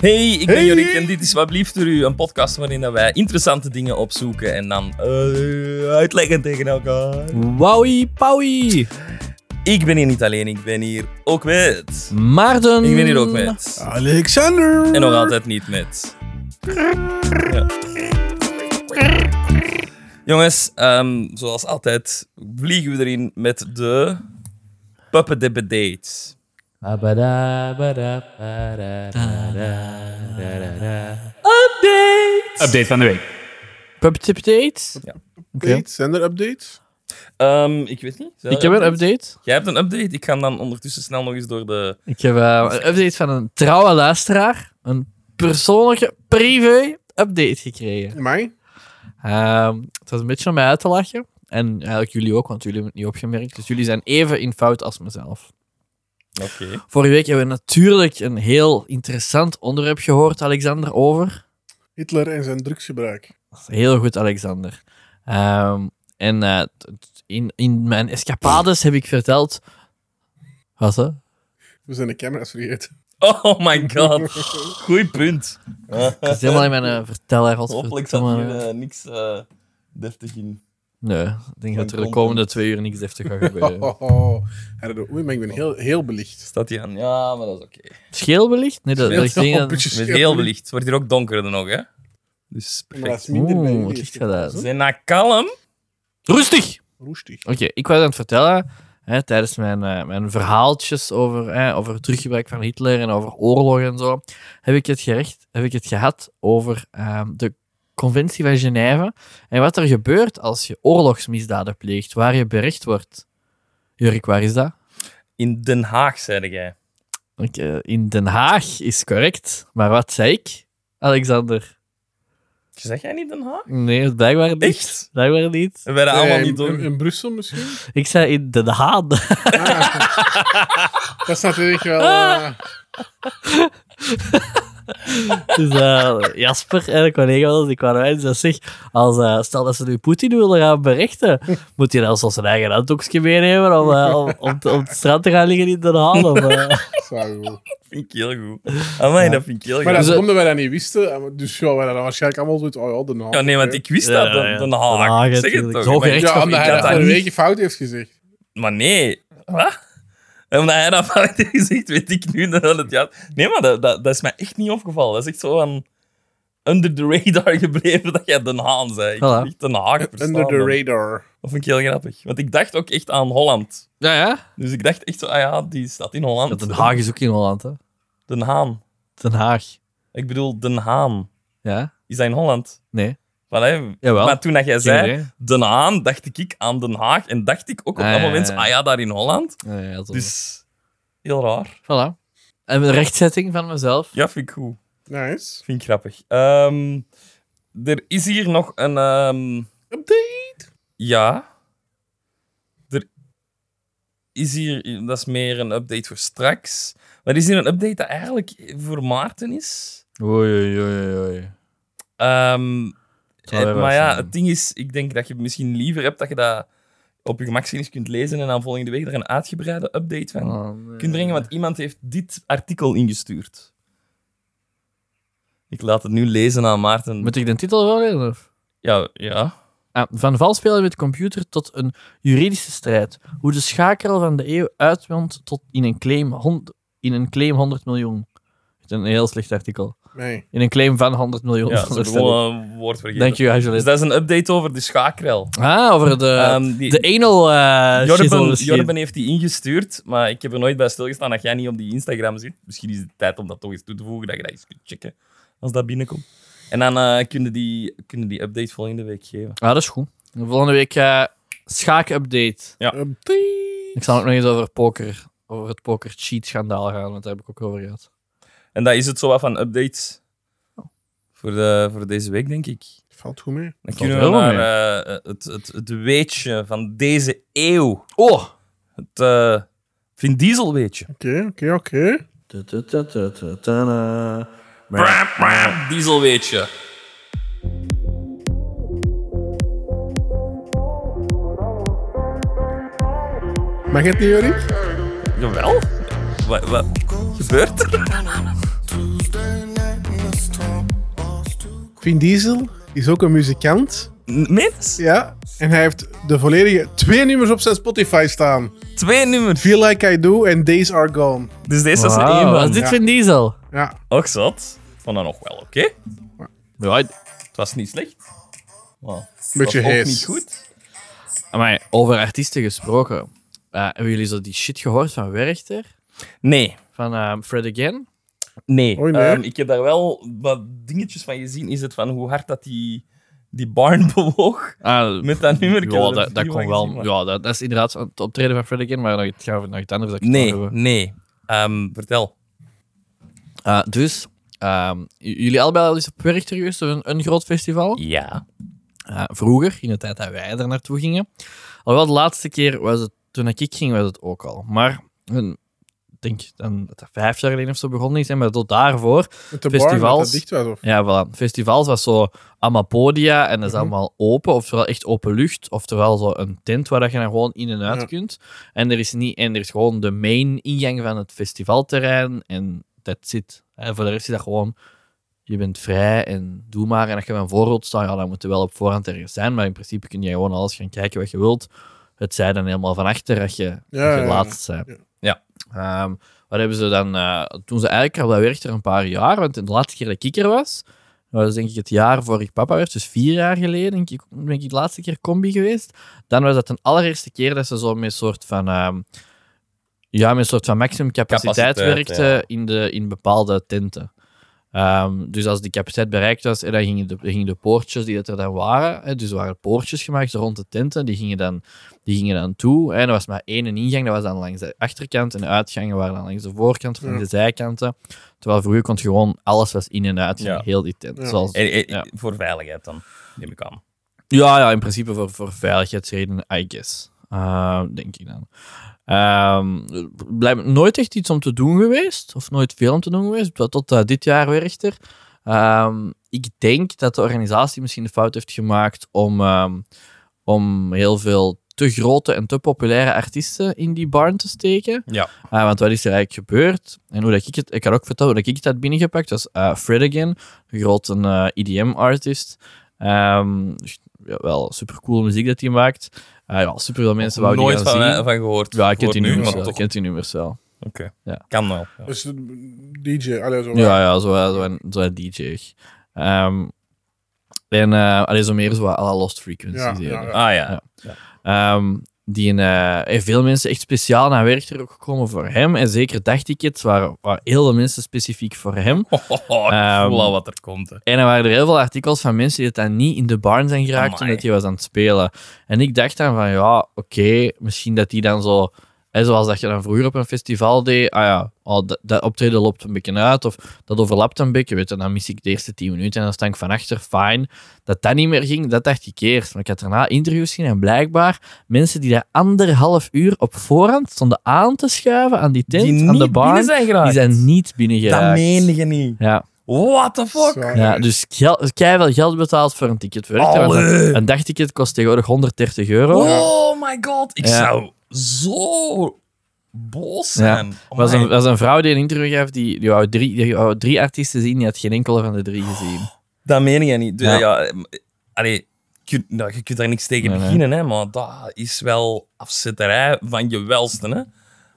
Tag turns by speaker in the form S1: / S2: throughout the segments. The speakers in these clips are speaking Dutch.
S1: Hey, ik ben
S2: Hey.
S1: Jorik en dit is Wat Blieft voor U, een podcast waarin dat wij interessante dingen opzoeken en dan eh, uitleggen tegen elkaar.
S2: Wowie powie.
S1: Ik ben hier niet alleen, ik ben hier ook met.
S2: Maarten.
S1: Ik ben hier ook met.
S3: Alexander!
S1: En nog altijd niet met. Ja. Jongens, ehm, zoals altijd vliegen we erin met de Puppet de Bedates.
S4: Update van de week.
S2: Puppet update.
S1: Ja.
S2: Oké.
S3: Updates, Zijn er updates?
S1: Ehm, ik weet niet.
S2: Ik heb een update.
S1: Jij hebt een update? Ik ga dan ondertussen snel nog eens door de...
S2: Ik heb eh, een update van een trouwe luisteraar. Een persoonlijke privé update gekregen.
S3: Mij?
S2: Ehm, het was een beetje om mij uit te lachen. En eigenlijk jullie ook, want jullie hebben het niet opgemerkt. Dus jullie zijn even in fout als mezelf.
S1: Oké.
S2: Vorige week hebben we natuurlijk een heel interessant onderwerp gehoord, Alexander, over.
S3: Hitler en zijn drugsgebruik.
S2: Heel goed, Alexander. Ehm, en eh, t- t- in, in mijn escapades heb ik verteld. Wat hè?
S3: We zijn de camera's vergeten.
S1: Oh my god. Goed punt.
S2: Het is helemaal in mijn eh, verteller. wat
S1: Hopelijk zat
S2: verdomme.
S1: hier eh, niks eh, deftig in.
S2: Nee, ik denk dat er de
S1: content.
S2: komende twee uur niks deftig gaat
S3: Oh,
S2: gebeuren.
S3: oh, oh. Herdo- Oei, maar ik ben heel, heel belicht.
S1: Staat hij aan? Ja, maar dat is oké.
S2: Scheel belicht? Nee, dat, dat is
S3: Heel
S2: dingen.
S3: beetje
S1: Het
S3: schil.
S1: is heel belicht. Het wordt hier ook donkerder nog, hè? Dus
S3: Maar dat
S1: perfect.
S3: is minder bij
S2: Oeh,
S3: jullie.
S2: het licht gaat uit.
S1: Zijn na kalm?
S2: Rustig!
S3: Roestig.
S2: Oké, ik was aan het vertellen hè, tijdens mijn, eh, mijn verhaaltjes over, hè, over het teruggebruik van Hitler en over oorlog en zo. Heb ik het, gerecht, heb ik het gehad over ehm, de Conventie van Genève en wat er gebeurt als je oorlogsmisdaden pleegt, waar je berecht wordt. Jurk, waar is dat?
S1: In Den Haag, zei jij.
S2: Oké, eh, in Den Haag is correct, maar wat zei ik, Alexander?
S1: Zeg jij niet Den Haag?
S2: Nee, blijkbaar niet.
S1: Echt?
S2: Blijkbaar niet.
S1: We werden allemaal
S3: Eh,
S1: niet
S3: in, in,
S1: door.
S3: in Brussel misschien?
S2: Ik zei in Den Haag.
S3: Ah. dat is natuurlijk wel...
S1: Ah.
S3: eh,
S2: Dus eh, Jasper en een collega van ons, die kwamen uit en ze zegt, als, eh, stel dat ze nu Poetin willen gaan berechten, moet hij dan zo zijn eigen handdoekje meenemen om, eh, om, om, te- om het strand te gaan liggen in Den Haag? Of, eh?
S3: zou wel.
S1: vind ik heel goed. Amai, dat vind ik heel
S3: Maar
S1: goed.
S3: dat is
S2: Dus-
S3: omdat wij dat niet wisten. eh, Dus ja, wij dat waarschijnlijk allemaal zoiets... Oh ja, de naam.
S1: Ja, nee, want ik wist dat.
S2: Ja, ja, ja.
S1: Den
S2: Den
S1: Haag.
S2: Haag,
S1: Zeg het
S2: natuurlijk.
S1: toch.
S2: Zo
S1: Maar-
S2: gerecht.
S3: Ja,
S2: Ik
S3: omdat
S1: had
S3: hij dat
S1: dat
S3: vorige
S1: niet.
S3: week fout heeft gezegd.
S1: Maar nee. Wat? En Omdat hij dat fout heeft gezegd, weet ik nu dat het juist... Nee, maar dat, dat, dat is mij echt niet opgevallen. Dat is echt zo van... Under the radar gebleven dat jij Den Haan zei. Ik
S2: Voilà.
S1: heb echt Den Haag verstaan.
S3: Under the
S1: man.
S3: radar.
S1: Dat vind ik heel grappig. Want ik dacht ook echt aan Holland.
S2: ja, ja.
S1: Dus ik dacht echt zo, ah ja, die staat in Holland.
S2: Den Haag is ook in Holland, hè.
S1: Den Haan.
S2: Den Haag.
S1: Ik bedoel, Den Haan.
S2: Ja?
S1: Is dat in Holland?
S2: Nee.
S1: Wel, hè?
S2: Jawel.
S1: Maar toen dat jij
S2: Ging
S1: zei
S2: erin.
S1: Den Haan, dacht ik aan Den Haag. En dacht ik ook op
S2: Ah,
S1: dat
S2: ja,
S1: moment,
S2: ja, ja.
S1: ah ja, daar in Holland.
S2: Ja, ja, zo.
S1: Dus heel raar.
S2: Voilà. En een rechtzetting van mezelf.
S1: Ja, vind ik goed.
S3: Nice.
S1: Vind ik grappig. Ehm, er is hier nog een. ehm,
S3: Update.
S1: ja. Er is hier. Dat is meer een update voor straks. Maar er is hier een update dat eigenlijk voor Maarten is.
S2: Oei, oei, oei, oei.
S1: Ehm, eh,
S2: Zou wel
S1: maar ja,
S2: zijn.
S1: het ding is, ik denk dat je misschien liever hebt dat je dat op je gemak eens kunt lezen en dan volgende week er een uitgebreide update van
S2: Oh, nee.
S1: kunt brengen, want iemand heeft dit artikel ingestuurd. Ik laat het nu lezen aan Maarten.
S2: Moet ik de titel wel leren, of?
S1: Ja, ja.
S2: Ah, van valspelen met de computer tot een juridische strijd. Hoe de schakel van de eeuw uitmondt tot in een claim, hond- in een claim 100 miljoen. Het is een heel slecht artikel.
S3: Nee.
S2: In een claim van 100 miljoen.
S1: Ja,
S2: Dat
S1: ze
S2: is
S1: gewoon een woord
S2: het.
S1: vergeten.
S2: Dank je,
S1: Dus
S2: Angelet.
S1: dat is een update over de schakrel.
S2: Ah, over de,
S1: Ehm, die-
S2: de anal eh, shizzle
S1: Jorben,
S2: misschien.
S1: Jorben heeft die ingestuurd, maar ik heb er nooit bij stilgestaan dat jij niet op die Instagram zit. Misschien is het tijd om dat toch eens toe te voegen, dat je dat eens kunt checken als dat binnenkomt. En dan eh, kunnen, die, kunnen die update volgende week geven.
S2: Ah, dat is goed. Volgende week eh schaak-update.
S3: Update.
S2: Ik zal ook nog eens over poker, over het poker-cheat-schandaal gaan, want daar heb ik ook over gehad.
S1: En dat is het zo wat van updates voor, de, voor deze week, denk ik.
S3: Valt goed mee.
S1: Dan
S2: Valt
S1: kunnen we
S2: heel
S1: naar
S2: mee.
S1: eh, het, het, het weetje van deze eeuw.
S2: Oh!
S1: Het eh Vin Diesel weetje.
S3: Oké, oké, oké.
S1: Diesel weetje.
S3: Mag het niet, Jorik?
S1: Jawel. Wat, wat gebeurt er?
S5: Tuesday night,
S3: Vin Diesel is ook een muzikant.
S1: Mens?
S3: Ja. En hij heeft de volledige twee nummers op zijn Spotify staan.
S1: Twee nummers.
S3: Feel Like I Do en Days Are Gone.
S1: Dus deze was er één
S2: Wauw, was
S1: van.
S2: dit
S3: Ja.
S2: Vin Diesel?
S3: Ja.
S1: Ook zat. Vond dat nog wel oké.
S2: Ja,
S1: Het was niet slecht. Maar het
S3: Beetje
S1: was ook
S3: hees.
S1: niet goed.
S2: maar over artiesten gesproken. Eh, hebben jullie zo die shit gehoord van Werchter?
S1: Nee.
S2: Van ehm, Fred Again?
S1: Nee.
S3: Oei, nee.
S1: Ehm, ik heb daar wel wat dingetjes van gezien. Is het van hoe hard dat die, die barn bewoog
S2: Ah,
S1: met dat nummer? Ik heb
S2: ja,
S1: er
S2: dat,
S1: een
S2: dat
S1: video
S2: kon
S1: van
S2: wel.
S1: gezien, maar-
S2: Ja, dat, dat is inderdaad het optreden van Fred Again, maar nog, het gaat over nog iets anders. Dat ik het wil
S1: Nee,
S2: hebben.
S1: nee. Ehm, vertel.
S2: Eh, dus, ehm, j- jullie allebei al eens op Werchter geweest, dus een, een groot festival?
S1: Ja.
S2: Eh, vroeger, in de tijd dat wij er naartoe gingen. Alhoewel, de laatste keer was het, toen ik ging, was het ook al. Maar een- ik denk dan dat dat vijf jaar geleden of zo begonnen is. En maar tot daarvoor,
S3: Met de bar dat
S2: Festivals.
S3: dat dicht was. Of...
S2: ja, voilà, festivals was zo allemaal podia en dat
S3: Mhm.
S2: is allemaal open. Oftewel echt open lucht, oftewel zo een tent waar dat je dan gewoon in en uit
S3: Ja.
S2: kunt. En er, is niet, en er is gewoon de main ingang van het festivalterrein en that's it. En voor de rest is dat gewoon, je bent vrij en doe maar. En als je van voor wilt staan, ja, dan moet je wel op voorhand ergens zijn. Maar in principe kun je gewoon alles gaan kijken wat je wilt. Het zij dan helemaal van achter dat je,
S3: Ja,
S2: dat je
S3: ja,
S2: laatst bent.
S3: ja.
S1: Ja.
S2: Ehm, wat hebben ze dan... eh, toen ze eigenlijk al, dat werkte er een paar jaar, want de laatste keer dat ik er was, dat was denk ik het jaar voor ik papa werd, dus vier jaar geleden, denk ik, ben ik de laatste keer combi geweest. Dan was dat de allereerste keer dat ze zo met een soort van... ehm, ja, met een soort van maximum capaciteit,
S1: Capaciteit,
S2: werkte in, de, in bepaalde tenten. Ehm, dus als die capaciteit bereikt was, en dan gingen de, gingen de poortjes die dat er dan waren, hè, dus er waren poortjes gemaakt rond de tenten, die gingen dan, die gingen dan toe. Hè, er was maar één ingang, dat was dan langs de achterkant, en de uitgangen waren dan langs de voorkant van
S3: Ja.
S2: de zijkanten. Terwijl vroeger kon je gewoon, alles was in en uit,
S1: Ja.
S2: heel die tent.
S3: Ja.
S2: Zoals, Ja.
S1: Voor veiligheid dan, neem ik aan.
S2: ja, ja, in principe voor, voor veiligheidsredenen, I guess. Eh, denk ik dan. Ehm blijkbaar nooit echt iets om te doen geweest, of nooit veel om te doen geweest, tot, tot eh, dit jaar werkt er. Ehm, ik denk dat de organisatie misschien de fout heeft gemaakt om, ehm, om heel veel te grote en te populaire artiesten in die barn te steken.
S1: Ja.
S2: Ah, want wat is er eigenlijk gebeurd? En hoe dat ik het, ik kan ook vertellen hoe dat ik het had binnengepakt. Dat was eh, Fred Again, een grote eh, E EDM-artiest. Ehm, ja, wel super coole muziek dat hij maakt. Eh, ja, super veel mensen wouden die
S1: Nooit
S2: gaan
S1: van,
S2: zien.
S1: eh, van gehoord.
S2: ja, ik ken
S1: Gehoord
S2: die
S1: nu,
S2: nummers
S1: maar
S2: wel. Ik
S1: toch-
S2: ken die nummers wel.
S1: Oké.
S2: Ja.
S1: Kan wel. ja.
S3: Dus eh, DJ, allee, zo.
S2: Ja, ja, zo, zo, een, zo een DJ. Ehm, en eh allee, zo meer zo à la Lost Frequencies.
S3: Ja,
S2: eigenlijk.
S3: ja, ja.
S1: Ah ja.
S2: Ehm, die een, eh, hey, veel mensen echt speciaal naar Werchter ook gekomen voor hem. En zeker dagtickets waren, waren heel veel mensen specifiek voor hem.
S1: Ho, ho, ho, Oh, ik
S2: Ehm,
S1: voel al wat er komt. hè.
S2: En er waren er heel veel artikels van mensen die het dan niet in de barn zijn geraakt
S1: Amai.
S2: omdat hij was aan het spelen. En ik dacht dan van, ja, oké, misschien dat die dan zo... hè, zoals dat je dan vroeger op een festival deed, ah ja, oh, dat, dat optreden loopt een beetje uit, of dat overlapt een beetje, weet je, dan mis ik de eerste 10 minuten en dan sta ik van achter, fijn. Dat dat niet meer ging, dat dacht ik eerst. Maar ik had daarna interviews gezien en blijkbaar mensen die daar anderhalf uur op voorhand stonden aan te schuiven aan die tent, aan de
S1: binnen
S2: barn,
S1: zijn geraakt.
S2: die zijn niet binnengeraakt.
S1: Dat meen je niet.
S2: Ja.
S1: What the
S3: Zo,
S1: fuck?
S2: Ja, dus geld, keiveel geld betaald voor een ticket. Voor echt, want
S1: Eh, Allee.
S2: een, een dagticket kost tegenwoordig 130 euro.
S1: Oh my god. Ik
S2: Ja.
S1: zou zo boos zijn.
S2: Er was,
S1: Amai.
S2: een, er was een vrouw die een interview gaf, die, die, wou drie, die wou drie artiesten zien, die had geen enkele van de drie gezien.
S1: Dat meen je niet. Ja.
S2: Ja.
S1: Ja, eh, allee, je, kunt- nou, je kunt daar niks tegen
S2: Nee, nee.
S1: beginnen, Hè, maar dat is wel afzetterij van je welste. Hè?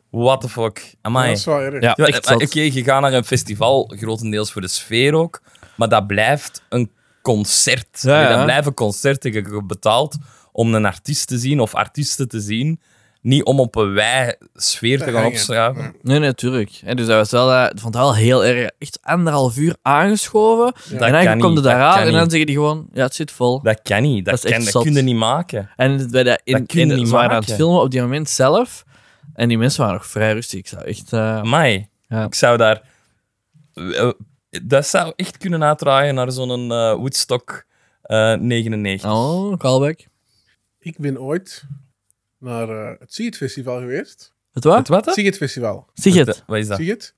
S1: What the fuck? Amai.
S3: Dat is wel erg.
S2: Ja,
S1: Ja,
S2: echt
S1: eh,
S2: zot.
S1: Oké, je gaat naar een festival, grotendeels voor de sfeer ook, maar dat blijft een concert.
S2: Ja,
S1: Allee,
S2: ja.
S1: Dat blijven concerten. Je je betaalt om een artiest te zien of artiesten te zien, niet om op een wij sfeer te
S3: Te
S1: gaan
S3: hangen.
S1: opschuiven.
S3: Ja.
S2: Nee, natuurlijk. Hè, dus dat was wel, eh, ik vond dat wel heel erg. Echt anderhalf uur aangeschoven. en eigenlijk
S1: kan
S2: komt het
S1: niet,
S2: daar
S1: dat
S2: aan
S1: kan
S2: en dan
S1: niet.
S2: zeggen die gewoon, ja, het zit vol.
S1: Dat kan niet. Dat,
S2: Dat is echt
S1: kan, dat
S2: zot.
S1: kun je niet maken.
S2: En bij de, in,
S1: Dat kun je
S2: in-
S1: niet
S2: ze waren aan
S1: maken.
S2: het filmen op die moment zelf. En die mensen waren nog vrij rustig. Ik zou echt... eh,
S1: Amai.
S2: Ja.
S1: Ik zou daar... eh, Dat zou echt kunnen uitdraaien naar zo'n eh, Woodstock eh 99.
S2: oh, callback.
S3: Ik ben ooit naar eh, het Siget Festival geweest.
S2: Het wat?
S1: Het wat? hè?
S3: Het Siget Festival.
S2: Zie je het?
S1: Wat is dat?
S3: Siget?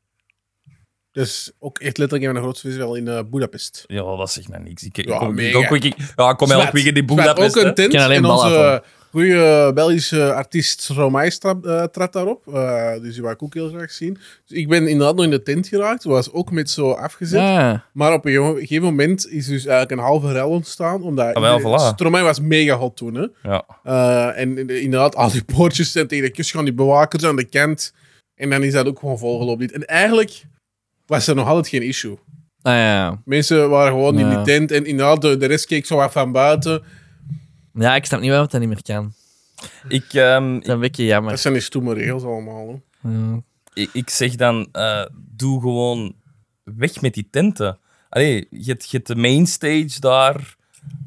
S3: Dus ook echt letterlijk een van de grootste festival in eh Budapest.
S1: Ja, dat zegt nou niks. Ik, ik
S3: Ja,
S1: kom, ik,
S3: mega.
S1: ook, ik, ja, ik kom elk
S3: Zwart.
S1: weekend in
S3: Zwart,
S1: Boedapest.
S3: ook een
S1: hè.
S3: tent
S2: Ken alleen
S3: en
S2: ballen
S3: onze Goede Belgische artiest Romeis trap- eh, trad daarop. Eh, dus die wou ik ook heel graag zien. Dus ik ben inderdaad nog in de tent geraakt. Was ook met zo afgezet.
S2: Ja.
S3: Maar op een jonge- gegeven moment is dus eigenlijk een halve rel ontstaan. Omdat
S1: Ah, wel,
S3: iedereen-
S1: voilà.
S3: Stromae was mega hot toen. Hè.
S1: Ja.
S3: Eh, en in- inderdaad, al die poortjes zijn tegen de kust gaan, die bewakers aan de kant. En dan is dat ook gewoon volgelopen. dit. En eigenlijk was er nog altijd geen issue.
S2: Ah, ja.
S3: Mensen waren gewoon in die
S2: Ja.
S3: tent. En inderdaad, de, de rest keek zo wat van buiten.
S2: ja, ik snap niet waarom dat niet meer kan.
S1: Ik, ehm,
S2: Dat is een beetje jammer.
S3: Dat zijn die stomme regels allemaal. hè.
S2: Ja.
S1: ik, ik zeg dan, eh, doe gewoon weg met die tenten. Allee, je hebt, je hebt de mainstage daar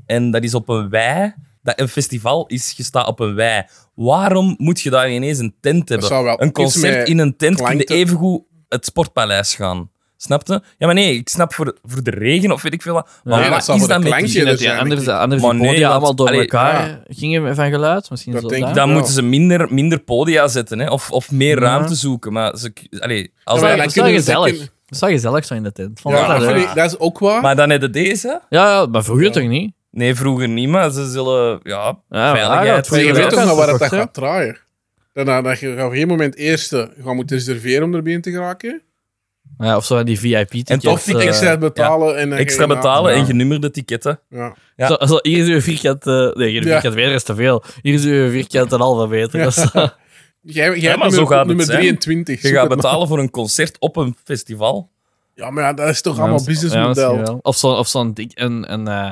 S1: en dat is op een wei. Dat, een festival is, je staat op een wei. Waarom moet je daar ineens een tent hebben?
S3: zou wel
S1: een
S3: iets
S1: concert
S3: met
S1: in een tent kun je
S3: klankte-
S1: evengoed het Sportpaleis gaan. Snapte? Ja, maar nee, ik snap voor, voor de regen of weet ik veel wat. Maar
S3: Nee, dat
S1: wat
S3: zou
S1: is
S3: voor
S1: dat
S3: een
S1: met die
S3: klankje
S2: Misschien dat
S3: dus
S2: die anders,
S3: eigenlijk
S2: anders die
S1: Maar nee,
S2: podia
S1: want-
S2: allemaal door
S1: allee,
S2: elkaar gingen van geluid. Misschien
S3: Dat
S2: zo
S3: denk ik.
S1: Dan
S3: Ja.
S1: moeten ze minder, minder podia zetten hè? Of, of meer
S2: Ja.
S1: ruimte zoeken. Maar ze, allee, als
S3: Ja,
S1: dat-
S3: maar
S2: Dat
S3: dan
S2: is wel
S3: kunnen we-
S2: gezellig.
S3: dan
S2: Dat
S3: kunnen-
S2: is wel gezellig zo in de tent. Vond
S3: Ja,
S2: dat dat
S3: dat,
S2: leuk?
S3: vind ik- dat is ook waar.
S1: maar dan heb je deze.
S2: ja, ja, maar vroeger
S3: Ja.
S2: toch niet?
S1: Nee, vroeger niet, maar ze zullen... Ja,
S2: Ja,
S1: Veiligheid,
S3: Maar je
S1: Tegen
S3: weet
S1: welke
S3: toch nog waar dat, dat
S2: gaat.
S3: gaat draaien. Daarna dat je op een gegeven moment eerst eh, gaat moeten reserveren om er binnen te geraken.
S2: Ja, of zo aan die VIP-tickets.
S1: En toch
S3: Die
S1: Eh,
S3: extra betalen. en eh, dan
S1: extra
S3: ga je
S1: betalen
S2: ja.
S1: en genummerde ticketten.
S3: na- Ja.
S1: ja.
S2: Zo, zo, hier is uw vierkant... eh, nee, hier is uw
S3: Ja.
S2: vierkant meter is te veel. Hier is uw vierkant een halve meter. Dat is-
S3: Jij, jij
S1: Ja,
S3: hebt
S1: maar zo
S3: nummer,
S1: gaat het
S3: nummer
S1: zijn.
S3: 23.
S1: Je
S3: zoek
S1: gaat
S3: het maar.
S1: betalen voor een concert op een festival.
S3: Ja, maar ja, dat is toch
S2: Ja,
S3: allemaal
S2: misschien- ja,
S3: businessmodel.
S2: misschien wel. Of zo'n of zo'n dik- een, een eh,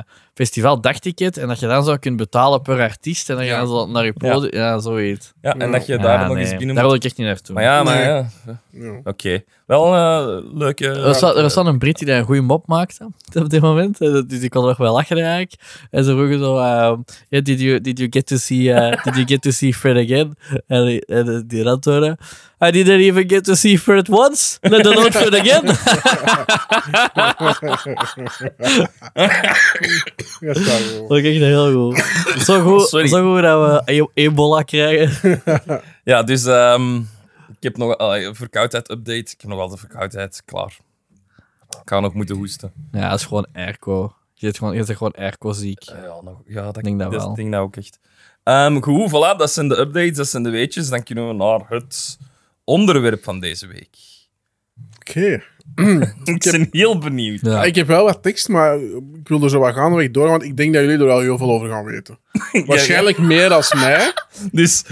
S2: festivaldagticket en dat je dan zo kunt betalen per artiest en dan
S3: Ja.
S2: gaan ze naar je podium. Ja, zoiets.
S1: Ja, en
S3: Ja.
S1: dat je
S2: Ja,
S1: daar nog
S2: nee.
S1: eens binnen
S2: Daar
S1: moet.
S2: wil ik echt niet naartoe.
S1: Maar ja, maar
S3: Nee.
S1: ja.
S3: Ja.
S1: Oké. Wel een leuke...
S2: Er was, wel- er was wel een Brit die daar een goede mop maakte op dit moment. Eh, dat- Dus ik kon er nog wel lachen eigenlijk. En ze vroegen zo: ehm, yeah, did, you, did, you get to see, eh, did you get to see Fred again? En die, en die- die antwoordde: I didn't even get to see Fred once, let alone Fred again.
S3: Ja, dat is wel goed.
S2: Dat is echt heel goed. Zo goed,
S1: Sorry.
S2: zo goed dat we e- ebola krijgen.
S1: Ja, dus ehm, ik heb nog ah, een verkoudheid-update. Ik heb nog altijd verkoudheid. Klaar. Ik ga nog moeten hoesten.
S2: Ja, dat is gewoon airco. Je zit gewoon, je zit gewoon airco ziek.
S1: Eh, ja, nog, ja, dat
S2: Denk dat
S1: dat
S2: wel.
S1: denk dat ook echt. Ehm, goed, voilà. Dat zijn de updates, dat zijn de weetjes. Dan kunnen we naar het onderwerp van deze week.
S3: Oké.
S1: Ik ben heel benieuwd.
S2: Ja.
S3: Ik heb wel wat tekst, maar ik wil er zo wat gaandeweg door, want ik denk dat jullie er wel heel veel over gaan weten. Waarschijnlijk meer dan mij.
S1: Dus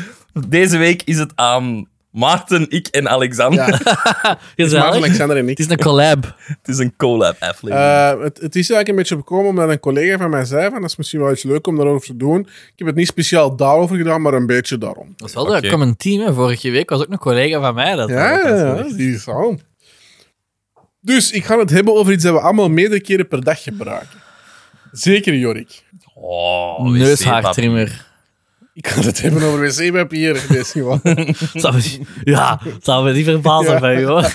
S1: deze week is het aan Maarten, ik en Alexander.
S3: Ja. Maar
S2: Gezellig.
S3: Alexander en ik.
S2: Het is een collab.
S1: Het is een collab-aflevering.
S3: Eh, het, het is eigenlijk een beetje bekomen omdat een collega van mij zei van dat is misschien wel iets leuk om daarover te doen. Ik heb het niet speciaal daarover gedaan, maar een beetje daarom.
S2: Dat is wel
S1: Oké.
S2: de common team. Hè. Vorige week was ook een collega van mij. Dat
S3: Ja,
S2: dat
S3: ja, die is al. Dus ik ga het hebben over iets dat we allemaal meerdere keren per dag gebruiken. Zeker, Jorik.
S1: oh,
S2: Neushaartrimmer.
S3: Ik ga het hebben over wc-papier. Nee, is niet waar.
S2: Zou we- Ja, zou me niet verbazen
S3: Ja.
S2: van joh.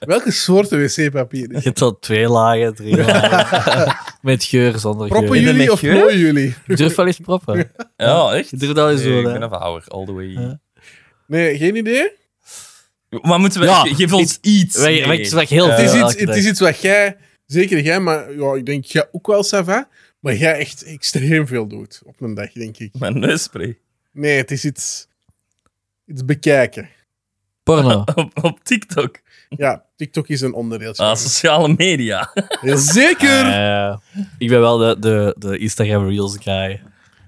S3: Welke soorten wc-papier?
S2: Je hebt zo twee lagen, drie lagen. Met geur, zonder
S3: Proppen
S2: geur.
S1: je-
S3: jullie
S1: met
S3: of
S1: geur?
S3: plooien jullie?
S2: Ik durf wel eens proppen.
S1: Ja, echt?
S2: Ik durf dat eens
S1: Nee,
S2: doen,
S1: Ik
S2: hè.
S1: ben een verhouwer, all the way.
S2: Ja.
S3: Nee, geen idee?
S1: Maar moeten we...
S2: Ja,
S1: ge- geef ons iets.
S2: Wij, wij, het is echt heel
S1: Eh,
S3: Het is,
S2: veel
S3: iets,
S2: elke
S3: het is iets wat jij, zeker jij, maar ja, ik denk jij ook wel, Sava. Maar jij echt extreem veel doet op een dag, denk ik.
S1: Mijn neusspray.
S3: Nee, het is iets, iets bekijken.
S2: dag. Porno.
S1: Op, op TikTok.
S3: Ja, TikTok is een onderdeeltje.
S1: Ah, sociale media.
S3: Zeker!
S2: Eh, ik ben wel de, de, de Instagram Reels guy.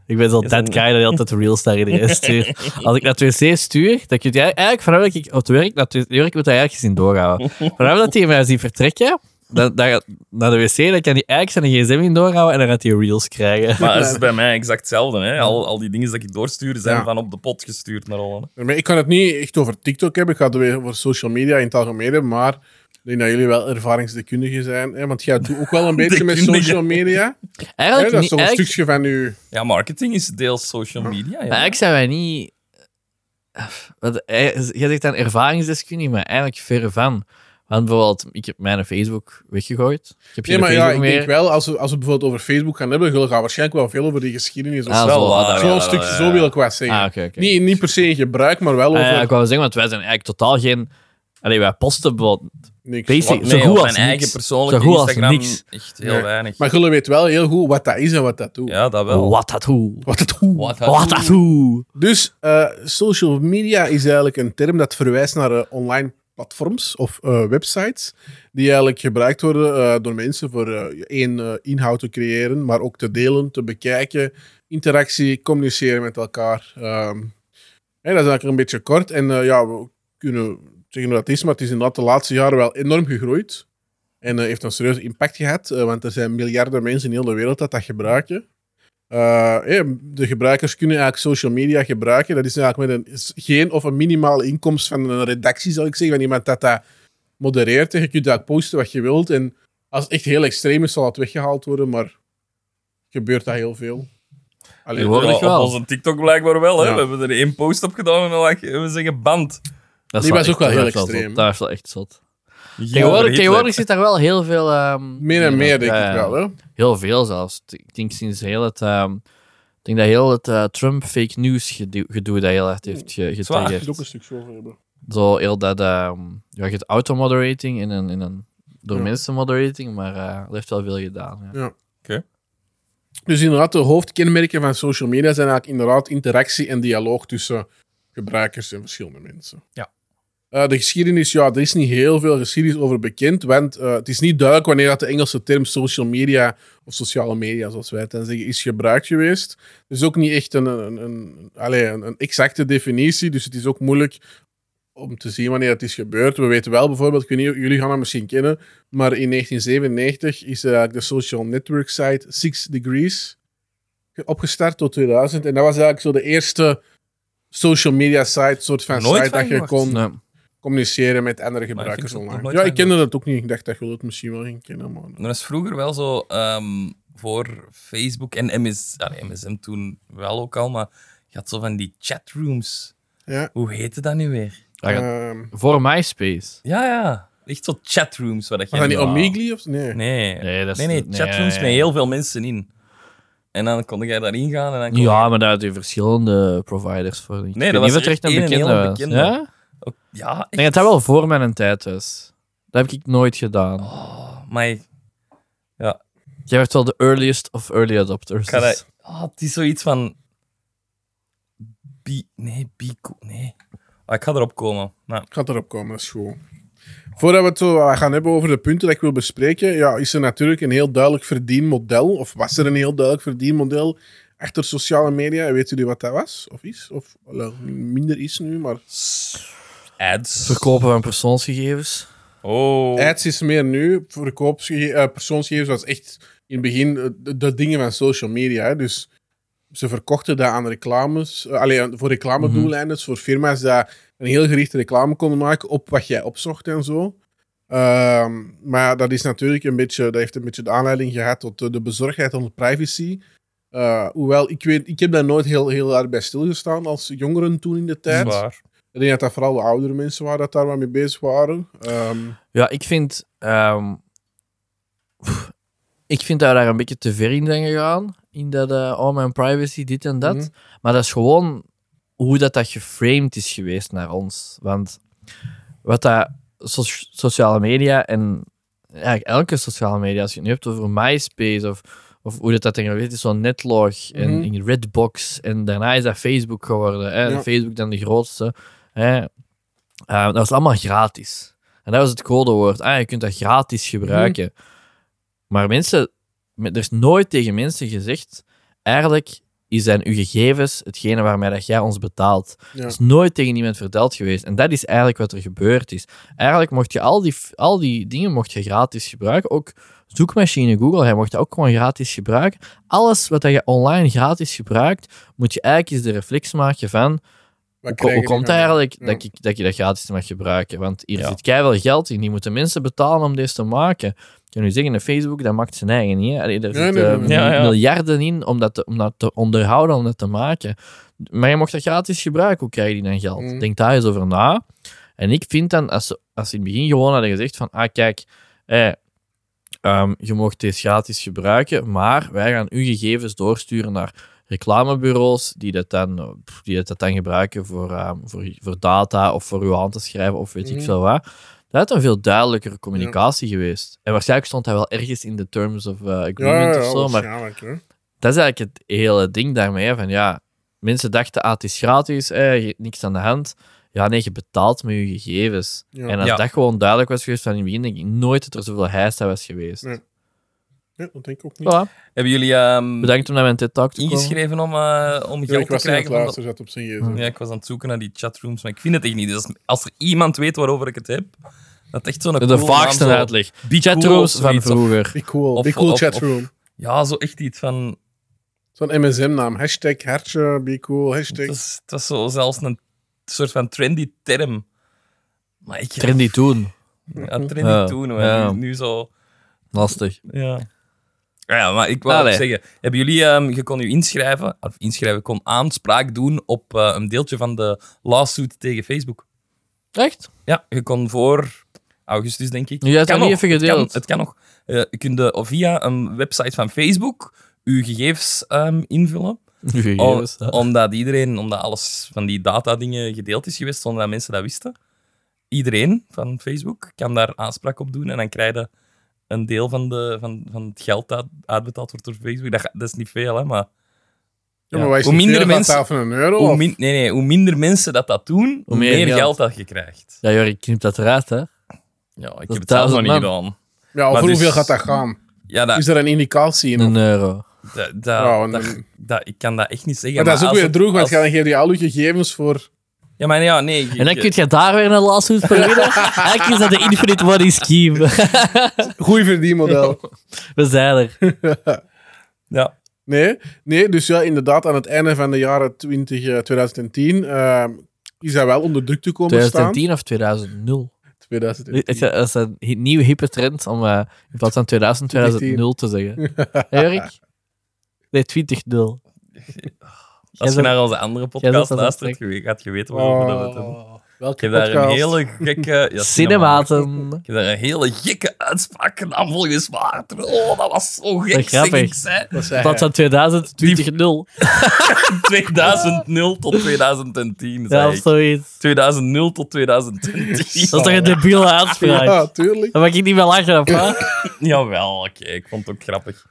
S2: Ik ben zo
S1: Is
S2: dat
S1: een-
S2: guy dat altijd de Reels naar iedereen stuurt. Als ik naar het wc stuur, dan kun je eigenlijk vanaf dat ik op het werk naar het wc Jurk moet dat eigenlijk gezien doorhouden. Vanaf dat hij mij ziet vertrekken dan, dan, gaat- naar de wc, dan kan hij eigenlijk zijn gsm in doorhouden en dan gaat hij Reels krijgen.
S1: Maar het is bij mij exact hetzelfde. Hè. Al, al die dingen dat ik doorstuur, zijn
S3: Ja.
S1: van op de pot gestuurd naar alle.
S3: Maar ik kan het niet echt over TikTok hebben, ik ga het weer over social media in het algemeen hebben, maar ik denk dat jullie wel ervaringsdeskundigen zijn. Hè? Want jij doet ook wel een beetje met
S1: Deskundige.
S3: social media. Hè?
S2: Eigenlijk,
S3: Dat
S2: niet,
S3: is toch een
S2: eigenlijk,
S3: stukje van je...
S1: Ja, marketing is deels social media.
S2: maar
S1: Ja.
S2: eigenlijk zijn wij niet... Want, eh, jij zegt dan ervaringsdeskundige, maar eigenlijk verre van. Want bijvoorbeeld, ik heb mijn Facebook weggegooid. Ik heb geen
S3: Nee, maar ja,
S2: Facebook
S3: ik
S2: meer.
S3: denk wel, als we, als we bijvoorbeeld over Facebook gaan hebben, gaan we waarschijnlijk wel veel over die geschiedenis. of
S2: Ah,
S3: zo.
S2: zo,
S1: waar,
S2: dat
S1: ja,
S3: Zo'n
S1: wel,
S3: stukje,
S1: ja,
S3: zo
S1: ja.
S3: wil ik wat zeggen.
S2: Ah, oké, oké.
S3: niet, niet per se in gebruik, maar wel
S2: Ah,
S3: over...
S2: ja, ik wou zeggen, want wij zijn eigenlijk totaal geen. Allee, wij posten bijvoorbeeld
S3: niks.
S2: Basic.
S1: nee,
S2: zo goed
S1: op
S2: als
S1: mijn eigen
S2: niks.
S1: persoonlijke
S2: Zo goed als
S1: Instagram
S2: niks.
S1: echt heel
S3: Nee.
S1: weinig.
S3: Maar jullie weten wel heel goed wat dat is en wat dat doet.
S1: ja, dat wel.
S2: Wat dat hoe?
S3: Wat dat doet.
S1: What
S2: Oh. Wat dat hoe?
S3: Dus eh, social media is eigenlijk een term dat verwijst naar eh, online platforms of eh, websites die eigenlijk gebruikt worden eh, door mensen voor eh, één eh, inhoud te creëren, maar ook te delen, te bekijken, interactie, communiceren met elkaar. Ehm, hè, dat is eigenlijk een beetje kort. En eh, ja, we kunnen zeggen hoe dat is, maar het is inderdaad de laatste jaren wel enorm gegroeid. En eh, heeft een serieuze impact gehad, eh, want er zijn miljarden mensen in heel de wereld dat dat gebruiken. Eh, ja, de gebruikers kunnen eigenlijk social media gebruiken. Dat is eigenlijk met een, is geen of een minimale inkomst van een redactie, zal ik zeggen, van iemand dat dat modereert. En je kunt daar posten wat je wilt. En als het echt heel extreem is, zal het weggehaald worden, maar gebeurt dat heel veel. Allee,
S2: Tegenwoordig
S1: Ja,
S2: wel.
S1: op onze TikTok blijkbaar wel. Hè?
S3: Ja.
S1: We hebben er één post op gedaan en dan lag- we zeggen band.
S2: Dat
S3: Die was
S2: echt-
S3: ook wel
S2: dat
S3: heel
S2: is
S3: extreem.
S2: zot. Dat is wel echt zot.
S1: Over Hitler.
S2: Tegenwoordig, tegenwoordig zit daar wel heel veel... ehm,
S3: meer en
S2: ja,
S3: meer, denk
S2: ja, ja.
S3: ik wel. Hè?
S2: Heel veel zelfs. Ik denk sinds heel het... ehm, ik denk dat heel het eh, Trump fake news gedoe, gedoe dat heel hard heeft ge-
S1: Zwaar.
S3: Ik wil ook
S2: getriggerd.
S3: een stuk zo over hebben.
S2: Zo heel dat... ehm ja, je hebt automoderating en een, in een door
S3: Ja.
S2: mensen moderating, maar eh dat heeft wel veel gedaan. Ja.
S3: Ja. Dus inderdaad, de hoofdkenmerken van social media zijn eigenlijk inderdaad interactie en dialoog tussen gebruikers en verschillende mensen.
S1: Ja.
S3: Eh, de geschiedenis, ja, er is niet heel veel geschiedenis over bekend, want eh, het is niet duidelijk wanneer dat de Engelse term social media of sociale media, zoals wij het dan zeggen, is gebruikt geweest. Er is ook niet echt een, een, een, een- allee, een, een exacte definitie, dus het is ook moeilijk om te zien wanneer het is gebeurd. We weten wel bijvoorbeeld, ik weet niet, jullie gaan dat misschien kennen, maar in 1997 is eh, de social network site Six Degrees ge- opgestart tot 2000. En dat was eigenlijk zo de eerste social media site, soort van
S1: Nooit
S3: site
S1: van
S3: dat je
S1: gehoord.
S3: kon
S2: Nee.
S3: communiceren met andere
S1: ik
S3: gebruikers
S1: vind het
S3: online.
S1: nog
S3: Ja,
S1: nooit
S3: ik kende dat ook niet. Ik dacht dat jullie het misschien wel ging kennen, maar...
S1: Er is vroeger wel zo ehm, voor Facebook en MS, allee, MSM toen wel ook al, maar je had zo van die chatrooms.
S3: Ja.
S1: Hoe heette dat nu weer?
S2: Ja, ja.
S3: ehm,
S2: Voor MySpace.
S1: Ja, ja. Echt zo chatrooms. Waar dat
S3: was
S1: jij
S3: dat niet
S1: nu-
S3: Omegle of... Nee.
S1: Nee.
S2: Nee, dat is-
S1: nee, nee,
S2: nee,
S1: chatrooms
S2: nee.
S1: met heel veel mensen in. En dan kon jij daarin gaan en dan kon
S2: Ja, maar daar had je verschillende providers voor. Ik
S1: Nee, dat
S2: weet niet
S1: was
S2: of het
S1: echt
S2: echt
S1: één
S2: een bekende
S1: hele
S2: was.
S1: bekende.
S2: Ja?
S1: ook- Oh, ja echt.
S2: Ik denk dat dat wel voor mijn tijd was. Dat heb ik nooit gedaan.
S1: Oh, maar ik
S2: Jij werd wel de earliest of early adopters.
S1: ga
S2: dus-
S1: dat... Ah, het is zoiets van... Bi... Nee, bico... Nee. Ah, ik ga erop komen. Nou,
S3: Ik ga erop komen, dat is goed. Voordat we het zo wat gaan hebben over de punten dat ik wil bespreken, ja, is er natuurlijk een heel duidelijk verdienmodel, of was er een heel duidelijk verdienmodel achter sociale media. En Weten jullie wat dat was? Of is? Of wel, minder is nu, maar...
S1: ads.
S2: Verkopen van persoonsgegevens.
S1: Oh.
S3: Ads is meer nu, verkoop, persoonsgegevens was echt in het begin eh, de, de dingen van social media. hè. Dus ze verkochten dat aan reclames, eh, alleen voor reclamedoeleinden, dus voor firma's die een heel gerichte reclame konden maken op wat jij opzocht en zo. Ehm, maar dat is natuurlijk een beetje, dat heeft een beetje de aanleiding gehad tot eh, de bezorgdheid om de privacy. Eh, hoewel, ik, weet, ik heb daar nooit heel, heel hard bij stilgestaan als jongeren toen in de tijd.
S1: Zwaar.
S3: Ik denk dat dat vooral de oudere mensen waren dat daar wat mee bezig waren. Ehm,
S2: Ja, ik vind... ehm, pff, ik vind dat we daar een beetje te ver in zijn gegaan. In dat, eh, oh, mijn privacy, dit en dat.
S3: Mhm.
S2: Maar dat is gewoon hoe dat, dat geframed is geweest naar ons. Want wat dat so- sociale media en eigenlijk elke sociale media, als je het nu hebt over MySpace of, of hoe dat, dat tegenwoordig is, zo'n Netlog en
S3: Mhm.
S2: in Redbox en daarna is dat Facebook geworden. Hè?
S3: Ja.
S2: Facebook dan de grootste. Hè? Eh, dat was allemaal gratis. En dat was het codewoord. Ah, je kunt dat gratis gebruiken. Maar mensen, er is nooit tegen mensen gezegd, eigenlijk zijn uw gegevens hetgene waarmee dat jij ons betaalt.
S3: ja.
S2: Dat is nooit tegen iemand verteld geweest. En dat is eigenlijk wat er gebeurd is. Eigenlijk mocht je al die, al die dingen mocht je gratis gebruiken. Ook zoekmachine Google, hij mocht dat ook gewoon gratis gebruiken. Alles wat dat je online gratis gebruikt, moet je eigenlijk eens de reflex maken van...
S3: Wat
S2: Hoe,
S3: krijg
S2: hoe
S3: je
S2: komt het
S3: ervan?
S2: eigenlijk
S3: Ja.
S2: dat, ik, dat je dat gratis mag gebruiken? Want hier
S1: Ja.
S2: zit keihard geld in. Die moeten mensen betalen om deze te maken. Je kan nu zeggen, eh, Facebook, dat maakt zijn eigen niet. hè. Allee, daar
S3: Nee,
S2: zitten
S3: nee, nee,
S1: nee.
S2: eh,
S1: Ja, ja.
S2: miljarden in om dat, te, om dat te onderhouden, om dat te maken. Maar je mocht dat gratis gebruiken. Hoe krijg je die dan geld?
S3: Mm.
S2: Denk daar eens over na. En ik vind dan, als ze, als ze in het begin gewoon hadden gezegd van, ah kijk, eh, ehm, je mag deze gratis gebruiken, maar wij gaan uw gegevens doorsturen naar reclamebureaus die dat dan, eh, pff, die dat dan gebruiken voor, ehm, voor, voor data of voor uw hand te schrijven of weet ik
S3: Mhm.
S2: veel wat. dat had een veel duidelijkere communicatie geweest. En waarschijnlijk stond hij wel ergens in de terms of eh, agreement of zo, maar
S3: waarschijnlijk, hè.
S2: dat is eigenlijk het hele ding daarmee. hè, Van ja, mensen dachten, ah, het is gratis, eh, je hebt niks aan de hand. Ja, nee, je betaalt met je gegevens.
S3: Ja.
S2: En als
S1: Ja.
S2: dat gewoon duidelijk was geweest van in het begin, denk ik nooit dat er zoveel heisa was geweest.
S3: Nee. Ja, dat denk ik ook niet.
S1: Oh,
S2: Voilà.
S1: Hebben jullie ehm,
S2: Bedankt om naar mijn TED-talk te komen.
S1: ingeschreven om, eh, om
S3: Ja,
S1: geld
S3: ik
S1: te
S3: was niet aan het
S1: krijgen? van dat-
S3: luisteren, zat op zijn gsm.
S1: Ja, ik was aan het zoeken naar die chatrooms, maar ik vind het echt niet. Dus als- als er iemand weet waarover ik het heb, dat echt zo'n
S2: De
S1: coole
S2: vaagste
S1: naam, zo-
S2: uitleg.
S1: Be cool
S2: Chatrooms
S1: of
S2: van
S1: zoiets, of-
S2: vroeger.
S3: Be cool,
S1: Of-
S3: be cool
S1: of-
S3: chatroom.
S1: ja, zo echt iets van...
S3: Zo'n MSM-naam. Hashtag hartje, be cool, hashtag...
S1: Het was, het was zo zelfs een soort van trendy term. Maar ik...
S2: Trendy toen.
S1: Ja, trendy
S2: Ja,
S1: toen, maar
S2: ja.
S1: Nu, nu zo...
S2: Lastig.
S1: Ja. Ja, maar ik wou
S2: Allee.
S1: zeggen, hebben jullie, ehm, je kon je inschrijven, of inschrijven, kon aanspraak doen op eh, een deeltje van de lawsuit tegen Facebook.
S2: Echt?
S1: Ja, je kon voor augustus, denk ik.
S2: Jij hebt dat
S1: Kan
S2: niet
S1: nog,
S2: even
S1: het kan-
S2: gedeeld.
S1: Het kan, nog. Eh, je kunt eh, via een website van Facebook je gegevens ehm, invullen. Om-
S2: Gegevens, hè.
S1: omdat iedereen, omdat alles van die data-dingen gedeeld is geweest zonder dat mensen dat wisten. Iedereen van Facebook kan daar aanspraak op doen en dan krijg je een deel van, de, van, van het geld dat uitbetaald wordt door Facebook. Dat, ga- dat is niet veel, hè, maar...
S3: Ja, maar wij
S1: hoe
S3: zitten
S1: minder
S3: veel aan
S1: mensen...
S3: tafel een euro.
S1: Hoe
S3: of-
S1: min- nee, nee, hoe minder mensen dat dat doen, hoe meer, geld. dat je krijgt.
S2: Ja, Jorik, knip dat eruit, hè.
S1: Ja, ik
S2: is
S1: heb het zelf nog niet
S2: duizend
S1: gedaan.
S3: Ja, over
S1: Maar dus-
S3: hoeveel gaat dat gaan?
S1: Ja, dat,
S3: Is er een indicatie in?
S2: Een euro.
S1: dat, dat,
S3: Ja, en-
S1: dat- dat- ik kan dat echt niet zeggen.
S3: maar dat is ook
S1: als
S3: weer
S1: het-
S3: droeg, want
S1: als-
S3: dan geef je al je gegevens voor...
S1: Ja, maar ja, nee. je-
S2: En dan
S1: je-
S2: kun je daar weer een last hoed voor winnen. Eigenlijk is dat de infinite money scheme.
S3: Goeie verdienmodel.
S2: We zijn er.
S1: Ja.
S3: Nee, nee, dus ja, inderdaad, aan het einde van de jaren 20, eh, 2010 ehm, is dat wel onder druk te komen staan.
S2: 2010 of 2000?
S3: 2010.
S2: Het- Dat is een hi- nieuwe hippe trend om eh, in plaats van 2000, 2000 te zeggen. Hè, Jorik? Nee, 20-0.
S1: Als je
S2: zult-
S1: naar onze andere
S2: zult
S1: podcast
S2: dat
S1: luistert,
S2: ontdekken.
S1: je gaat je weten waarover dat we het hebben.
S3: Oh, welke
S1: Ik heb daar een
S3: podcast.
S1: hele gekke... Ja, cinema.
S2: Cinematen.
S1: Ik heb daar een hele gekke uitspraak gedaan volgens Maarten. Oh, dat was zo gek, zeg
S2: grappig.
S1: ik, zei.
S3: Dat
S2: In
S3: zei hij.
S2: plaats van 2000, 20-0.
S1: 2000 tot 2010,
S2: Ja,
S1: zei
S2: of
S1: ik.
S2: zoiets.
S1: 2000 tot 2010.
S2: Dat is toch een debiele uitspraak?
S3: Ja, tuurlijk.
S2: Daar mag ik niet meer lachen, op, hè?
S1: Oh, Jawel, oké, ik vond het ook grappig.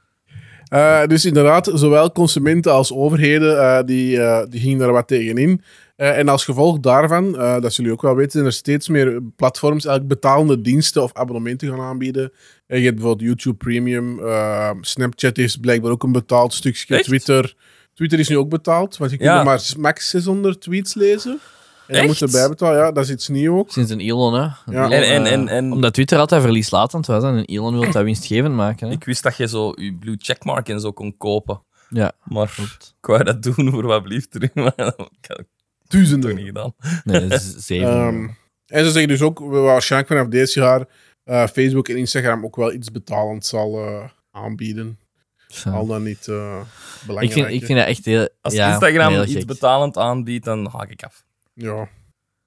S3: Eh, dus inderdaad, zowel consumenten als overheden eh, die, eh, die gingen daar wat tegenin. Eh, en als gevolg daarvan, eh, dat zullen jullie ook wel weten, zijn er steeds meer platforms eigenlijk betalende diensten of abonnementen gaan aanbieden. Eh, je hebt bijvoorbeeld YouTube Premium, eh, Snapchat is blijkbaar ook een betaald stukje,
S1: Echt?
S3: Twitter. Twitter is nu ook betaald, want je kunt
S1: Ja.
S3: er maar max 600 tweets lezen. En dan
S1: Echt?
S3: moet je erbij betalen, ja, dat is iets nieuws ook.
S2: Sinds een Elon, hè? Een
S3: Ja.
S2: Elon,
S1: En, en,
S2: eh,
S1: en, en
S2: Omdat Twitter altijd verlieslatend was hè, en Elon wil dat winstgevend maken. Hè?
S1: ik wist dat je zo je blue checkmark en zo kon kopen.
S2: Ja,
S1: Maar
S2: klopt.
S1: ik wou dat doen voor wat blieft terug, maar dat heb ik
S3: Duizenden.
S1: toch niet gedaan.
S2: Nee, dat is zeven.
S3: Ehm, en ze zeggen dus ook we- waarschijnlijk vanaf dit jaar eh, Facebook en Instagram ook wel iets betalend zal eh, aanbieden.
S2: Zo.
S3: Al dan niet eh belangrijk.
S2: ik, vind, ik vind dat echt heel.
S1: Als
S2: ja,
S1: Instagram
S2: heel
S1: iets
S2: gek.
S1: betalend aanbiedt, dan haak ik af.
S3: Ja.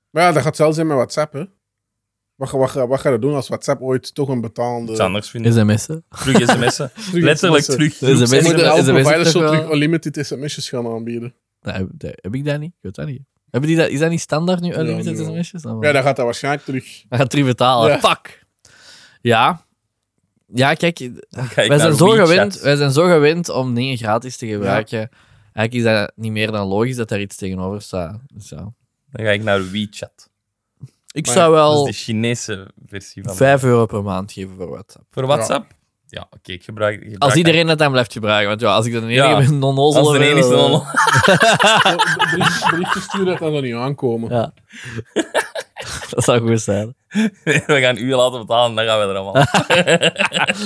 S3: Maar ja, dat gaat zelfs zijn met WhatsApp, hè. Wat, ga- wat, ga- wat ga je doen als WhatsApp ooit toch een betalende...
S1: Iets anders vinden.
S2: SMS'en.
S1: Terug sms'en.
S3: terug
S1: Letterlijk
S3: sms'en.
S1: terug.
S2: Dus de
S3: Ze
S2: mensen- SMS
S3: moeten alle
S2: is het
S3: providers zo
S2: toch wel-
S3: terug unlimited sms'jes gaan aanbieden.
S2: Nee, heb- nee, heb ik dat niet? Ik weet dat niet. Hebben die dat, is dat niet standaard nu? Unlimited
S3: nu wel.
S2: sms'jes? Dan
S3: Ja, dan gaat dat waarschijnlijk terug.
S2: gaat drie betalen.
S3: Ja.
S2: Fuck. Ja. Ja, kijk,
S1: Ga ik
S2: wij
S1: naar
S2: zijn, zo
S1: WeChat.
S2: gewend, wij zijn zo gewend om dingen gratis te gebruiken. Eigenlijk is dat niet meer dan logisch dat daar iets tegenover staat. Dus ja.
S1: Dan ga ik naar WeChat.
S2: Ik
S3: Maar
S2: zou
S1: Dat is
S2: wel
S1: de Chinese versie van...
S2: 5 euro per maand geven voor WhatsApp.
S1: Voor WhatsApp? Ja, oké, ik gebruik... ik gebruik
S2: Als
S1: dat.
S2: iedereen dat dan blijft gebruiken. Want ja, als ik dan een
S1: Ja.
S2: enige ben, non
S1: Als de enige dan...
S3: Ja, bericht- Berichtjes sturen, dat kan er niet aankomen.
S2: Ja. dat zou goed zijn.
S1: We gaan u laten betalen, dan gaan we er allemaal.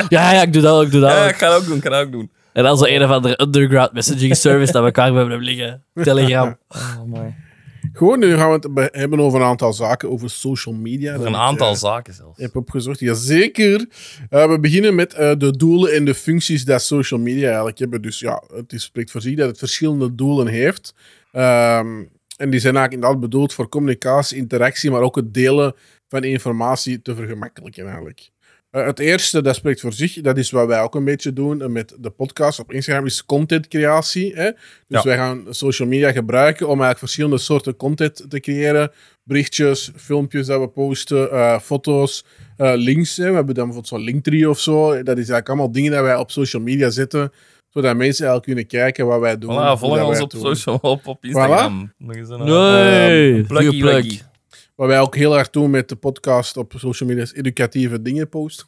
S2: Ja, ja, ik doe dat ook, ik doe dat
S1: Ja,
S2: ook.
S1: ik ga dat ook doen, ik ga dat ook doen.
S2: En dan zo een of andere underground messaging service dat we elkaar bij hebben liggen. Telegram.
S3: Gewoon, nu gaan we het be- hebben over een aantal zaken, over social media.
S1: Er
S3: Dat
S1: zijn een
S3: het,
S1: aantal
S3: eh,
S1: zaken zelfs.
S3: Ik heb opgezocht, jazeker. Eh, we beginnen met eh, de doelen en de functies dat social media eigenlijk hebben. Dus ja, het is, spreekt voor zich dat het verschillende doelen heeft. Ehm, en die zijn eigenlijk inderdaad bedoeld voor communicatie, interactie, maar ook het delen van informatie te vergemakkelijken eigenlijk. Eh, het eerste, dat spreekt voor zich, dat is wat wij ook een beetje doen eh, met de podcast op Instagram, is contentcreatie. Hè? Dus
S1: Ja.
S3: wij gaan social media gebruiken om eigenlijk verschillende soorten content te creëren. Berichtjes, filmpjes dat we posten, eh, foto's, eh, links. Hè? We hebben dan bijvoorbeeld zo'n linktree of zo. Dat is eigenlijk allemaal dingen dat wij op social media zetten, zodat mensen eigenlijk kunnen kijken wat wij doen. hoe
S1: Voilà,
S3: dat
S1: volg
S3: wij
S1: ons
S3: het
S1: op,
S3: doen.
S1: social, op, op Instagram. Nog eens een
S2: Nee,
S1: pluggie,
S2: goeie plug.
S1: pluggie.
S3: Wat wij ook heel erg doen met de podcast op social media is educatieve dingen posten.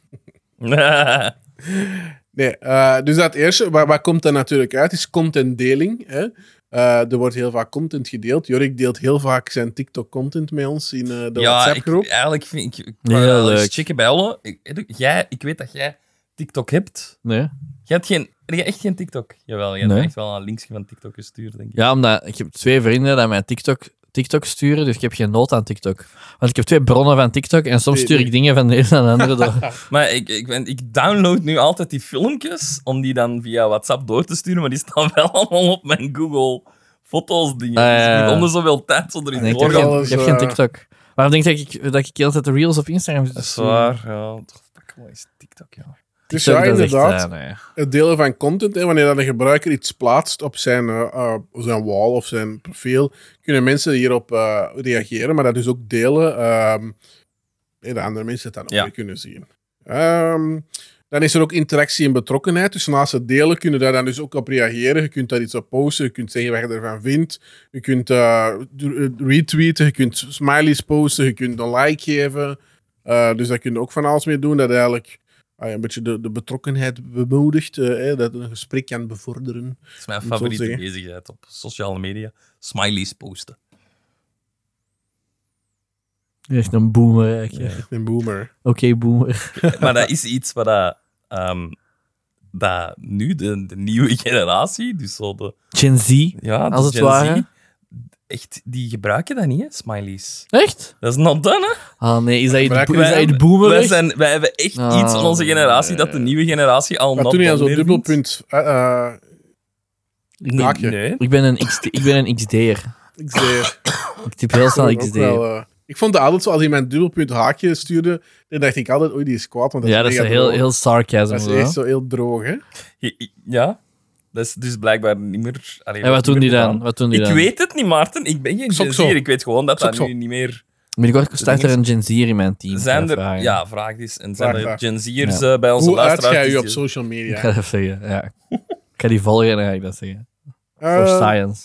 S3: Nee, eh, dus dat eerste, waar, waar komt dat natuurlijk uit, is contentdeling. Hè? Eh, er wordt heel vaak content gedeeld. Jorik deelt heel vaak zijn TikTok-content met ons in eh, de
S1: ja, ik,
S3: WhatsApp-groep.
S1: eigenlijk vind ik... ik
S2: Heel
S1: wou wel eens
S2: leuk.
S1: checken bij Olle. Ik, jij, ik weet dat jij TikTok hebt.
S2: Nee.
S1: Jij hebt geen, heb jij echt geen TikTok. Jawel, jij
S2: Nee.
S1: hebt echt wel een linksje van TikTok gestuurd, denk ik.
S2: Ja, omdat ik heb twee vrienden die mij TikTok, TikTok sturen, dus ik heb geen nood aan TikTok. Want ik heb twee bronnen van TikTok en soms
S3: Nee,
S2: stuur ik
S3: nee.
S2: dingen van de ene naar de andere door.
S1: Maar ik, ik, ben, ik download nu altijd die filmpjes om die dan via WhatsApp door te sturen, maar die staan wel allemaal op mijn Google Foto's dingen.
S2: Ah, ja,
S1: Dus ik
S2: ja.
S1: moet onder zoveel tijd zonder
S2: Nee,
S1: erin
S2: ik heb
S1: doorgaan.
S3: al-
S2: geen,
S3: alles,
S2: ik heb geen
S3: eh,
S2: TikTok. Waarom denk je dat ik, dat ik heel tijd reels op Instagram zit?
S1: Dat is waar, ja. Toch, pak wel eens TikTok, ja.
S3: Dus ja,
S2: dat is echt,
S3: inderdaad,
S2: eh, nee.
S3: het delen van content. Hè, wanneer dan een gebruiker iets plaatst op zijn, eh, eh, zijn wall of zijn profiel, kunnen mensen hierop eh, reageren, maar dat dus ook delen. ehm en de andere mensen het dan ook
S1: Ja.
S3: weer kunnen zien. Ehm, dan is er ook interactie en betrokkenheid. Dus naast het delen kunnen daar dan dus ook op reageren. Je kunt daar iets op posten, je kunt zeggen wat je ervan vindt. Je kunt eh, d- retweeten, je kunt smileys posten, je kunt een like geven. Eh, dus daar kun je ook van alles mee doen. Dat eigenlijk ah ja, een beetje de, de betrokkenheid bemoedigt. eh, hè, dat een gesprek kan bevorderen.
S1: Dat is mijn
S3: Moet zo
S1: favoriete
S3: zeggen.
S1: bezigheid op sociale media. Smileys posten.
S2: Echt een boomer. eigenlijk.
S3: Echt een boomer.
S2: Oké, boomer.
S1: Eh, maar dat is iets wat dat, ehm, dat nu de, de nieuwe generatie, dus zo de,
S2: Gen Z.
S1: ja, de
S2: Als het
S1: Gen Z,
S2: ware.
S1: echt, die gebruiken dat niet, hè, smileys.
S2: Echt?
S1: Dat is not done, hè.
S2: Ah nee, is dat iets
S3: Gebruiken
S2: is dat
S1: wij-
S2: iets boomer?
S1: Wij,
S2: echt?
S1: zijn, wij hebben echt
S2: Oh,
S1: iets van onze generatie dat de
S2: nee.
S1: nieuwe generatie al
S3: Maar
S1: not
S3: toen hij aan
S1: done
S3: zo'n
S1: meer vindt.
S3: dubbelpunt. eh, eh,
S2: Ik-
S3: haakje.
S1: Nee.
S2: Ik ben een, XD, ik ben een XD'er.
S3: ik zei.
S2: Ah, Ik typ heel snel
S3: Ook wel,
S2: XD'er.
S3: eh, ik vond het altijd zo, als hij mijn dubbelpunt haakje stuurde, dan dacht ik altijd, oei, die is kwaad. Want dat
S2: Ja, dat is
S3: mega
S2: heel,
S3: droog.
S2: heel sarcasm.
S3: Dat is
S2: zo.
S3: echt zo heel droog, hè?
S1: Je- je- Ja, dat is dus blijkbaar niet meer... allee,
S2: En wat
S1: wordt niet
S2: doen die
S1: meer
S2: dan?
S1: gedaan.
S2: Wat doen die
S1: Ik
S2: dan?
S1: weet het niet, Maarten. Ik ben geen
S3: Is ook
S1: Gen
S3: zo.
S1: Z'er. Ik weet gewoon dat
S3: Is ook
S1: dat nu
S3: zo.
S1: niet meer...
S2: Binnenkort staat er
S1: ding
S2: een Gen Z'er in mijn team.
S1: Zijn
S2: Ga
S1: er,
S2: vragen.
S1: ja, vraag is. En zijn
S3: Vraag,
S1: er
S3: vraag.
S1: Gen Z'ers eh, bij onze
S3: Hoe
S1: luisteraars? Dus
S3: uitschij je
S1: die-
S3: op social media?
S2: Ik ga dat zeggen, ja. Ik ga die volgen en dan ga ik dat zeggen.
S3: Eh,
S2: Voor science.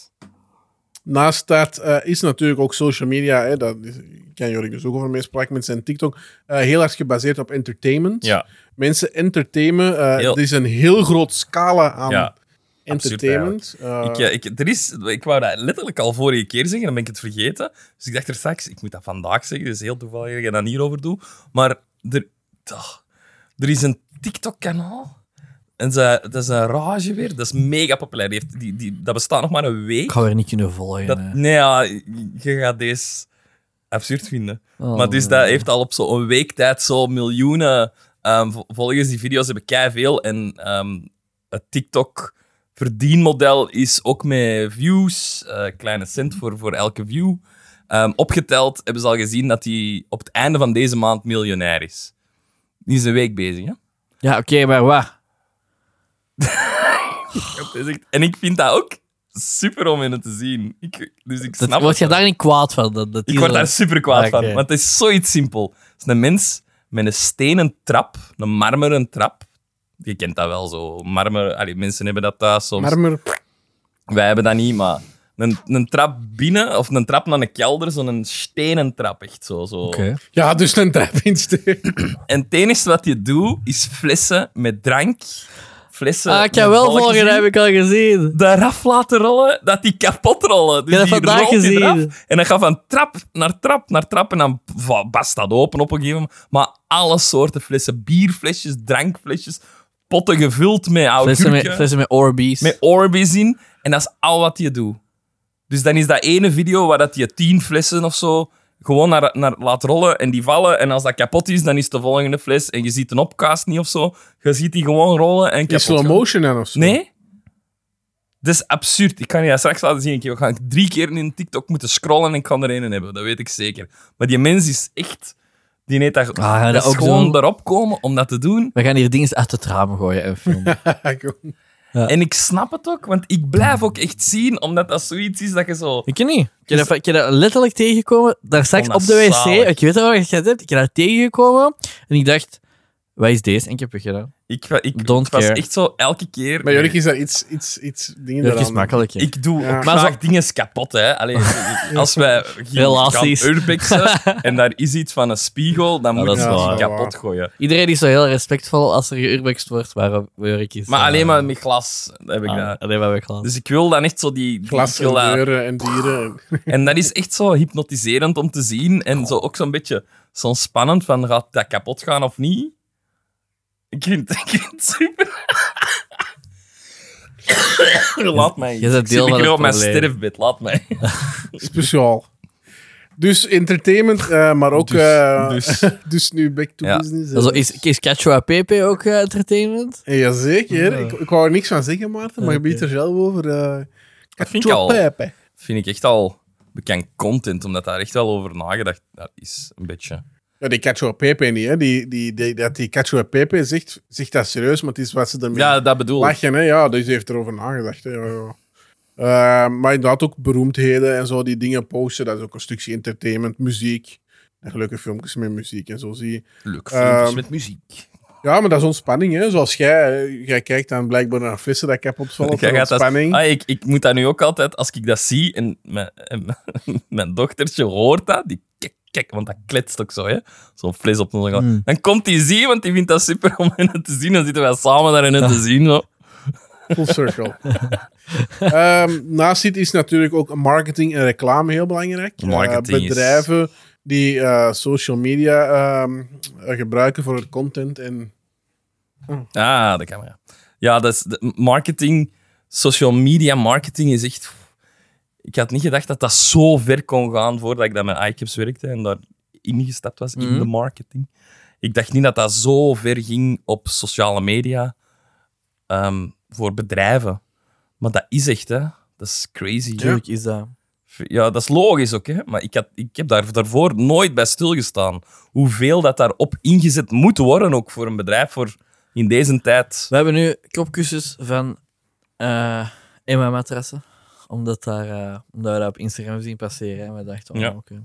S3: naast dat eh, is natuurlijk ook social media, hè, dat is, ik ken Jorik dus ook over meespraak met zijn TikTok, eh, heel erg gebaseerd op entertainment.
S1: Ja,
S3: Mensen entertainen, eh
S1: Heel-
S3: er is een heel groot scala aan
S1: ja.
S3: entertainment. Eh,
S1: Ik, eh, ik, er is, ik wou dat letterlijk al vorige keer zeggen, dan ben ik het vergeten. Dus ik dacht er straks, ik moet dat vandaag zeggen. Dus heel toevallig dat ik dat hierover doe. Maar er, ah, er is een TikTok-kanaal. En ze, dat is een rage weer. Dat is mega populair. Die heeft, die, die, dat bestaat nog maar een
S2: Ik
S1: week.
S2: ga weer niet kunnen volgen.
S1: Dat,
S2: hè.
S1: nee, ja, je gaat deze absurd vinden.
S2: Oh,
S1: Maar dus dat heeft al op zo'n week tijd zo miljoenen ehm, vo- volgers. Die video's hebben kei veel. En ehm, het TikTok-verdienmodel is ook met views, eh, kleine cent voor, voor elke view. ehm, opgeteld hebben ze al gezien dat hij op het einde van deze maand miljonair is. Die is een week bezig, hè?
S2: Ja, oké, maar waar?
S1: Dat is echt- En ik vind dat ook super om in het te zien. Ik, dus ik snap
S2: Dat, word je
S1: het.
S2: daar niet kwaad van? Dat, dat die
S1: Ik word
S2: zo-
S1: daar super kwaad
S2: Ah, Oké.
S1: van. Want het is zoiets simpel. Het is een mens met een stenen trap, een marmeren trap. Je kent dat wel zo. Marmer, allee, mensen hebben dat thuis eh, soms.
S3: Marmer.
S1: Wij hebben dat niet, maar een, een trap binnen of een trap naar een kelder, zo'n stenen trap echt zo. zo.
S2: Oké.
S3: Ja, dus een trap insteken.
S1: En het enige wat je doet is flessen met drank. Flessen.
S2: Ah, ik kan
S1: met
S2: wel
S1: balletjes
S2: volgen,
S1: in
S2: dat heb ik al gezien.
S1: eraf laten rollen, dat die kapot rollen. Dus
S2: Ik heb
S1: die
S2: dat vandaag
S1: rolt die
S2: gezien.
S1: eraf. En dan gaat van trap naar trap naar trap en dan va- bast dat open op een gegeven moment. Maar alle soorten flessen, bierflesjes, drankflesjes, potten gevuld met
S2: Flessen
S1: augurken,
S2: met,
S1: met,
S2: flessen met Orbeez.
S1: Orbeez in. En dat is al wat je doet. Dus dan is dat ene video waar dat je tien flessen of zo gewoon naar, naar laat rollen en die vallen. En als dat kapot is, dan is de volgende fles en je ziet een opkaast niet of zo. Je ziet die gewoon rollen en
S3: In
S1: kapot
S3: slow
S1: gaan.
S3: motion dan of zo?
S1: Nee? Dat is absurd. Ik kan je dat straks laten zien. Ik ga drie keer in TikTok moeten scrollen en ik kan er één hebben. Dat weet ik zeker. Maar die mens is echt Die heet daar
S2: Ah, ga je
S1: dat
S2: dat
S1: is
S2: ook
S1: gewoon
S2: doen?
S1: erop komen om dat te doen.
S2: We gaan hier dingen uit het raam gooien en filmen. Ja.
S1: En ik snap het ook, want ik blijf ook echt zien, omdat dat zoiets is dat je zo...
S2: ik ken niet. Ik heb dat- ik heb dat letterlijk tegengekomen. Daar straks
S1: Vond dat
S2: op de wc.
S1: zalig.
S2: Ik weet al waar je het hebt. Ik heb dat tegengekomen. En ik dacht, wat is deze? En ik heb het gedaan.
S1: Ik, wa- ik,
S2: Don't
S1: ik was
S2: care.
S1: echt zo elke keer...
S3: Maar Jorik is daar iets, iets, iets dingen
S2: Dat is
S3: eraan.
S2: makkelijk. hè.
S1: Ik doe
S3: Ja.
S1: ook
S2: Maar
S1: graag dingen kapot, hè. Allee, als wij gaan
S2: Relaties.
S1: urpexen en daar is iets van een spiegel, dan
S2: Ja,
S1: moet
S2: dat
S1: je
S2: is
S1: die
S2: waar.
S1: kapot gooien.
S2: Iedereen is zo heel respectvol als er geurbext wordt, waarom Jorik is.
S1: Maar
S2: eh,
S1: alleen maar met glas heb ik
S2: ah,
S1: dat.
S2: alleen maar weg
S1: Dus ik wil dan echt zo die... die
S3: Glas
S1: ik wil
S3: en
S1: dat-
S3: deuren en dieren.
S1: En dat is echt zo hypnotiserend om te zien. En zo ook zo'n beetje zo spannend van, gaat dat kapot gaan of niet? Ik vind, ik vind het super. Laat mij.
S2: Je
S1: Ik
S2: bent
S1: zit
S2: deel van
S1: hier
S2: het
S1: op mijn
S2: probleem.
S1: sterfbed, laat mij.
S3: Speciaal. Dus entertainment, eh, maar ook...
S1: Dus-
S3: eh, dus,
S1: dus.
S3: nu back to
S1: Ja.
S3: business.
S2: Zo, is, is Quechua Pepe ook eh, entertainment?
S3: Eh, Jazeker. Ik, ik wou er niks van zeggen, Maarten, maar je
S2: Oké.
S3: biedt er zelf over. eh
S1: Dat vind ik al.
S3: Pepe.
S1: vind ik echt al bekend content, omdat daar echt wel over nagedacht daar is, een beetje.
S3: Ja, die Cacio Pepe niet, hè. Die, die, die, dat die Cacio Pepe zegt, zegt dat serieus, maar het is wat ze ermee
S1: Ja, dat bedoel ik.
S3: lachen. Hè? Ja, dus die heeft erover nagedacht. Hè? Ja, ja. Eh, maar inderdaad ook beroemdheden en zo, die dingen posten. Dat is ook een stukje entertainment, muziek. En gelukkig filmpjes met muziek en zo zie je.
S1: Leuk filmpjes
S3: Ehm,
S1: met muziek.
S3: Ja, maar dat is ontspanning, hè. Zoals jij, eh, jij kijkt dan blijkbaar naar vissen dat kapot vallen.
S1: Jij
S3: voor
S1: gaat dat-
S3: ontspanning.
S1: ah, ik, ik moet dat nu ook altijd, als ik dat zie en mijn, en mijn- mijn dochtertje hoort dat, die kijk, kijk, want dat kletst ook zo, hè. Zo'n fles op onze gang.
S2: Hmm.
S1: Dan komt die zien, want die vindt dat super om hen te zien. Dan zitten wij samen daarin hen te zien. Zo.
S3: Full circle. Ehm, naast dit is natuurlijk ook marketing en reclame heel belangrijk. Eh,
S1: Marketing is-
S3: bedrijven die eh, social media ehm, eh, gebruiken voor hun content. En
S1: Ah, de camera. Ja, dat is de marketing, social media marketing is echt. Ik had niet gedacht dat dat zo ver kon gaan voordat ik dat met iCaps werkte en daar ingestapt was in
S2: Mhm.
S1: de marketing. Ik dacht niet dat dat zo ver ging op sociale media ehm, voor bedrijven. Maar dat is echt, hè? Dat is crazy.
S2: Tuurlijk is dat.
S1: Ja, dat is logisch ook, hè? maar ik, had, ik heb daar daarvoor nooit bij stilgestaan. Hoeveel dat daarop ingezet moet worden, ook voor een bedrijf, voor in deze tijd.
S2: We hebben nu kopkussens van eh Emma Matrassen. Omdat, daar, eh, omdat we dat op Instagram hebben zien passeren. En we dachten, oh,
S1: Ja.
S2: oké.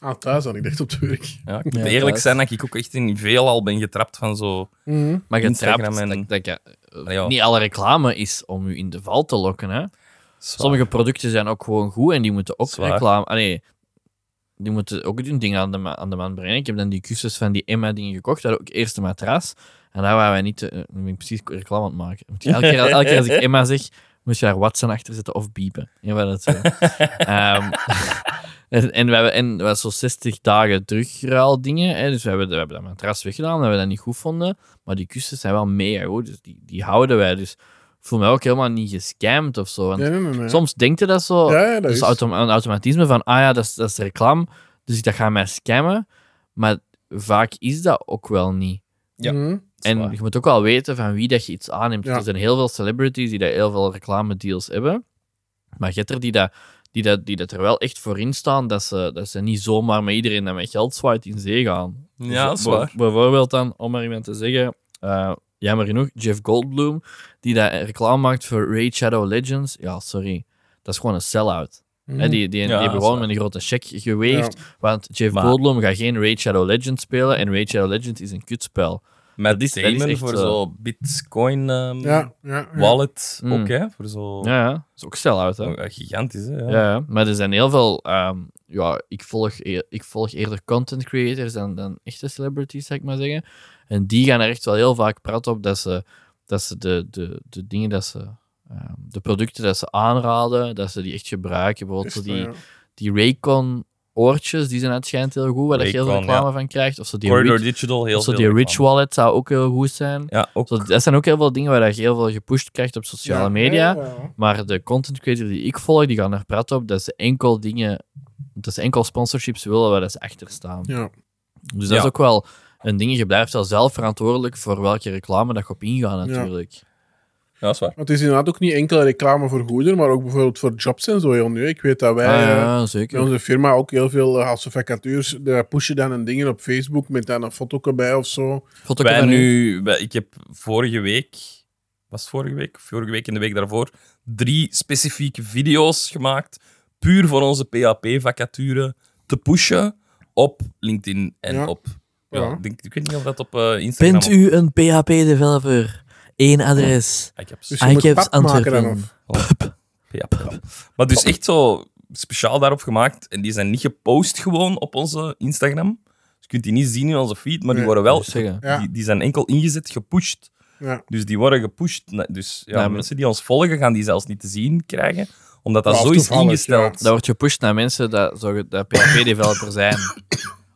S3: ah, thuis had ik dacht op het werk.
S1: Ja, ik moet
S2: Ja,
S1: eerlijk
S2: thuis.
S1: zijn dat ik ook echt in veel al ben getrapt van zo.
S3: Mhm.
S2: Maar getrapt,
S1: Instagram en-
S2: dat, dat je, eh,
S1: Maar ja.
S2: niet alle reclame is om u in de val te lokken. Hè? Sommige producten zijn ook gewoon goed en die moeten ook
S1: Zwaar.
S2: reclame... Ah, nee, die moeten ook hun ding aan de, ma- aan de man brengen. Ik heb dan die kussens van die Emma-dingen gekocht. Dat ook eerst een matras. En daar waren wij niet... te- eh, nu ben ik precies reclame aan het maken. Moet je elke, keer, elke keer als ik Emma zeg, moet je daar Watson achter zetten of biepen. Ja, wat dat zo. Ehm, en, en we hebben en we hadden zo'n 60 dagen terugruil dingen. Hè, dus we hebben, we hebben dat matras weggedaan, omdat we dat niet goed vonden. Maar die kussens zijn wel mega goed, dus die, die houden wij. Dus ik voel me ook helemaal niet gescamd of zo. Want
S3: Nee, nee, nee, nee.
S2: Soms dus denkt je dat zo.
S3: ja, ja, dat
S2: dat is
S3: is.
S2: autom- een automatisme van, ah ja, dat is, dat is reclame, dus ik- dat gaat mij scammen. Maar vaak is dat ook wel niet.
S1: Ja.
S3: Mhm.
S2: En
S1: waar.
S2: je moet ook wel weten van wie dat je iets aanneemt.
S3: Ja.
S2: Er zijn heel veel celebrities die daar heel veel reclame deals hebben. Maar je hebt er die dat, die, dat, die dat er wel echt voor in staan dat ze, dat ze niet zomaar met iedereen dat met geld zwaait in zee gaan.
S1: Ja, dat is
S2: Bijvo-
S1: waar.
S2: Bijvoorbeeld dan, om maar iemand te zeggen, eh, jammer genoeg, Jeff Goldblum, die dat reclame maakt voor Raid Shadow Legends. Ja, sorry. Dat is gewoon een sell-out.
S3: Mhm.
S2: Hè, die, die, die
S1: Ja,
S2: hebben
S1: dat is
S2: gewoon
S1: waar.
S2: met een grote check
S3: Mm. Ja.
S2: geweegd. Want Jeff
S1: Maar-
S2: Goldblum gaat geen Raid Shadow Legends spelen. En Raid Shadow Legends is een kutspel.
S1: Met
S2: dat is- dat is
S1: Damon
S2: echt
S1: voor
S2: zo.
S1: zo Bitcoin ehm,
S3: Ja, ja, ja.
S1: wallet
S2: Mm.
S1: ook, hè? Voor zo.
S2: Ja, ja. Dat is ook sell-out, hè?
S1: Oh, ja, gigantisch, hè? Ja.
S2: Ja, ja. maar er zijn heel veel. ehm, ja, ik volg, eer- ik volg eerder content creators dan, dan echte celebrities, zou ik maar zeggen. En die gaan er echt wel heel vaak praten op dat ze, dat ze de, de, de dingen dat ze. ehm, de producten dat ze aanraden, dat ze die echt gebruiken. Bijvoorbeeld zo
S3: Is,
S2: die,
S3: eh,
S2: die Raycon oortjes, die zijn het schijnt heel goed, waar dat je heel veel
S1: Raycon, ja.
S2: reclame van krijgt. Of zo die,
S1: Corridor
S2: Rich,
S1: Digital, heel
S2: of zo
S1: veel
S2: die Rich
S1: reclame.
S2: Wallet zou ook heel goed zijn.
S1: Ja, ook.
S2: Zo, dat zijn ook heel veel dingen waar dat je heel veel gepusht krijgt op sociale
S3: ja,
S2: media.
S3: ja, ja.
S2: Maar de content creator die ik volg, die gaan er praten op dat ze enkel dingen, dat ze enkel sponsorships willen waar dat ze achter staan.
S3: Ja.
S2: Dus dat
S1: Ja.
S2: is ook wel een ding. Je blijft wel zelf verantwoordelijk voor welke reclame dat je op ingaat, natuurlijk.
S1: Ja, dat is waar.
S3: Want het is inderdaad ook niet enkel reclame voor goederen, maar ook bijvoorbeeld voor jobs en zo. Heel nu. Ik weet dat wij
S2: Ah,
S3: eh,
S2: ja,
S3: in
S2: zeker.
S3: onze firma ook heel veel, eh, als ze vacatures daar pushen dan een dingen op Facebook met dan een foto erbij of zo.
S2: Vond ik
S1: Wij
S2: er nu...
S1: nu, wij- ik heb vorige week, was het vorige week? Vorige week en de week daarvoor, drie specifieke video's gemaakt. Puur voor onze PHP-vacature te pushen op LinkedIn en
S3: Ja.
S1: op. Ja,
S3: Ja.
S1: Ik, denk, ik weet niet of dat op eh, Instagram.
S2: Bent u een PHP-developer? Eén adres.
S1: Ah, ik heb
S3: Dus
S1: dus,
S3: je moet
S2: iCaps
S3: pap maken dan.
S2: Antwerpen.
S3: Of.
S1: ja, ja. Maar
S2: Oh.
S1: dus echt zo speciaal daarop gemaakt. En die zijn niet gepost gewoon op onze Instagram. Dus je kunt die niet zien in onze feed, maar die
S3: Nee.
S1: worden
S2: Wel
S1: wel...
S2: zeggen.
S3: Ja.
S1: Die, die zijn enkel ingezet, gepusht.
S3: Ja.
S1: Dus die worden gepusht. Nee, Dus ja,
S2: Nee, maar-
S1: mensen die ons volgen gaan die zelfs niet te zien krijgen, omdat dat
S3: Ja,
S1: zo is
S3: toevallig,
S1: ingesteld.
S2: Dat wordt gepusht naar mensen dat, zo- dat PHP-developer zijn.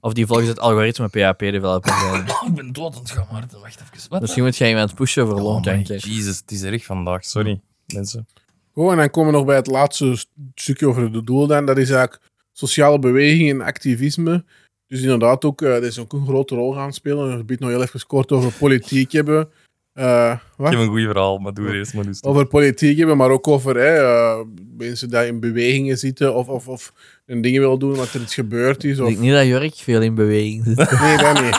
S2: Of die volgens het algoritme PHP-developer zijn.
S1: Oh, ik ben dood aan het gaan, Maarten. Wacht even.
S3: Dus-
S1: Wat?
S2: Misschien moet jij iemand pushen voor
S1: Oh, my
S2: loonkantje.
S1: Jezus, het is erg vandaag. Sorry, mensen.
S3: Oh, en dan komen we nog bij het laatste st- stukje over de doel dan. Dat is eigenlijk sociale beweging en activisme. Dus inderdaad ook, eh dat is ook een grote rol gaan spelen. Er biedt nog heel even kort over politiek hebben. Eh,
S1: Ik
S3: wat?
S1: heb een goed verhaal, maar doe er eerst maar rustig.
S3: Over politiek hebben, maar ook over hè, eh, mensen die in bewegingen zitten of, of, of hun dingen willen doen omdat er iets gebeurd is.
S2: Ik
S3: Of...
S2: denk niet dat Jurk veel in beweging zit. Oh,
S3: Nee, dat niet.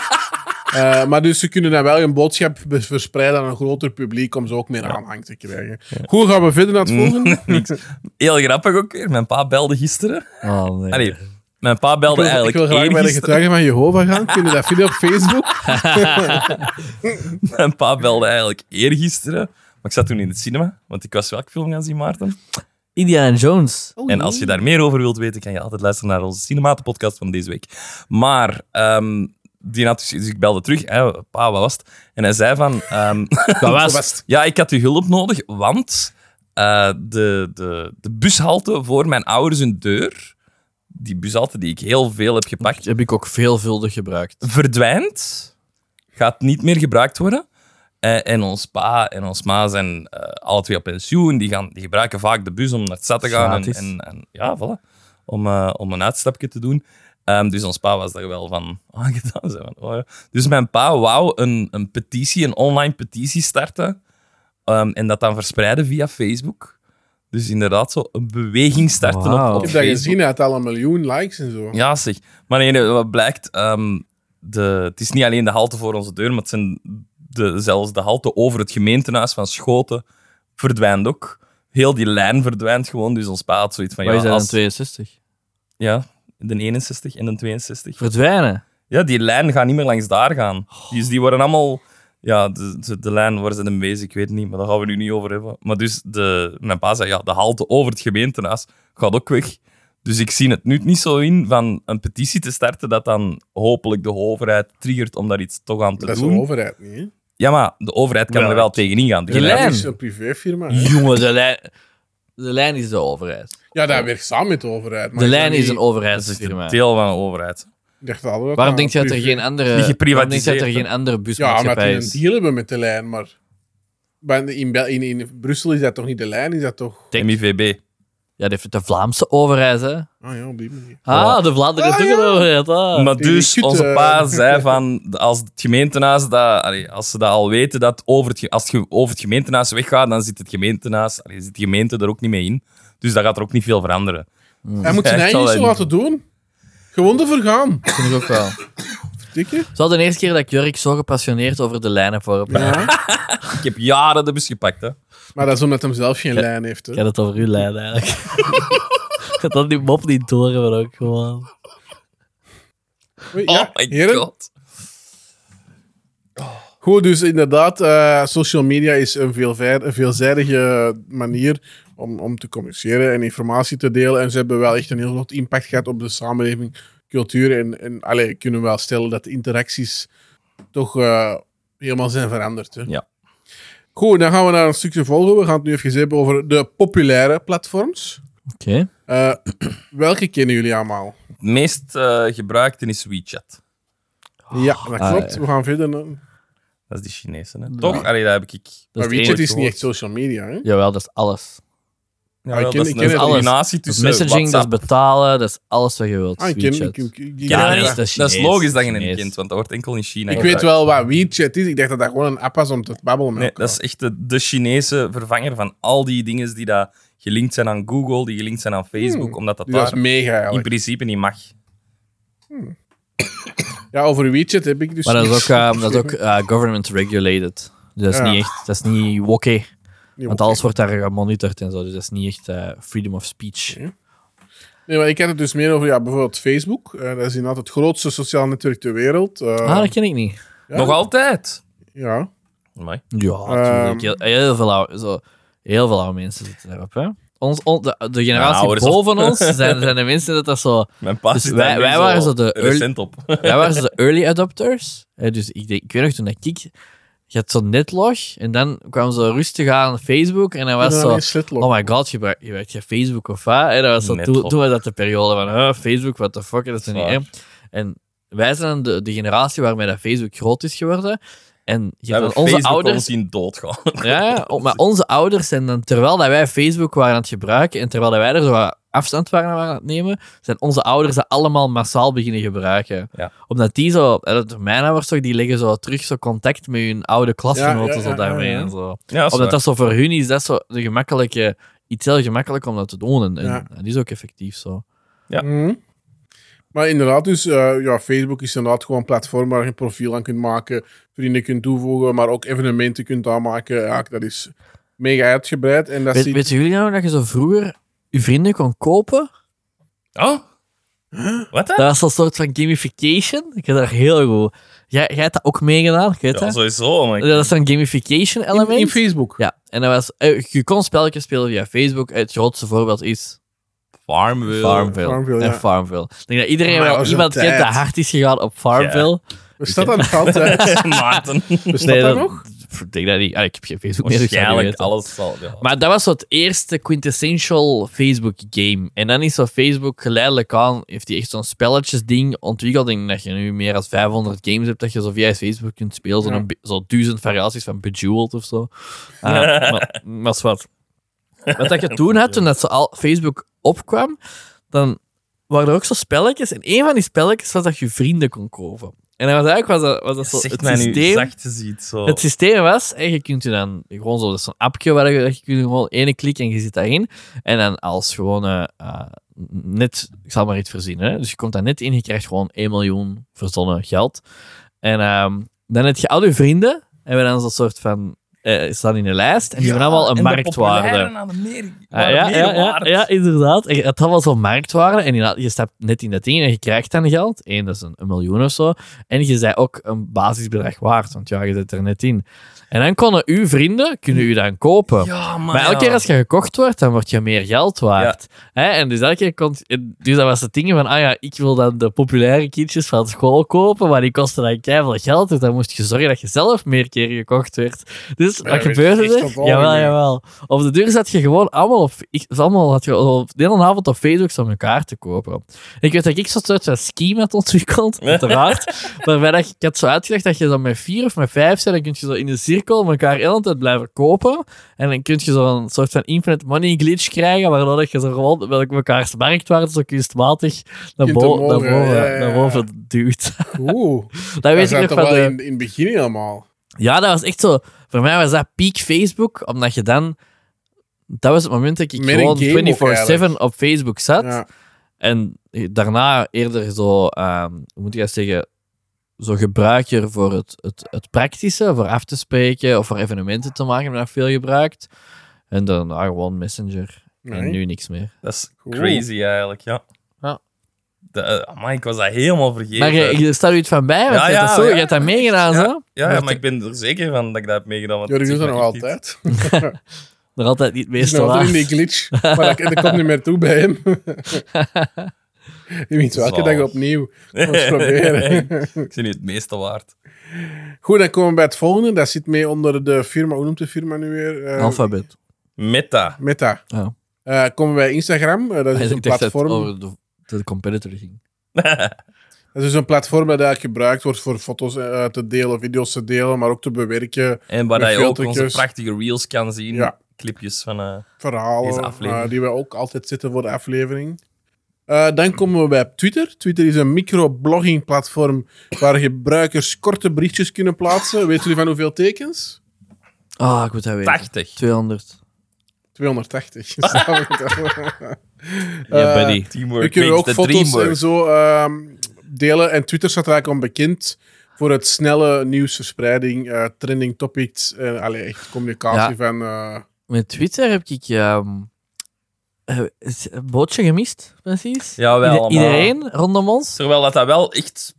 S3: Eh, maar dus ze kunnen dan wel een boodschap vers- verspreiden aan een groter publiek om ze ook meer aanhang te krijgen. Goed, gaan we verder naar
S2: Mm.
S3: het volgende?
S1: Heel grappig ook weer. Mijn pa belde gisteren.
S2: Oh, nee.
S1: Allee, mijn pa belde
S3: Ik wil-
S1: eigenlijk
S3: ik wil graag bij de
S1: eergisteren.
S3: getuigen van Jehovah gaan. Kunnen dat vinden op Facebook?
S1: Mijn pa belde eigenlijk eergisteren. Maar ik zat toen in het cinema, want ik was welk film gaan zien, Maarten?
S2: Indiana Jones.
S1: en als je daar meer over wilt weten, kan je altijd luisteren naar onze Cinematen-podcast van deze week. Maar, ehm, die had dus, dus ik belde terug, hè, pa, wat was het? En hij zei van, ehm,
S2: Dat was
S1: ja, ik had uw hulp nodig, want eh, de, de, de bushalte voor mijn ouders hun deur, die bushalte die ik heel veel heb gepakt,
S2: Heb ik ook veelvuldig gebruikt.
S1: verdwijnt, gaat niet meer gebruikt worden. Eh, en ons pa en ons ma zijn eh, alle twee op pensioen. Die, gaan, die gebruiken vaak de bus om naar het stad te gaan. En,
S2: Gratis.
S1: en, en- ja, voilà. Om, eh, om een uitstapje te doen. Ehm, dus ons pa was daar wel van aangedaan. Zei van, oh ja. Dus mijn pa wou een, een petitie, een online petitie starten. ehm, en dat dan verspreiden via Facebook. Dus inderdaad, zo een beweging starten op-
S2: Wauw.
S1: op,
S3: Ik heb dat
S1: Facebook.
S3: gezien, hij had al een miljoen likes en zo.
S1: Ja, zeg. Maar nee, nee, wat blijkt, ehm, de, het is niet alleen de halte voor onze deur, maar het zijn de, zelfs de halte over het gemeentehuis van Schoten verdwijnt ook. Heel die lijn verdwijnt gewoon, dus ons pa had zoiets van...
S2: Wij
S1: ja,
S2: zijn
S1: als-
S2: aan 62.
S1: Ja, de 61 en de 62.
S2: Verdwijnen.
S1: Ja, die lijn gaat niet meer langs daar gaan. Dus die worden allemaal... Ja, de, de, de lijn waar ze in bezig, ik weet het niet, maar daar gaan we nu niet over hebben. Maar dus, de, mijn pa zei, ja, de halte over het gemeentehuis gaat ook weg. Dus ik zie het nu niet zo in van een petitie te starten dat dan hopelijk de overheid triggert om daar iets toch aan te
S3: Dat is de
S1: doen.
S3: overheid niet. hè?
S1: Ja, maar de overheid kan
S2: Wel.
S1: er wel tegenin gaan.
S2: De lijn.
S3: Dat is een privéfirma. hè?
S2: Jongen, de lijn, de lijn is de overheid.
S3: Ja, dat werkt samen met de overheid. maar
S2: de
S3: ik
S2: lijn
S3: dacht
S2: is een
S3: niet-
S1: Dat is een
S2: overheidsfirma.
S1: deel van de overheid.
S3: ik dacht altijd dat
S2: Waarom
S3: dat
S2: denk je dat er
S3: privé-
S2: geen andere,
S1: Die geprivatiseerd,
S2: waarom denk je dat er
S1: hè?
S2: geen andere
S3: Ja, omdat
S2: busmaatschappij
S3: die een
S2: is?
S3: deal hebben met de lijn, maar... maar In, Bel- in, in Brussel is dat toch niet de lijn? Is dat toch...
S2: Denk-
S1: MIVB.
S2: Ja, dat heeft de Vlaamse overheid, hè?
S3: Ah ja, op die manier.
S2: Ah, de Vlaanderen
S3: Ah,
S2: is ook
S3: ja.
S2: een overheid. ah.
S1: maar
S3: die- die
S1: dus,
S3: kut,
S1: onze
S3: eh.
S1: pa zei van, de- als het gemeentehuis, dat, allee, als ze dat al weten, dat over het, ge- als het ge- over het gemeentehuis weggaat, dan zit het gemeentehuis, allee, zit de gemeente er ook niet mee in. Dus dat gaat er ook niet veel veranderen.
S3: Hij moet zijn
S1: Ja,
S3: eigen
S1: het
S3: niet
S1: zal
S3: zo
S1: wel-
S3: laten doen. Gewoon ervoor gaan.
S2: Dat vind ik ook wel.
S3: Dikke.
S2: Het was de eerste keer dat ik Jurk zo gepassioneerd over de lijnen voor
S3: Ja.
S1: Ik heb jaren de bus gepakt, hè.
S3: Maar dat is omdat hij zelf geen lijn heeft. Hè.
S2: Ik had het over uw lijn eigenlijk. Ik had dat die mop niet door hebben ook gewoon.
S3: Oei,
S1: Oh
S3: ja,
S1: my
S3: heren.
S1: god.
S3: Goed, dus inderdaad, eh, social media is een, veelvij- een veelzijdige manier om, om te communiceren en informatie te delen. En ze hebben wel echt een heel groot impact gehad op de samenleving, cultuur. En, en allee, kunnen we wel stellen dat de interacties toch eh, helemaal zijn veranderd. Hè?
S1: Ja.
S3: Goed, dan gaan we naar een stukje volgen. We gaan het nu even hebben over de populaire platforms.
S2: Oké.
S3: Eh, welke kennen jullie allemaal?
S1: Het meest eh, gebruikte is WeChat.
S3: Ja, dat
S2: Ah,
S3: klopt.
S2: ja.
S3: We gaan verder. naar-
S1: Dat is die Chinese, hè. Toch? Allee, dat heb ik...
S2: Dat
S3: Maar
S2: is het
S3: WeChat
S2: enige
S3: is niet
S2: woord.
S3: echt social media, hè?
S2: Jawel, dat is alles.
S1: Ja, wel,
S3: ik ken-
S1: dat is
S3: ik
S1: een
S3: ken het niet.
S1: combinatie
S2: Dat is
S1: tussen
S2: messaging, dat is
S1: WhatsApp.
S2: betalen, dat is alles wat je wilt.
S3: Ah, ik ken-
S2: WeChat.
S3: ik- ik- ik-
S1: Ja,
S2: Ja,
S1: nee, dat,
S2: dat is-
S3: ik-
S2: dat is
S1: dat is
S2: Chinees.
S1: logisch dat je een
S2: Chinees.
S1: kind, want dat wordt enkel in China
S3: Ik weet
S1: gebruikt.
S3: wel wat WeChat is. Ik dacht dat dat gewoon een app was om te babbelen met
S1: Nee,
S3: elkaar.
S1: dat is echt de, de Chinese vervanger van al die dingen die daar gelinkt zijn aan Google, die gelinkt zijn aan Facebook,
S3: Hmm.
S1: omdat dat
S3: Dus dat is
S1: daar
S3: mega
S1: in
S3: eigenlijk.
S1: principe niet mag.
S3: Ja, over WeChat heb ik dus
S2: Maar dat is ook,
S3: niks.
S2: ehm, dat is ook eh, government regulated. Dus dat is
S3: Ja.
S2: niet echt, dat is niet woké.
S3: Nee,
S2: Want
S3: oké.
S2: alles wordt daar gemonitord en zo, dus dat is niet echt eh, freedom of speech.
S3: Nee, maar ik had het dus meer over ja, bijvoorbeeld Facebook. Eh, dat is inderdaad het grootste sociaal netwerk ter wereld. Eh,
S2: Ah, dat ken ik niet.
S3: ja.
S1: Nog altijd.
S3: Ja.
S1: Amai.
S2: Ja,
S3: Ehm,
S2: natuurlijk. Heel, heel veel oude, zo, heel veel oude mensen zitten daarop, hè. Ons, on- de, de generatie
S1: ouders of-
S2: boven ons zijn, zijn de mensen dat dat zo...
S1: Mijn pa
S2: Dus
S1: zit
S2: wij-
S1: daar nu
S2: wij waren zo de early-
S1: recent op.
S2: Wij waren zo de early adopters. Hè, dus ik, denk, ik weet nog, toen ik keek, je had zo'n netlog en dan kwam zo rustig aan Facebook en dan was
S3: Dan
S2: zo...
S3: een slitlog.
S2: Oh my god, je gebruikt je, gebruikt je Facebook of wat? En dat was zo,
S1: Netlog.
S2: toen, toen was dat de periode van eh, Facebook, what the fuck, dat is
S1: Dat
S2: niet
S1: is
S2: hè? En wij zijn de, de generatie waarmee dat Facebook groot is geworden. En je
S1: We
S2: hebt
S1: hebben
S2: dan
S1: onze
S2: onze
S1: Facebook
S2: ouders...
S1: al zien doodgaan.
S2: Ja, ja, o- maar onze ouders zijn dan, terwijl dat wij Facebook waren aan het gebruiken en terwijl dat wij er zo wat afstand waren aan het nemen, zijn onze ouders dat allemaal massaal beginnen gebruiken.
S1: Ja.
S2: Omdat die zo, eh, dat- mijn ouders toch, die leggen zo terug zo contact met hun oude klasgenoten
S3: Ja, ja,
S2: zo
S3: ja,
S2: daarmee
S3: ja, ja.
S2: en zo.
S1: Ja, dat is
S2: Omdat
S1: waar.
S2: dat zo voor hun is, dat is zo de gemakkelijke, iets heel gemakkelijk om dat te doen. En, en
S3: Ja.
S2: dat is ook effectief zo.
S1: Ja.
S3: Mhm. Maar inderdaad, dus eh, ja, Facebook is inderdaad gewoon een platform waar je een profiel aan kunt maken, vrienden kunt toevoegen, maar ook evenementen kunt aanmaken. Ja, dat is mega uitgebreid. En dat
S2: Weet,
S3: zie-
S2: weten jullie nou dat je zo vroeger je vrienden kon kopen?
S1: Oh? Wat hè?
S2: Dat was zo'n soort van gamification. Ik heb daar heel goed. Jij, jij hebt dat ook meegedaan, ik
S1: Ja,
S2: weet dat.
S1: sowieso. Maar ik-
S2: Dat is een gamification
S3: in,
S2: element.
S3: in Facebook.
S2: ja, en dat was, eh, je kon spelletjes spelen via Facebook. Het grootste voorbeeld is
S1: Farmville.
S2: Farmville.
S3: Farmville,
S2: en
S3: ja.
S2: Farmville. Ik denk dat iedereen
S3: Maar dat
S2: wel
S3: was een
S2: iemand kent
S3: tijd.
S2: dat hard is gegaan op Farmville.
S3: Bestaat dat nog altijd?
S1: Maarten.
S3: Bestaat
S2: Nee,
S3: dat
S2: dat-
S3: nog?
S2: Pff, Ik denk dat niet. Ah, ik heb geen Facebook meer. dus ik zou niet
S1: Waarschijnlijk
S2: weten.
S1: alles zal. Ja.
S2: Maar dat was zo het eerste quintessential Facebook game. En dan is zo Facebook geleidelijk aan, heeft hij echt zo'n spelletjesding ontwikkeld. Ik denk dat je nu meer dan 500 games hebt dat je zo via Facebook kunt spelen. Zo'n
S3: Ja.
S2: bi- Zo duizend variaties van Bejeweled of zo. Ah, maar, maar is wat. Wat dat je toen had, toen dat zo al Facebook opkwam, dan waren er ook zo spelletjes. En een van die spelletjes was dat je vrienden kon kopen. En dan was eigenlijk was dat, was dat zo
S1: Zeg
S2: het
S1: mij nu
S2: systeem...
S1: zacht ziet. Zo.
S2: Het systeem was, en je kunt je dan gewoon zo, dat is zo'n appje waar je, dat je kunt gewoon ene klik en je zit daarin. En dan als gewoon eh, eh, net, ik zal maar iets verzinnen, hè. dus je komt daar net in, je krijgt gewoon 1 miljoen verzonnen geld. En ehm, dan heb je al je vrienden, en we hebben dan zo'n soort van, eh staan in een lijst, en die hebben allemaal een
S1: en De
S2: marktwaarde.
S1: populairen hadden meer,
S2: Ah,
S1: waren
S2: ja,
S1: meer
S2: ja, ja,
S1: waard.
S2: ja, inderdaad. En Het had wel zo'n marktwaarde. En inderdaad, je stapt net in dat ding en je krijgt dan geld. Eén, dat is een, een miljoen of zo. En je bent ook een basisbedrag waard, want ja, je zit er net in. En dan konden uw vrienden kunnen u dan kopen.
S1: Ja,
S2: maar elke keer als je gekocht wordt, dan word je meer geld waard. Hè? En dus elke keer komt... en Dus dat was het ding van, ah ja, ik wil dan de populaire kindjes van school kopen, maar die kosten dan keihard geld. Dus dan moest je zorgen dat je zelf meer keer gekocht werd. Dus wat
S3: dat is
S2: gebeurde
S3: echt
S2: er?
S3: totaal
S2: Jawel,
S3: niet. Kunt
S2: bo- naar,
S3: omhoog,
S2: boven,
S3: ja, ja, ja.
S2: naar boven duwt.
S3: Oeh,
S2: Dat
S3: dat
S2: weet ik
S3: zat
S2: nog
S3: toch
S2: van
S3: wel
S2: de...
S3: in, in het begin helemaal.
S2: Ja, dat was echt zo. Voor mij was dat peak Facebook, omdat je dan. Dat was het moment dat ik
S3: Met een game ook
S2: gewoon 24-7
S3: eigenlijk.
S2: op Facebook zat.
S3: Ja.
S2: En daarna eerder zo, ehm, hoe moet ik dat zeggen? Zo gebruiker voor het, het, het praktische, voor af te spreken of voor evenementen te maken, heb ik nog veel gebruikt. En daarna gewoon Messenger. En
S3: Nee.
S2: nu niks meer.
S1: Dat is
S3: Cool.
S1: crazy eigenlijk, ja.
S2: Ja.
S1: De, eh, amai, ik was dat helemaal vergeten.
S2: Maar je, je staat er iets van bij, want
S1: Ja,
S2: je, hebt
S1: ja,
S2: dat zo,
S1: ja.
S2: je hebt dat meegedaan, zo.
S1: ja, ja,
S2: Maar
S1: maar ik ben er zeker van dat ik dat heb meegedaan. want
S3: Ja, die
S1: het
S3: doet
S1: is
S3: dat nog
S1: maar echt iets.
S3: altijd.
S2: Nog altijd niet
S3: Die is
S2: meestal
S3: nog altijd in die
S2: waard.
S3: glitch. Maar dat, dat komt niet meer toe bij hem. Je weet elke
S1: Zalig.
S3: dag opnieuw. Kom eens proberen.
S1: ik zie nu het meeste waard.
S3: Goed, dan komen we bij het volgende. Dat zit mee onder de firma. Hoe noemt de firma nu weer? Eh,
S2: Alfabet.
S1: Meta.
S3: Meta.
S2: Oh.
S3: Eh, komen we bij Instagram. Eh, dat, is een
S2: Ik dacht dat het
S3: platform,
S2: over de, de competitor ging.
S3: dat is dus een platform dat eigenlijk gebruikt wordt voor foto's eh, te delen, video's te delen, maar ook te bewerken.
S1: En waar
S3: Met
S1: je ook onze
S3: filtertjes.
S1: prachtige reels kan zien,
S3: Ja.
S1: clipjes van... eh, Deze
S3: verhalen
S1: aflevering.
S3: eh, die we ook altijd zetten voor de aflevering. Eh, dan komen we bij Twitter. Twitter is een microblogging platform waar gebruikers korte berichtjes kunnen plaatsen. Weet jullie van hoeveel tekens?
S2: Ah, ik moet dat weten.
S1: 80.
S2: 200.
S3: 280. Snap ik wel.
S2: Ja,
S3: Eh,
S2: buddy.
S3: We
S1: Teamwork
S3: kunnen
S1: makes
S3: ook
S1: the
S3: foto's
S1: dream
S3: en
S1: work.
S3: zo ehm, delen. En Twitter staat eigenlijk onbekend voor het snelle nieuwsverspreiding, eh, trending topics, en allee, echt communicatie van... eh,
S2: Met Twitter heb ik ehm, eh, is een bootje gemist, precies.
S1: Ja, wij
S2: Ieder-
S1: allemaal.
S2: Iedereen rondom ons.
S1: Terwijl dat, dat wel echt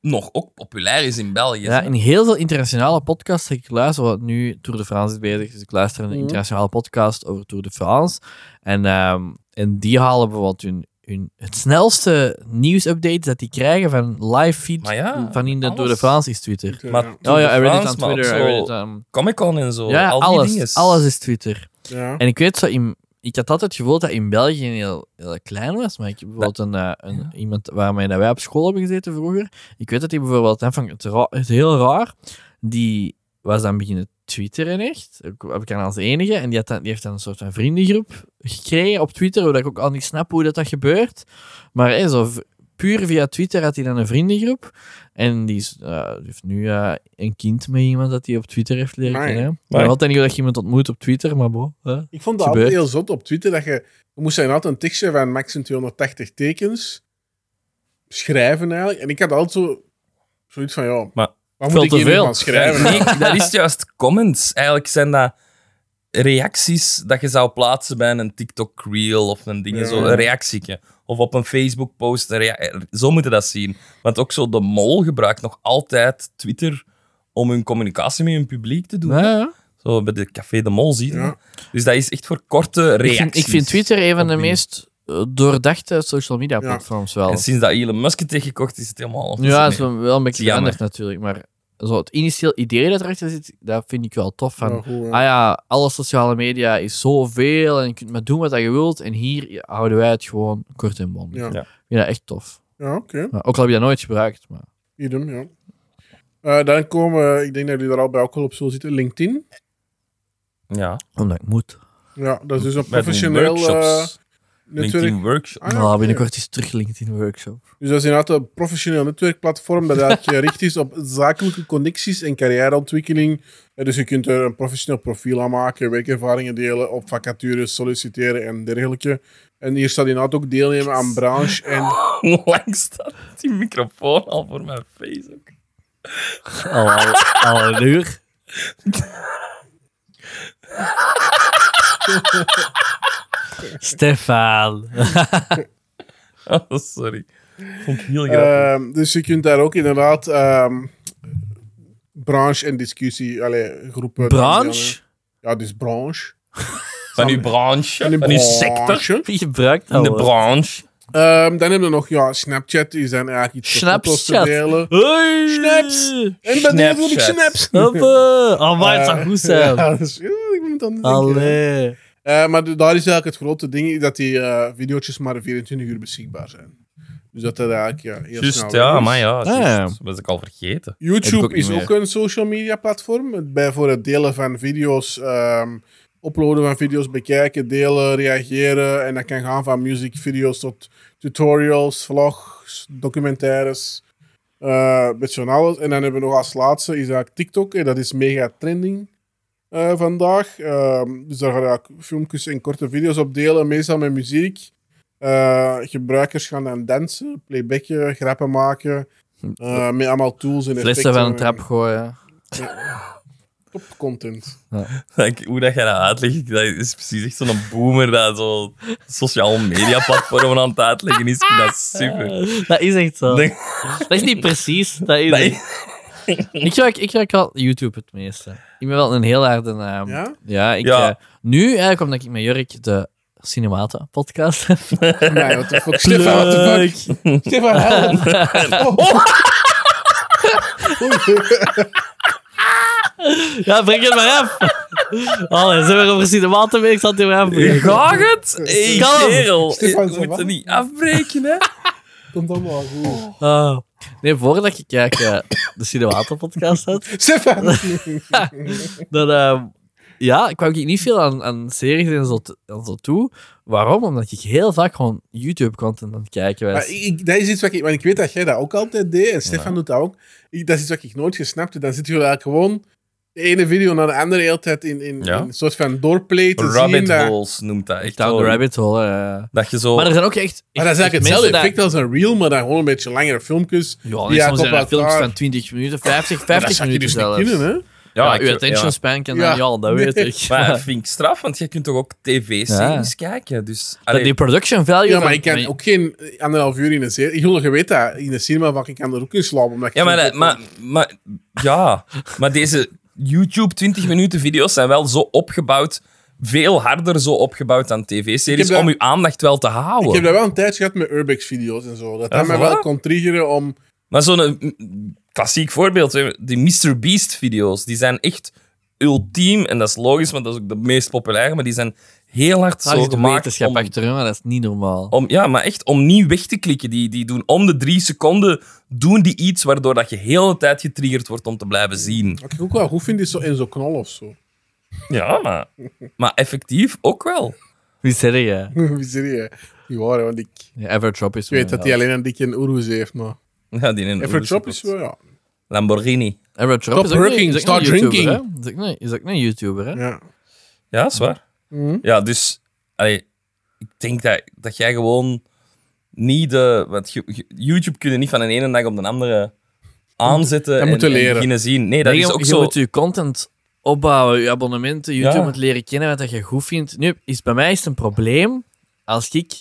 S1: nog ook populair is in België.
S2: Ja,
S1: hè.
S2: in heel veel internationale podcasts heb ik luisteren, want nu Tour de France is bezig, dus ik luister een
S3: Mhm.
S2: internationale podcast over Tour de France. En, ehm, en die halen bijvoorbeeld hun, hun, het snelste nieuwsupdates dat die krijgen van live feed
S1: Maar ja,
S2: van in de
S1: alles.
S2: Tour de France is Twitter.
S1: Maar-
S3: ja.
S1: Tour
S2: oh
S1: de
S2: ja, I read it
S1: France,
S2: on
S1: maar ook
S2: Twitter. I
S1: zo-
S2: read it on-
S1: Comic-Con en zo.
S2: Ja, ja,
S1: al die
S2: alles,
S1: dinges.
S2: alles is Twitter.
S3: Ja.
S2: En ik weet zo, in, ik had altijd het gevoel dat in België heel, heel klein was, maar ik heb bijvoorbeeld een, eh, een,
S1: Ja.
S2: iemand waarmee dat wij op school hebben gezeten vroeger, ik weet dat hij bijvoorbeeld, hè, van, het, ra- het is heel raar, die was dan beginnen twitteren echt, ik, heb ik aan als enige, en die, had dan, die heeft dan een soort van vriendengroep gekregen op Twitter, waar ik ook al niet snap hoe dat, dat gebeurt, maar hè, zo... v- Puur via Twitter had hij dan een vriendengroep. En die, is, eh, die heeft nu eh, een kind met iemand dat hij op Twitter heeft leren
S3: Amai.
S2: kennen. Ik
S1: Amai.
S2: weet altijd niet hoe dat je iemand ontmoet op Twitter, maar bo. hè.
S3: Ik vond dat
S2: Gebeurt.
S3: altijd heel zot op Twitter dat je, je moest zijn altijd een tekstje van maximum 280 tekens schrijven eigenlijk. En ik had altijd zo, zoiets van, ja,
S1: Maar
S2: veel
S3: wat moet ik
S2: te
S3: hier nu
S2: veel.
S3: van schrijven?
S1: Ja, nee, dat is juist comments. Eigenlijk zijn dat reacties dat je zou plaatsen bij een TikTok-reel of een ding,
S3: Ja.
S1: zo, een reactieke. Of op een Facebook-post. een rea- Zo moet je dat zien. Want ook zo de mol gebruikt nog altijd Twitter om hun communicatie met hun publiek te doen.
S2: Ja, ja.
S1: Zo bij de Café de Mol zien.
S3: Ja.
S1: Dus dat is echt voor korte
S2: Ik,
S1: reacties.
S2: vind, ik vind Twitter een van de
S1: Op die-
S2: meest eh, doordachte social media
S3: Ja.
S2: platforms wel.
S1: En sinds dat Elon Musk het heeft gekocht, is het helemaal...
S2: Ja, dat is wel wel een beetje
S1: Jammer.
S2: anders natuurlijk, maar zo het initieel idee dat erachter zit, dat vind ik wel tof. Van,
S3: Ja, goed, eh, hè.
S2: ah ja, alle sociale media is zoveel en je kunt maar doen wat je wilt en hier houden wij het gewoon kort en bondig.
S3: Ja.
S1: Ja.
S2: Ik vind dat echt tof.
S3: Ja, oké.
S2: Maar ook al heb je dat nooit gebruikt, maar...
S3: Idem, ja. Eh, dan komen, ik denk dat jullie daar al bij ook al op zullen zitten, LinkedIn.
S1: Ja,
S2: Omdat ik moet.
S3: Ja, dat is dus een
S1: met die
S3: professioneel eh,
S1: workshops.
S3: netwerk.
S1: LinkedIn workshops.
S3: Ah, ja,
S2: Ah,
S3: oké.
S2: binnenkort is terug LinkedIn Workshop.
S3: Dus dat is inderdaad een professioneel netwerkplatform dat eigenlijk gericht is op zakelijke connecties en carrièreontwikkeling. Eh, Dus je kunt er een professioneel profiel aan maken, werkervaringen delen, op vacatures solliciteren en dergelijke. En hier staat inderdaad ook deelnemen aan branche en...
S1: Hoe lang staat die microfoon al voor mijn face? ook?
S2: Al, al, al een uur. Stefan.
S1: Oh, sorry. Vond ik heel grappig.
S3: Ehm, dus je kunt daar ook inderdaad ehm, branche en discussie, allee, groepen...
S2: Branche?
S3: Ja, dus branche.
S1: van uw branche,
S3: En
S1: van uw sector,
S3: branche.
S2: Wie nou, gebruikt
S1: in
S2: dat
S1: de
S2: woord?
S1: branche.
S3: Ehm, dan hebben we nog, ja, Snapchat is dan eigenlijk iets voor foto's te
S2: Snapchat.
S3: delen.
S2: Hoi!
S3: Snaps. En bij deze wil ik
S1: Snapchat.
S3: snaps.
S2: Hoppe! Oh, maar het zou goed zijn.
S3: Ja, dus, ja, ik moet dan denken.
S2: Allee.
S3: Eh, maar de- daar is eigenlijk het grote ding, dat die eh video's maar 24 uur beschikbaar zijn. Dus dat dat eigenlijk ja, heel
S1: Juist,
S3: snel
S1: ja,
S3: is.
S1: maar ja,
S2: Ah,
S1: juist. Dat was ik al vergeten.
S2: Heb ik
S3: YouTube
S2: ook niet
S3: is
S2: meer.
S3: ook een social media platform. Bij voor het delen van video's, ehm, uploaden van video's, bekijken, delen, reageren. En dat kan gaan van music video's tot tutorials, vlogs, documentaires. eh een beetje van alles. En dan hebben we nog als laatste is eigenlijk TikTok. En dat is mega trending eh, vandaag. Ehm, dus daar ga ik filmpjes en korte video's op delen, meestal met muziek. Eh, gebruikers gaan dan dansen, playbacken, grappen maken. eh, met allemaal tools en
S2: Flessen
S3: effecten
S2: van een
S3: en
S2: trap gooien.
S3: Top content.
S1: Ik- Hoe dat jij dat uitlegt, dat is precies echt zo'n boomer dat zo sociaal media platformen aan het uitleggen is. Ik vind dat super.
S2: Dat is echt zo.
S1: Denk-
S2: Dat is niet precies. Dat is
S1: dat
S2: echt-
S1: is-
S2: Ik gebruik, ik gebruik wel YouTube het meeste. Ik ben wel een heel harde naam.
S3: Ja?
S2: ik,
S1: Ja.
S2: eh, nu, eigenlijk omdat ik met Jurk de Cinemata-podcast heb.
S3: Nee, what the fuck. Stefan, what the fuck. Stefan, help. Oh.
S2: Oh. Ja, breng het maar af. Allee, zijn we over Cinemata mee? Ik zat hier maar af.
S1: Ga het? Hey,
S2: Kalm.
S1: kerel,
S3: Stefan,
S1: je
S3: zo
S1: moet
S3: wat?
S1: er niet afbreken, hè?
S3: Komt allemaal goed.
S2: Ah. nee, voordat ik eh, kijk, eh, de Cinemata-podcast had,
S3: Stefan.
S2: dan, ehm, Ja, ik kwam ik niet veel aan, aan series en zo, t- en zo toe. Waarom? Omdat ik heel vaak gewoon YouTube-content aan het kijken was.
S3: Maar ik, dat is iets wat ik... Want ik weet dat jij dat ook altijd deed, en Stefan doet dat ook. Ik, dat is iets wat ik nooit gesnapt heb. Dan zit je eigenlijk gewoon de ene video naar de andere de hele tijd in, in,
S1: Ja.
S3: in een soort van doorplay te zien.
S1: Rabbit
S3: dat-
S1: holes noemt dat echt.
S2: Down
S1: hoor.
S2: the rabbit hole. eh.
S1: Dat je zo...
S2: Maar er zijn ook echt... echt
S3: Oh. Maar dat is
S2: echt
S3: eigenlijk
S2: mensen
S3: hetzelfde
S2: dat-
S3: effect als een reel, maar dan gewoon een beetje langere filmpjes.
S2: Ja,
S3: die
S2: nee, soms zijn
S3: eigenlijk
S2: dat
S3: op
S2: filmpjes
S3: elkaar-
S2: van 20 minuten, 50,
S3: Maar dat
S2: 50
S3: zou je
S2: minuten
S3: dus
S2: zelfs.
S3: niet kunnen, hè?
S2: Ja,
S1: ik-
S2: uw attention span kan
S3: Ja.
S2: dan niet al, dat weet ik.
S1: Maar
S2: Maar
S1: dat vind ik straf, want je kunt toch ook tv-series kijken. Dus,
S2: dat
S1: allee,
S2: die production value...
S3: Ja,
S2: van-
S3: maar ik kan ook geen anderhalf uur in een serie... Ik wil je weet dat, in een cinema van, ik kan er ook in slapen. Omdat ik
S1: ja, maar,
S3: zo-
S1: dat- maar, maar, ja, maar deze YouTube 20 minuten video's zijn wel zo opgebouwd, veel harder zo opgebouwd dan
S3: Ik
S1: tv-series,
S3: heb dat-
S1: om je aandacht wel te
S3: Ik
S1: houden.
S2: Oh.
S3: heb dat wel een tijdje gehad met Urbex-video's en zo. Dat dat mij
S1: voilà.
S3: wel kon triggeren om...
S1: Maar zo'n mm, klassiek voorbeeld, hè, die Mr. Beast video's, die zijn echt ultiem, en dat is logisch, want dat is ook de meest populaire, maar die zijn heel hard
S2: Daar
S1: zo
S2: is de
S1: gemaakt
S2: wetenschap
S1: om,
S2: achter, hè, maar dat is niet normaal.
S1: om, ja, maar echt om niet weg te klikken. Die, die doen om de drie seconden doen die iets waardoor dat je heel de tijd getriggerd wordt om te blijven zien.
S3: Wat ik ook wel goed vind, is zo in zo'n knol of zo.
S1: Ja, maar, maar effectief ook wel.
S2: Wie zeg je?
S3: Wie zie je? Die waren, want ik
S2: Ja, Everdrop is...
S3: weet dat hij alleen een dikke Urus heeft, maar...
S1: Ja, die in
S3: Evertrop is wel, ja.
S1: Lamborghini.
S2: Everdrop
S3: Stop
S2: is ook niet- is
S3: working,
S2: ook niet
S3: start
S2: een YouTuber,
S3: drinking.
S2: hè. Is ook niet- Is ook niet een YouTuber, hè?
S3: ja.
S1: Ja, dat is waar.
S3: Mhm.
S1: Ja, dus allee, ik denk dat, dat jij gewoon niet de. Wat, YouTube kun je niet van de ene dag op de andere aanzetten en,
S3: moeten
S1: en
S3: leren.
S1: beginnen zien. Nee, dat
S2: Nee,
S1: is
S2: je-
S1: ook
S2: je
S1: zo.
S2: moet je content opbouwen, je abonnementen, YouTube
S1: Ja.
S2: moet leren kennen wat dat je goed vindt. Nu, is, bij mij is het een probleem als ik...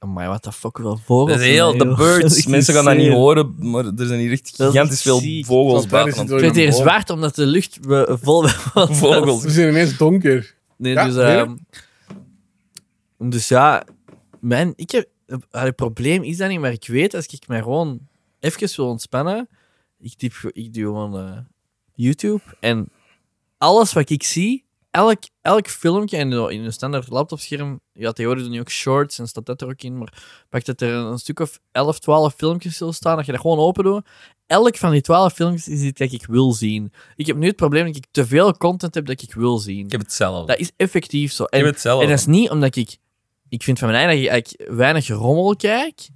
S2: Oh Maar wat de fuck wil voor?
S1: Dat is heel, de birds. Mensen gaan dat niet horen, maar er zijn hier echt
S2: Dat is
S1: gigantisch veel
S2: ziek.
S1: vogels
S3: Tot daar is
S1: buiten. aan
S3: het
S1: het
S2: Ik
S3: door
S2: vind het hier
S3: een boom.
S2: zwart omdat de lucht eh, vol was.
S1: Vogels.
S3: We zijn ineens donker.
S2: Nee,
S3: Ja,
S2: dus,
S3: nee.
S2: ehm, dus ja, mijn, ik heb, eh, het probleem is dat niet, maar ik weet als ik mij gewoon even wil ontspannen, ik, typ, ge- ik doe gewoon eh, YouTube en alles wat ik zie, elk, elk filmpje en zo in een standaard laptopscherm, ja, tegenwoordig doen nu ook shorts en staat dat er ook in, maar pak dat er een, een stuk of 11, 12 filmpjes zullen staan, dat je dat gewoon open doet. Elk van die 12 filmpjes is iets dat ik wil zien. Ik heb nu het probleem dat ik te veel content heb dat ik wil zien.
S1: Ik heb hetzelfde.
S2: Dat is effectief zo.
S1: Ik
S2: En,
S1: heb
S2: en dat
S1: hetzelfde.
S2: is niet omdat ik... Ik vind van mijn eigen dat ik eigenlijk weinig rommel kijk.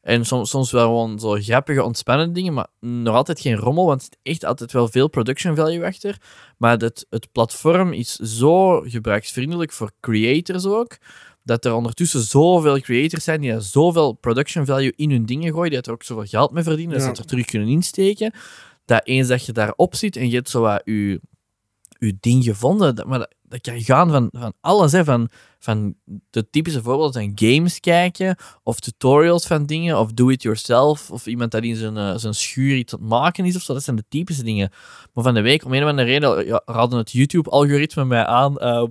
S2: En soms, soms wel gewoon zo grappige, ontspannende dingen, maar nog altijd geen rommel, want er zit echt altijd wel veel production value achter. Maar het, het platform is zo gebruiksvriendelijk voor creators ook, dat er ondertussen zoveel creators zijn die daar zoveel production value in hun dingen gooien, die dat er ook zoveel geld mee verdienen, dat ze
S3: Ja.
S2: dat er terug kunnen insteken. Dat eens dat je daarop zit en je hebt zo wat je, je ding gevonden, dat, maar dat, dat kan gaan van, van alles, hè, van, van de typische voorbeelden zijn games kijken, of tutorials van dingen, of do-it-yourself, of iemand dat in zijn, eh, zijn schuur iets aan het maken is of zo. Dat zijn de typische dingen. Maar van de week, om een of andere reden, ja, raadde het YouTube-algoritme mij aan. eh,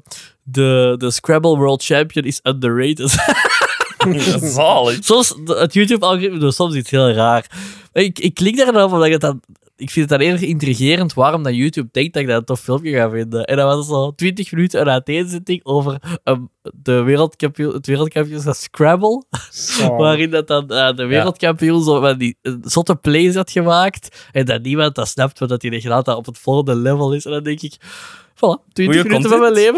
S2: de, de Scrabble World Champion is underrated.
S1: Zalig.
S2: soms, de- het YouTube-algoritme doet soms iets heel raar. Maar Ik, ik klik daar dan op, omdat ik het dan... Ik vind het dan eerder intrigerend waarom dat YouTube denkt dat ik dat een tof filmpje ga vinden. En dat was zo 20 minuten een uiteenzetting over ehm, de wereldkampioen, het wereldkampioenschap Scrabble.
S3: Zo.
S2: Waarin dat dan eh, de wereldkampioen zo van die eh, zotte plays had gemaakt. En dat niemand dat snapt, maar dat hij echt laat dat op het volgende level is. En dan denk ik, voilà, 20
S1: Goeie
S2: minuten van mijn
S1: content.
S2: leven.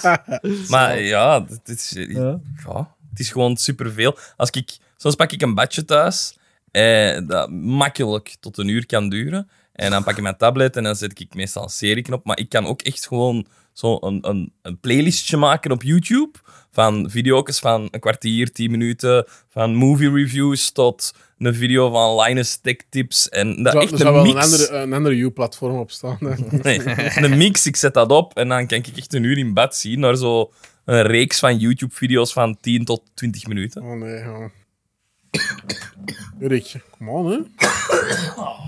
S1: content. maar ja, het is, eh,
S2: Ja.
S1: ja. het is gewoon superveel. Als ik, soms pak ik een badje thuis, eh, dat makkelijk tot een uur kan duren. En dan pak ik mijn tablet en dan zet ik meestal een serie op. Maar ik kan ook echt gewoon zo'n een, een, een playlistje maken op YouTube. Van video's van een kwartier, tien minuten. Van movie reviews tot een video van Linus Tech Tips. En dat
S3: Er zou,
S1: echt
S3: er zou
S1: een
S3: wel
S1: mix.
S3: een andere, een andere U-platform op staan. hè.
S1: Nee, een mix. Ik zet dat op en dan kan ik echt een uur in bed zien naar zo een reeks van YouTube-video's van 10 tot 20 minuten.
S3: Oh nee, ja. Erik, come on, hè.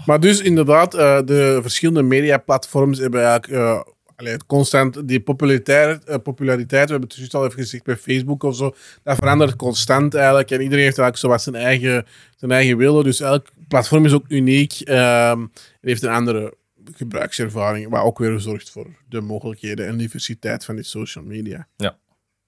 S3: Maar dus inderdaad, eh, de verschillende mediaplatforms hebben eigenlijk eh, allee, constant die populariteit, eh, populariteit. We hebben het juist al even gezegd bij Facebook of zo. Dat verandert constant eigenlijk. En iedereen heeft eigenlijk zo wat zijn eigen, zijn eigen willen. Dus elk platform is ook uniek ehm, en heeft een andere gebruikservaring. Wat ook weer zorgt voor de mogelijkheden en diversiteit van die social media.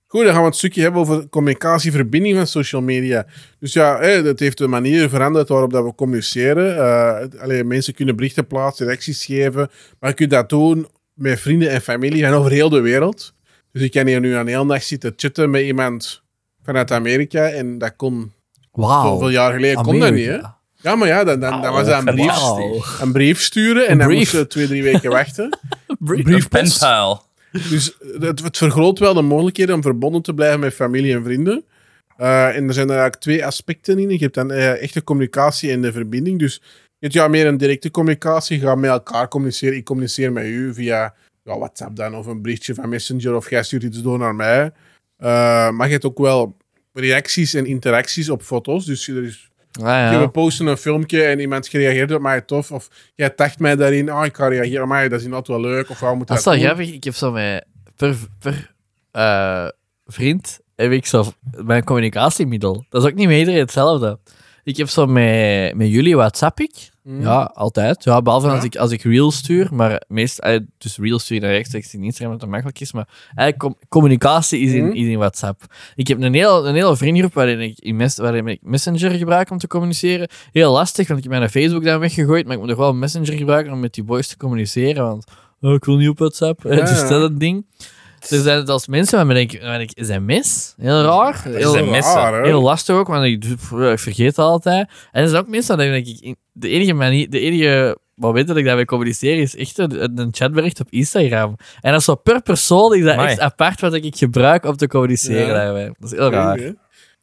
S3: Goed, dan gaan we het stukje hebben over communicatie, verbinding van social media. Dus ja, hè, dat heeft de manier veranderd waarop dat we communiceren. Eh, het- allee, mensen kunnen berichten plaatsen, reacties geven. Maar je kunt dat doen met vrienden en familie en over heel de wereld. Dus ik kan hier nu een hele dag zitten chatten met iemand vanuit Amerika. En dat kon zoveel
S2: Wauw.
S3: jaar geleden kon dat niet, hè? Ja, maar ja, dan, dan, dan was dat een brief,
S1: Wauw.
S3: een brief sturen. En
S2: Een
S3: dan
S2: brief.
S3: moesten we twee, drie weken wachten.
S1: Een
S3: Briefpost.
S1: penpal.
S3: Dus het, het vergroot wel de mogelijkheden om verbonden te blijven met familie en vrienden. Eh, en er zijn er eigenlijk twee aspecten in. Je hebt dan eh, echte communicatie en de verbinding. Dus je hebt ja, meer een directe communicatie. Je gaat met elkaar communiceren. Ik communiceer met u via ja, WhatsApp dan, of een berichtje van Messenger, of jij stuurt iets door naar mij. Eh, maar je hebt ook wel reacties en interacties op foto's. Dus er is
S2: Ah, Ja,
S3: we
S2: ja.
S3: posten een filmpje en iemand reageert op mij tof. Of jij tagt mij daarin. Ah, ik ga reageren. Maar dat is inderdaad wel leuk. Of waarom moet
S2: Dat
S3: dat
S2: is wel
S3: doen?
S2: grappig. Ik heb zo mijn... Per, per eh, vriend heb ik zo mijn communicatiemiddel. Dat is ook niet met iedereen hetzelfde. Ik heb zo met, met jullie WhatsApp ik.
S3: Mm.
S2: Ja, altijd. Ja, behalve
S3: Ja.
S2: Als, ik, als ik reels stuur, maar meestal... Dus reels stuur je naar rechtstreeks in Instagram, dat dat makkelijk is. Maar eigenlijk com- communicatie is in,
S3: Mhm.
S2: is in WhatsApp. Ik heb een hele, een hele vriendengroep waarin ik, in mes, waarin ik Messenger gebruik om te communiceren. Heel lastig, want ik heb mijn Facebook daar weggegooid, maar ik moet nog wel Messenger gebruiken om met die boys te communiceren, want oh, ik wil niet op WhatsApp.
S3: Ja,
S2: dus
S3: ja.
S2: dat is het ding. Dus dat, dat is mensen waarmee ik, waarmee ik, is dat mis? Heel raar.
S3: Dat is
S2: Heel,
S1: zijn
S3: wel
S1: messen.
S3: raar, hè?
S2: heel lastig ook, want ik, pff, ik vergeet dat altijd. En er zijn ook mensen dat ik in- de enige manier, de enige moment dat ik daarmee communiceer is echt een, een chatbericht op Instagram. En dat is zo per persoon is dat
S1: Amai.
S2: echt apart wat ik gebruik om te communiceren
S3: Ja.
S2: daarmee. Dat is heel raar.
S3: Oké.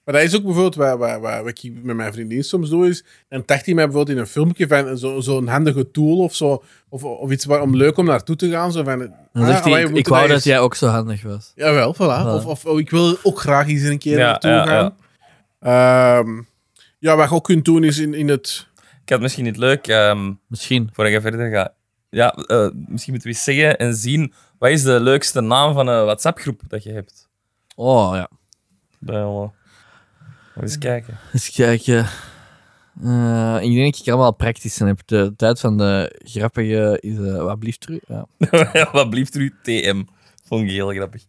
S3: Maar dat is ook bijvoorbeeld waar, waar, waar, wat ik met mijn vriendin soms doe. Is, dan tagt hij mij bijvoorbeeld in een filmpje van zo- zo'n handige tool of zo. Of, of iets waar, om leuk om naartoe te gaan. Zo van,
S2: Dan
S3: ah,
S2: zegt hij,
S3: wij
S2: ik,
S3: moeten
S2: ik wou dat
S3: eens-
S2: jij ook zo handig was.
S3: Jawel, voilà.
S2: Voilà.
S3: Of, of, oh, ik wil ook graag eens een keer
S1: Ja,
S3: naartoe
S1: ja,
S3: gaan. Ehm, ja, wat je ook kunt doen is in, in het...
S1: Ik had misschien niet leuk, ehm
S2: Misschien.
S1: voordat je verder gaat. Ja, eh, misschien moeten we eens zeggen en zien. Wat is de leukste naam van een WhatsApp-groep dat je hebt?
S2: Oh ja.
S1: Wel, eh, eens kijken.
S2: Eens kijken. Dus Eh, ik denk dat ik er allemaal praktisch in heb. De tijd van de grappige is eh, wat blieft terug. Ja.
S1: Wat blieft er u? TM. Vond ik heel grappig.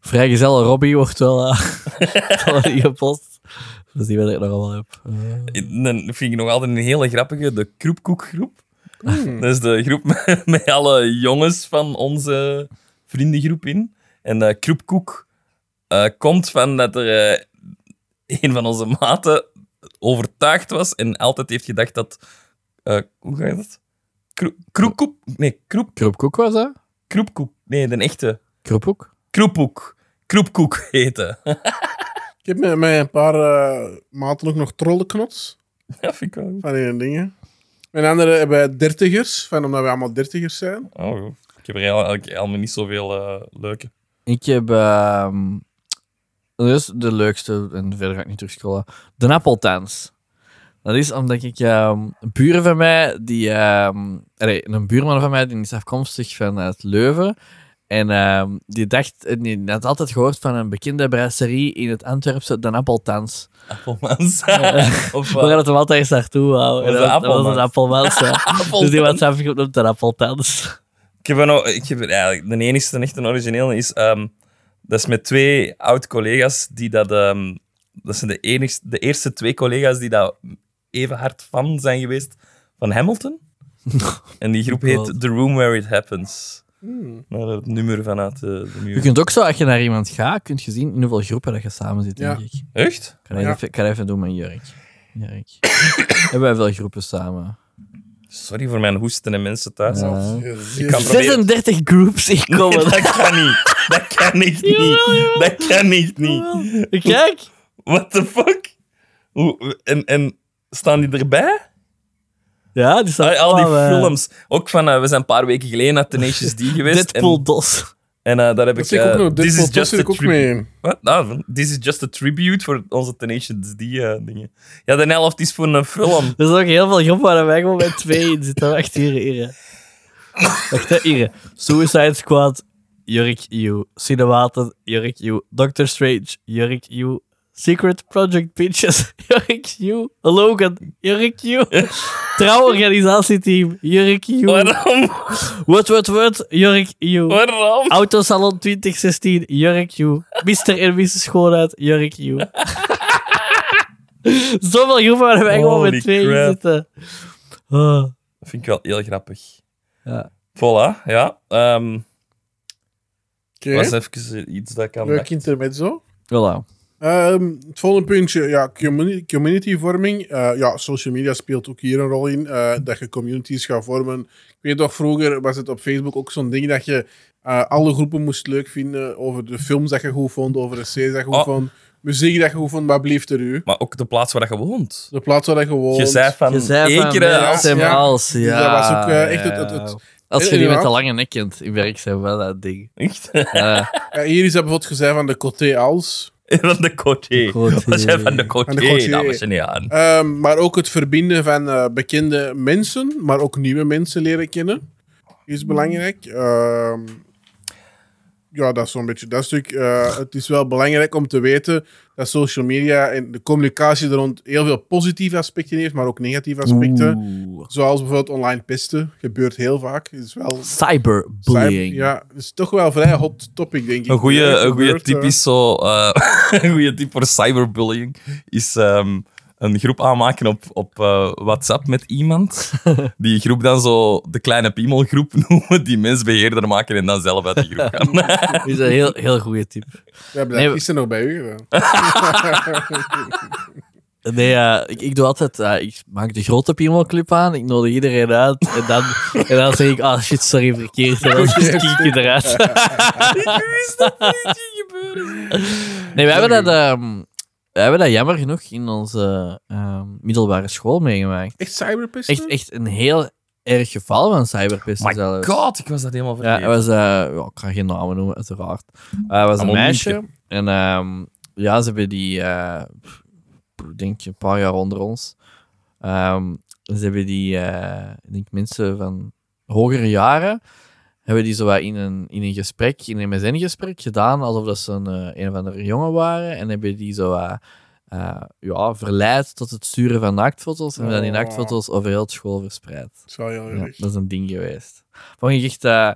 S2: Vrijgezel Robbie wordt wel eh, wel ingepost. Dus die wil ik nog allemaal heb. Eh,
S1: Dan vind ik nog altijd een hele grappige, de Kroepkoekgroep. Dat is de groep met, met alle jongens van onze vriendengroep in. En eh Kroepkoek eh, komt van dat er eh, een van onze maten overtuigd was en altijd heeft gedacht dat... eh, hoe ga je dat? Kro- Kroekkoek? Nee, Kroep,
S2: Kroepkoek was dat?
S1: Kroepkoek. Nee, de echte.
S2: Kroepkoek?
S1: Kroepkoek. Kroepkoek heette.
S3: Ik heb met, met een paar eh, maten ook nog trollenknots.
S1: dat vind ik wel goed.
S3: Van die dingen. En anderen hebben dertigers, van omdat we allemaal dertigers zijn.
S1: Oh, goed. ik heb er eigenlijk helemaal niet zoveel eh, leuke.
S2: Ik heb... ehm, dat is de leukste, en verder ga ik niet terugscrollen. De appeltans. Dat is omdat ik ehm, buren van mij, die, ehm, allee, een buurman van mij, die is afkomstig vanuit Leuven. En ehm, die dacht, en die had altijd gehoord van een bekende brasserie in het Antwerpse, de appeltans.
S1: Appelmans. of eh,
S2: We gaan
S1: wat?
S2: het hem altijd eens naartoe
S1: Dat
S2: houden. En
S1: was
S2: dat
S1: de
S2: dat was een appelmans. ja. Dus die WhatsApp groep noemt dat appeltans.
S1: Ik heb, er nog, ik heb er eigenlijk de enigste echte origineel is. ehm, dat is met twee oud-collega's die dat. ehm, dat zijn de, enigste, de eerste twee collega's die dat even hard fan zijn geweest van Hamilton. en die groep heet
S2: God.
S1: The Room Where It Happens.
S3: Hmm.
S1: Naar het nummer vanuit eh, de, de
S2: Je
S1: muur.
S2: kunt ook zo, als je naar iemand gaat, kun je zien in hoeveel groepen dat je samen zit,
S3: Ja.
S2: denk ik.
S1: Echt?
S2: Kan even, kan even doen met Jurk. Jurk. Hebben wij veel groepen samen?
S1: Sorry voor mijn hoesten en mensen thuis.
S2: Ja.
S1: Ik kan proberen.
S2: 36 groups inkomen.
S1: Nee, dat kan niet. Dat kan ik
S2: Jawel,
S1: niet.
S2: jawel.
S1: Dat kan ik niet.
S2: Kijk.
S1: What the fuck? Hoe, en, en staan die erbij?
S2: Ja, die staan
S1: Ah, al die
S2: allemaal, eh,
S1: films. Ook van, eh, we zijn een paar weken geleden naar Tenacious D geweest.
S2: Deadpool
S1: En,
S2: DOS.
S1: en eh, daar heb ik...
S3: Dat zie ik ook
S1: eh,
S3: nog. Dit
S1: This is just a
S3: ik ook
S1: tribute.
S3: mee in.
S1: Wat? Ah, van- this is just a tribute voor onze Tenacious D eh, dingen. Ja, de helft is voor een film.
S2: Er is ook heel veel groepen waar wij gewoon met twee in zitten. Echt hier, hier. Wacht, hè, hier. Suicide Squad, Jurk U. Cinematen, Jurk U. Doctor Strange, Jurk U. Secret Project Bitches, Jurk U. Logan, Jurk U. Trouworganisatieteam, Jurk U.
S1: Waarom?
S2: Wat, wat, wat, Jurk U.
S1: Waarom?
S2: Autosalon 2016, Jurk U. Mr. en Mrs. Schoonheid, Jurk U. Zoveel groepen waar wij gewoon
S1: Holy
S2: met twee in
S1: crap.
S2: zitten. Ah.
S1: Dat vind ik wel heel grappig.
S2: Ja.
S1: Voilà, ja. Ehm
S3: Oké,
S1: Was even eh, iets dat ik aan
S3: leuk
S1: dacht.
S3: intermezzo.
S2: Voilà.
S3: Ehm, het volgende puntje, ja, communi- communityvorming. Eh, ja, social media speelt ook hier een rol in. eh, dat je communities gaat vormen. Ik weet nog, vroeger was het op Facebook ook zo'n ding dat je eh, alle groepen moest leuk vinden over de films dat je goed vond, over de series dat je goed
S1: Oh.
S3: vond, muziek dat je goed vond, wat blieft er u?
S1: Maar ook de plaats waar je woont.
S3: De plaats waar je woont.
S1: Je zei van
S2: Je zei
S1: één
S2: van
S1: keer...
S2: eh,
S1: eh, als-
S2: Sam
S3: ja.
S2: Hals,
S3: Dus
S2: ja.
S3: dat was ook, eh, echt
S2: ja.
S3: het- het- het-
S2: Als je die met de
S3: Ja.
S2: lange nek kent in werk, zijn wel dat ding.
S1: Echt?
S2: Eh,
S3: Ja, hier is dat bijvoorbeeld gezegd van de Coté als.
S1: Van de
S2: De
S1: Coté.
S2: Côté.
S1: Was jij van de
S3: Van de Côté.
S1: Coté, dames en heren.
S3: Ehm, maar ook het verbinden van eh, bekende mensen, maar ook nieuwe mensen leren kennen, is belangrijk. Ehm, ja, dat is zo'n beetje dat stuk. Eh, het is wel belangrijk om te weten dat social media en de communicatie er rond heel veel positieve aspecten heeft, maar ook negatieve aspecten.
S2: Oeh.
S3: Zoals bijvoorbeeld online pesten, gebeurt heel vaak. Is wel
S2: Cyberbullying.
S3: Ja, is toch wel een vrij hot topic, denk ik.
S1: Een goede,
S3: Ja,
S1: een goede
S3: gebeurt,
S1: tip
S3: eh.
S1: is zo. eh, een goede tip voor cyberbullying is ehm, een groep aanmaken op, op eh, WhatsApp met iemand. Die groep dan zo de kleine piemelgroep noemen, die mensbeheerder maken en dan zelf uit die groep gaan.
S2: Dat is een heel, heel goede tip.
S3: We hebben
S2: Nee,
S3: dat
S2: we-
S3: gisteren nog bij u eh. gedaan.
S2: Nee, eh, ik, ik doe altijd... eh, ik maak de grote piemelclub aan, ik nodig iedereen uit. En dan, en dan zeg ik, ah shit, sorry, verkeerd.
S1: Oh,
S2: En dan kiek je eruit.
S1: Ik wist dat niet ging gebeuren.
S2: Nee, we hebben dat... ehm, we hebben dat jammer genoeg in onze ehm, middelbare school meegemaakt.
S3: Echt cyberpesten?
S2: Echt, echt een heel erg geval van cyberpesten
S1: Oh My
S2: zelfs.
S1: god, ik was dat helemaal
S2: Ja, het
S1: vergeten.
S2: was, eh, ja, ik ga geen namen noemen, uiteraard. Eh het was een
S1: Allemaal
S2: meisje. En ehm, ja, ze hebben die, eh, pff, denk je, een paar jaar onder ons. Ehm, ze hebben die, eh, ik denk mensen van hogere jaren, hebben die zo wat in een, in een gesprek, in een MSN-gesprek gedaan, alsof dat ze een, eh, een of andere jongen waren. En hebben die zo wat, eh, ja, verleid tot het sturen van naaktfoto's. En hebben dan die
S3: Oh.
S2: naaktfoto's over heel het school verspreid.
S3: Dat is wel heel
S2: Ja,
S3: erg.
S2: dat is een ding geweest. Vond ik echt eh,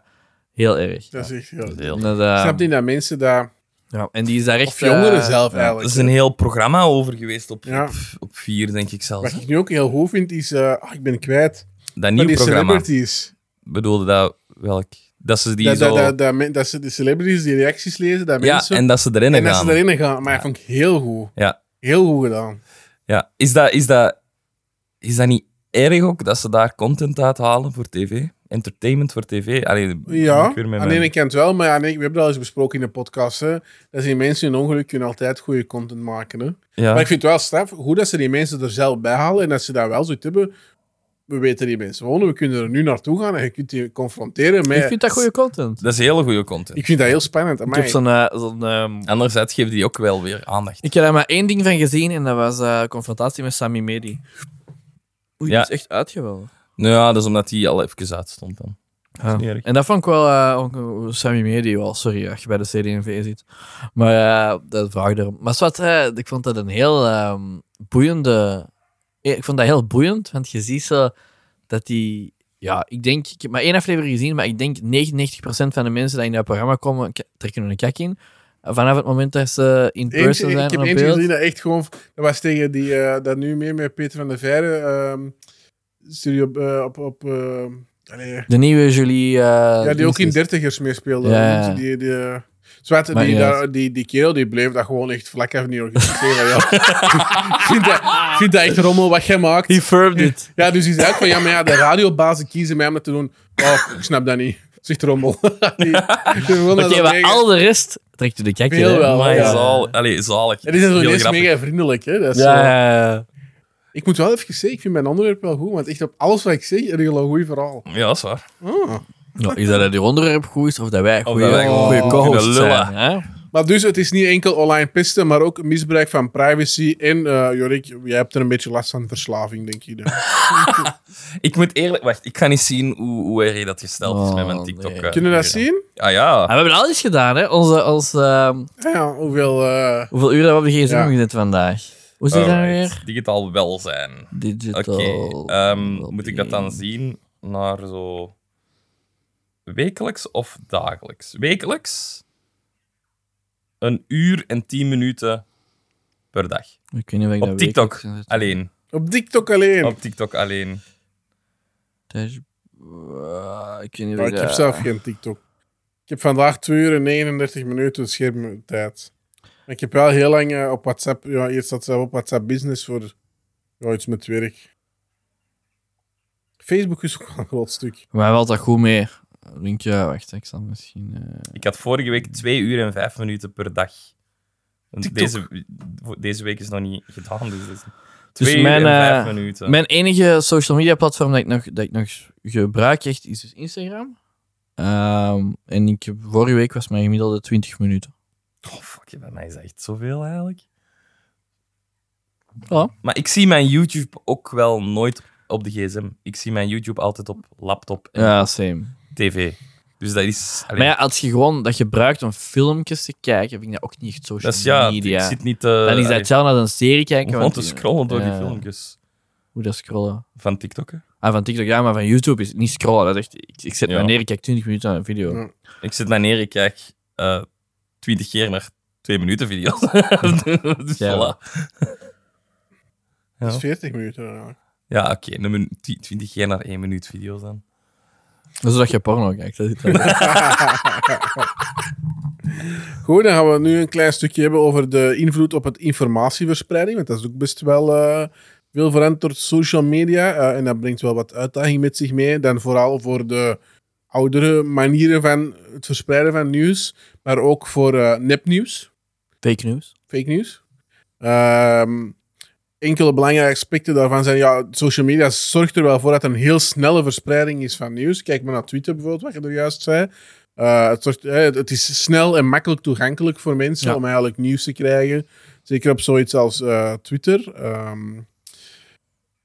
S2: heel erg.
S3: Dat is echt heel erg.
S1: Heel-
S2: Dat, eh,
S3: Ik snap niet dat mensen daar...
S2: ja, en die is daar echt...
S3: Of jongeren
S2: eh,
S3: zelf
S1: Ja, er
S3: eigenlijk.
S1: is een heel programma over geweest op,
S3: Ja.
S1: op, op vier, denk ik zelfs.
S3: Wat ik nu ook heel goed vind, is... eh, ah, ik ben kwijt.
S1: Dat
S3: Van
S1: nieuw
S3: die
S1: programma.
S3: celebrities.
S1: Bedoelde dat welk? Dat ze die
S3: Dat,
S1: zo...
S3: dat, dat, dat, men- dat ze de celebrities die reacties lezen, dat
S1: ja,
S3: mensen...
S1: en dat ze erin
S3: en
S1: gaan.
S3: dat ze erin gaan. Maar dat vond ik heel goed.
S1: Ja.
S3: Heel goed gedaan.
S1: Ja, is dat, is dat, is dat niet erg ook dat ze daar content uithalen voor tv? Entertainment voor tv? Allee,
S3: Ja,
S1: ik weer met
S3: aan de
S1: mijn-
S3: ene kant wel, maar aan de- we hebben dat al eens besproken in de podcast. Hè, dat die mensen in ongeluk kunnen altijd goede content maken. Hè.
S1: ja.
S3: Maar ik vind het wel straf, goed dat ze die mensen er zelf bij halen en dat ze daar wel zoiets hebben. We weten die mensen wonen, we kunnen er nu naartoe gaan en je kunt die confronteren met...
S2: Ik vind dat goede content.
S1: Dat is hele goede content.
S3: Ik vind dat heel spannend.
S2: Ik
S3: amai.
S2: heb zo'n... eh, zo'n, ehm,
S1: Anderzijds geeft die ook wel weer aandacht.
S2: ik heb daar maar één ding van gezien en dat was eh, confrontatie met Sami Medi. Oei,
S1: Ja.
S2: dat is echt uitgeweld.
S1: Nou ja, dat is omdat die al even uit stond dan.
S2: Ja.
S1: niet erg.
S2: Ah. En dat vond ik wel... eh, ook, eh, Sami Medi, wel, sorry, als je bij de CD&V zit. Maar eh, dat vraag erom. Maar zwart, eh, ik vond dat een heel ehm, boeiende... eh, Ik vond dat heel boeiend, want je ziet zo dat die... Ja, ik denk... Ik heb maar één aflevering gezien, maar ik denk 99% van de mensen die in dat programma komen, k- trekken hun kak in. Vanaf het moment dat ze in
S3: Eentje-
S2: person zijn
S3: ik
S2: en
S3: heb
S2: op
S3: eentje
S2: beeld.
S3: gezien dat echt gewoon... Dat was tegen die... eh, dat nu meer met Peter van der Veijden... ehm, studio op... eh, op, op eh, allee,
S2: De nieuwe Julie... eh,
S3: ja, die ook in
S2: Dienstjes.
S3: dertigers meespeelde.
S2: Ja.
S3: Die, die, die, eh, zwart,
S2: Maar
S3: die,
S2: ja.
S3: daar- die, die kerel die bleef dat gewoon echt vlak even niet organiseren. ja. Ik vind, dat, ik vind dat echt rommel wat jij maakt.
S2: He firmed it.
S3: Ja, dus hij zei ook van, ja, maar ja, de radiobazen kiezen mij om dat te doen. Oh, ik snap dat niet. Zegt Rommel. Die- die gewoon
S2: Oké,
S3: dat
S2: maar
S3: tegen-
S2: al de rest trekt u de kak in.
S3: Veel
S2: hè?
S3: wel,
S1: Maar
S3: Oh, ja.
S1: zalig. Allee, zalig.
S3: En die zijn zo
S1: Heel
S3: ineens
S1: grappig.
S3: mega vriendelijk, hè. Dat is
S2: Ja,
S3: zo-
S2: ja, ja.
S3: Ik moet wel even zeggen, ik vind mijn onderwerp wel goed, want echt op alles wat ik zeg, er is wel een goed verhaal.
S1: Ja, dat is waar.
S3: Ah.
S2: Nou, is dat dat die onderwerp goed is, of dat wij goede
S1: wij gewoon
S2: goede
S1: kunnen
S2: co-hosts
S1: lullen.
S2: zijn. Hè?
S3: Maar dus, het is niet enkel online pesten, maar ook misbruik van privacy. En, eh Jorik, jij hebt er een beetje last van verslaving, denk ik. dan.
S1: Ik moet eerlijk... Wacht, ik ga niet zien hoe, hoe hij dat gesteld is met mijn
S2: Oh,
S1: TikTok.
S2: nee.
S1: eh,
S3: Kunnen we dat
S1: hier.
S3: zien?
S1: Ah ja.
S2: Ah, we hebben alles gedaan, hè? Onze, ons, ehm,
S3: Ja, Ah ja, hoeveel... eh,
S2: hoeveel uren hebben we op de gsm
S3: Ja.
S2: gezet vandaag? Hoe zit dat
S1: Alright.
S2: weer?
S1: Digitaal welzijn. Oké,
S2: Digital.
S1: ehm,
S2: well-being.
S1: moet ik dat dan zien naar zo wekelijks of dagelijks? Wekelijks een uur en tien minuten per dag.
S2: Ik weet niet of ik
S1: Op
S2: dat
S1: TikTok.
S2: weet. Ik zit-
S1: Alleen.
S3: op TikTok alleen.
S1: Op TikTok alleen.
S2: Dash- eh, ik weet niet
S3: Maar
S2: wie
S3: ik
S2: dat-
S3: heb zelf geen TikTok. Ik heb vandaag 2 uur en 39 minuten schermtijd. En Ik heb wel heel lang eh, op WhatsApp... Ja, eerst zat ze op WhatsApp Business voor ja, iets met werk. Facebook is ook wel een groot stuk.
S2: Maar wel dat goed mee. Linkje, wacht, ik zal misschien. eh,
S1: Ik had vorige week 2 uur en 5 minuten per dag. En Deze, deze week is nog niet gedaan, dus dat is
S2: Dus
S1: 2 uur
S2: mijn,
S1: en 5
S2: eh,
S1: minuten.
S2: Mijn enige social media platform dat ik nog, dat ik nog gebruik echt, is dus Instagram. Ehm, en ik heb, vorige week was mijn gemiddelde 20 minuten.
S1: Oh, fuck, bij mij is dat echt zoveel eigenlijk.
S2: Ja.
S1: Maar ik zie mijn YouTube ook wel nooit op de gsm. Ik zie mijn YouTube altijd op laptop en
S2: Ja, same.
S1: tv. Dus dat is... allee,
S2: Maar ja, als je gewoon dat gebruikt om filmpjes te kijken, vind ik dat ook niet echt social
S1: dat is ja,
S2: media.
S1: ik zit niet... te
S2: Dan is dat
S1: allee,
S2: hetzelfde als een serie kijken.
S1: om gewoon
S2: want-
S1: te scrollen door
S2: Ja,
S1: die filmpjes
S2: Hoe dat scrollen.
S1: van TikTok. hè.
S2: Ah, van TikTok, ja, maar van YouTube is het niet scrollen. Dat is echt, ik, ik zet
S1: Ja.
S2: me neer, ik kijk 20 minuten aan een video.
S3: Ja.
S1: Ik zit naar neer, ik kijk eh 20 keer naar 2 minuten video's. dus
S2: Ja.
S1: voilà.
S3: Dat
S1: Ja.
S3: is 40 minuten. eigenlijk.
S1: Ja, oké. nummer 10 20 keer naar 1 minuut video's dan.
S2: Zodat je porno kijkt. Dat is het.
S3: Goed, dan gaan we nu een klein stukje hebben over de invloed op het informatieverspreiding. Want dat is ook best wel eh, veel veranderd door social media. eh, en dat brengt wel wat uitdaging met zich mee. Dan vooral voor de oudere manieren van het verspreiden van nieuws. Maar ook voor eh, nepnieuws
S2: Fake news.
S3: fake nieuws. Ehm, enkele belangrijke aspecten daarvan zijn, ja, social media zorgt er wel voor dat er een heel snelle verspreiding is van nieuws. Kijk maar naar Twitter bijvoorbeeld, wat je er juist zei. Eh, het, zorgt- eh, het- het is snel en makkelijk toegankelijk voor mensen
S2: Ja.
S3: om eigenlijk nieuws te krijgen. Zeker op zoiets als eh, Twitter. Ehm,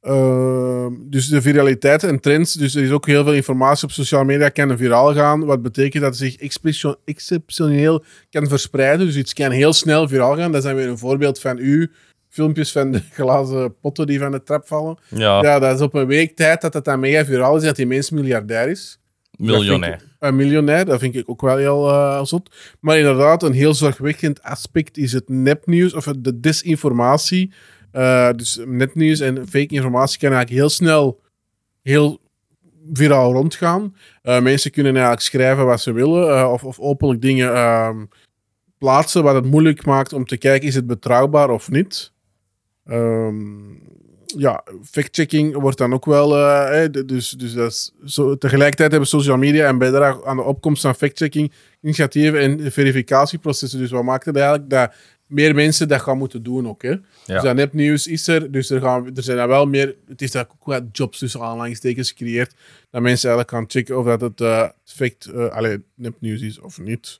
S3: ehm, dus de viraliteit en trends. Dus er is ook heel veel informatie op sociale media kan viraal gaan. Wat betekent dat het zich expression- exceptioneel kan verspreiden. Dus iets kan heel snel viraal gaan. Dat zijn weer een voorbeeld van u. Filmpjes van de glazen potten die van de trap vallen.
S1: Ja,
S3: Ja, dat is op een week tijd dat het dan mega viraal is. Dat die mens miljardair is.
S1: miljonair.
S3: Een miljonair, dat vind ik ook wel heel eh, zot. Maar inderdaad, een heel zorgwekkend aspect is het nepnieuws of het- de desinformatie. Eh, dus nepnieuws en fake informatie kan eigenlijk heel snel heel viraal rondgaan. Eh, mensen kunnen eigenlijk schrijven wat ze willen eh, of, of openlijk dingen ehm, plaatsen wat het moeilijk maakt om te kijken is het betrouwbaar of niet. Ehm ja, fact-checking wordt dan ook wel. eh, hè, d- dus dus dat is zo, tegelijkertijd hebben social media een bijdrage aan de opkomst van fact-checking, initiatieven en verificatieprocessen. Dus wat maakt het eigenlijk dat meer mensen dat gaan moeten doen ook? Hè? Dus dat nepnieuws is er, dus er, gaan, er zijn dan wel meer. Het is eigenlijk ook wat jobs tussen aanhalingstekens gecreëerd. Dat mensen eigenlijk gaan checken of dat het eh fact, eh allee, nepnieuws is of niet.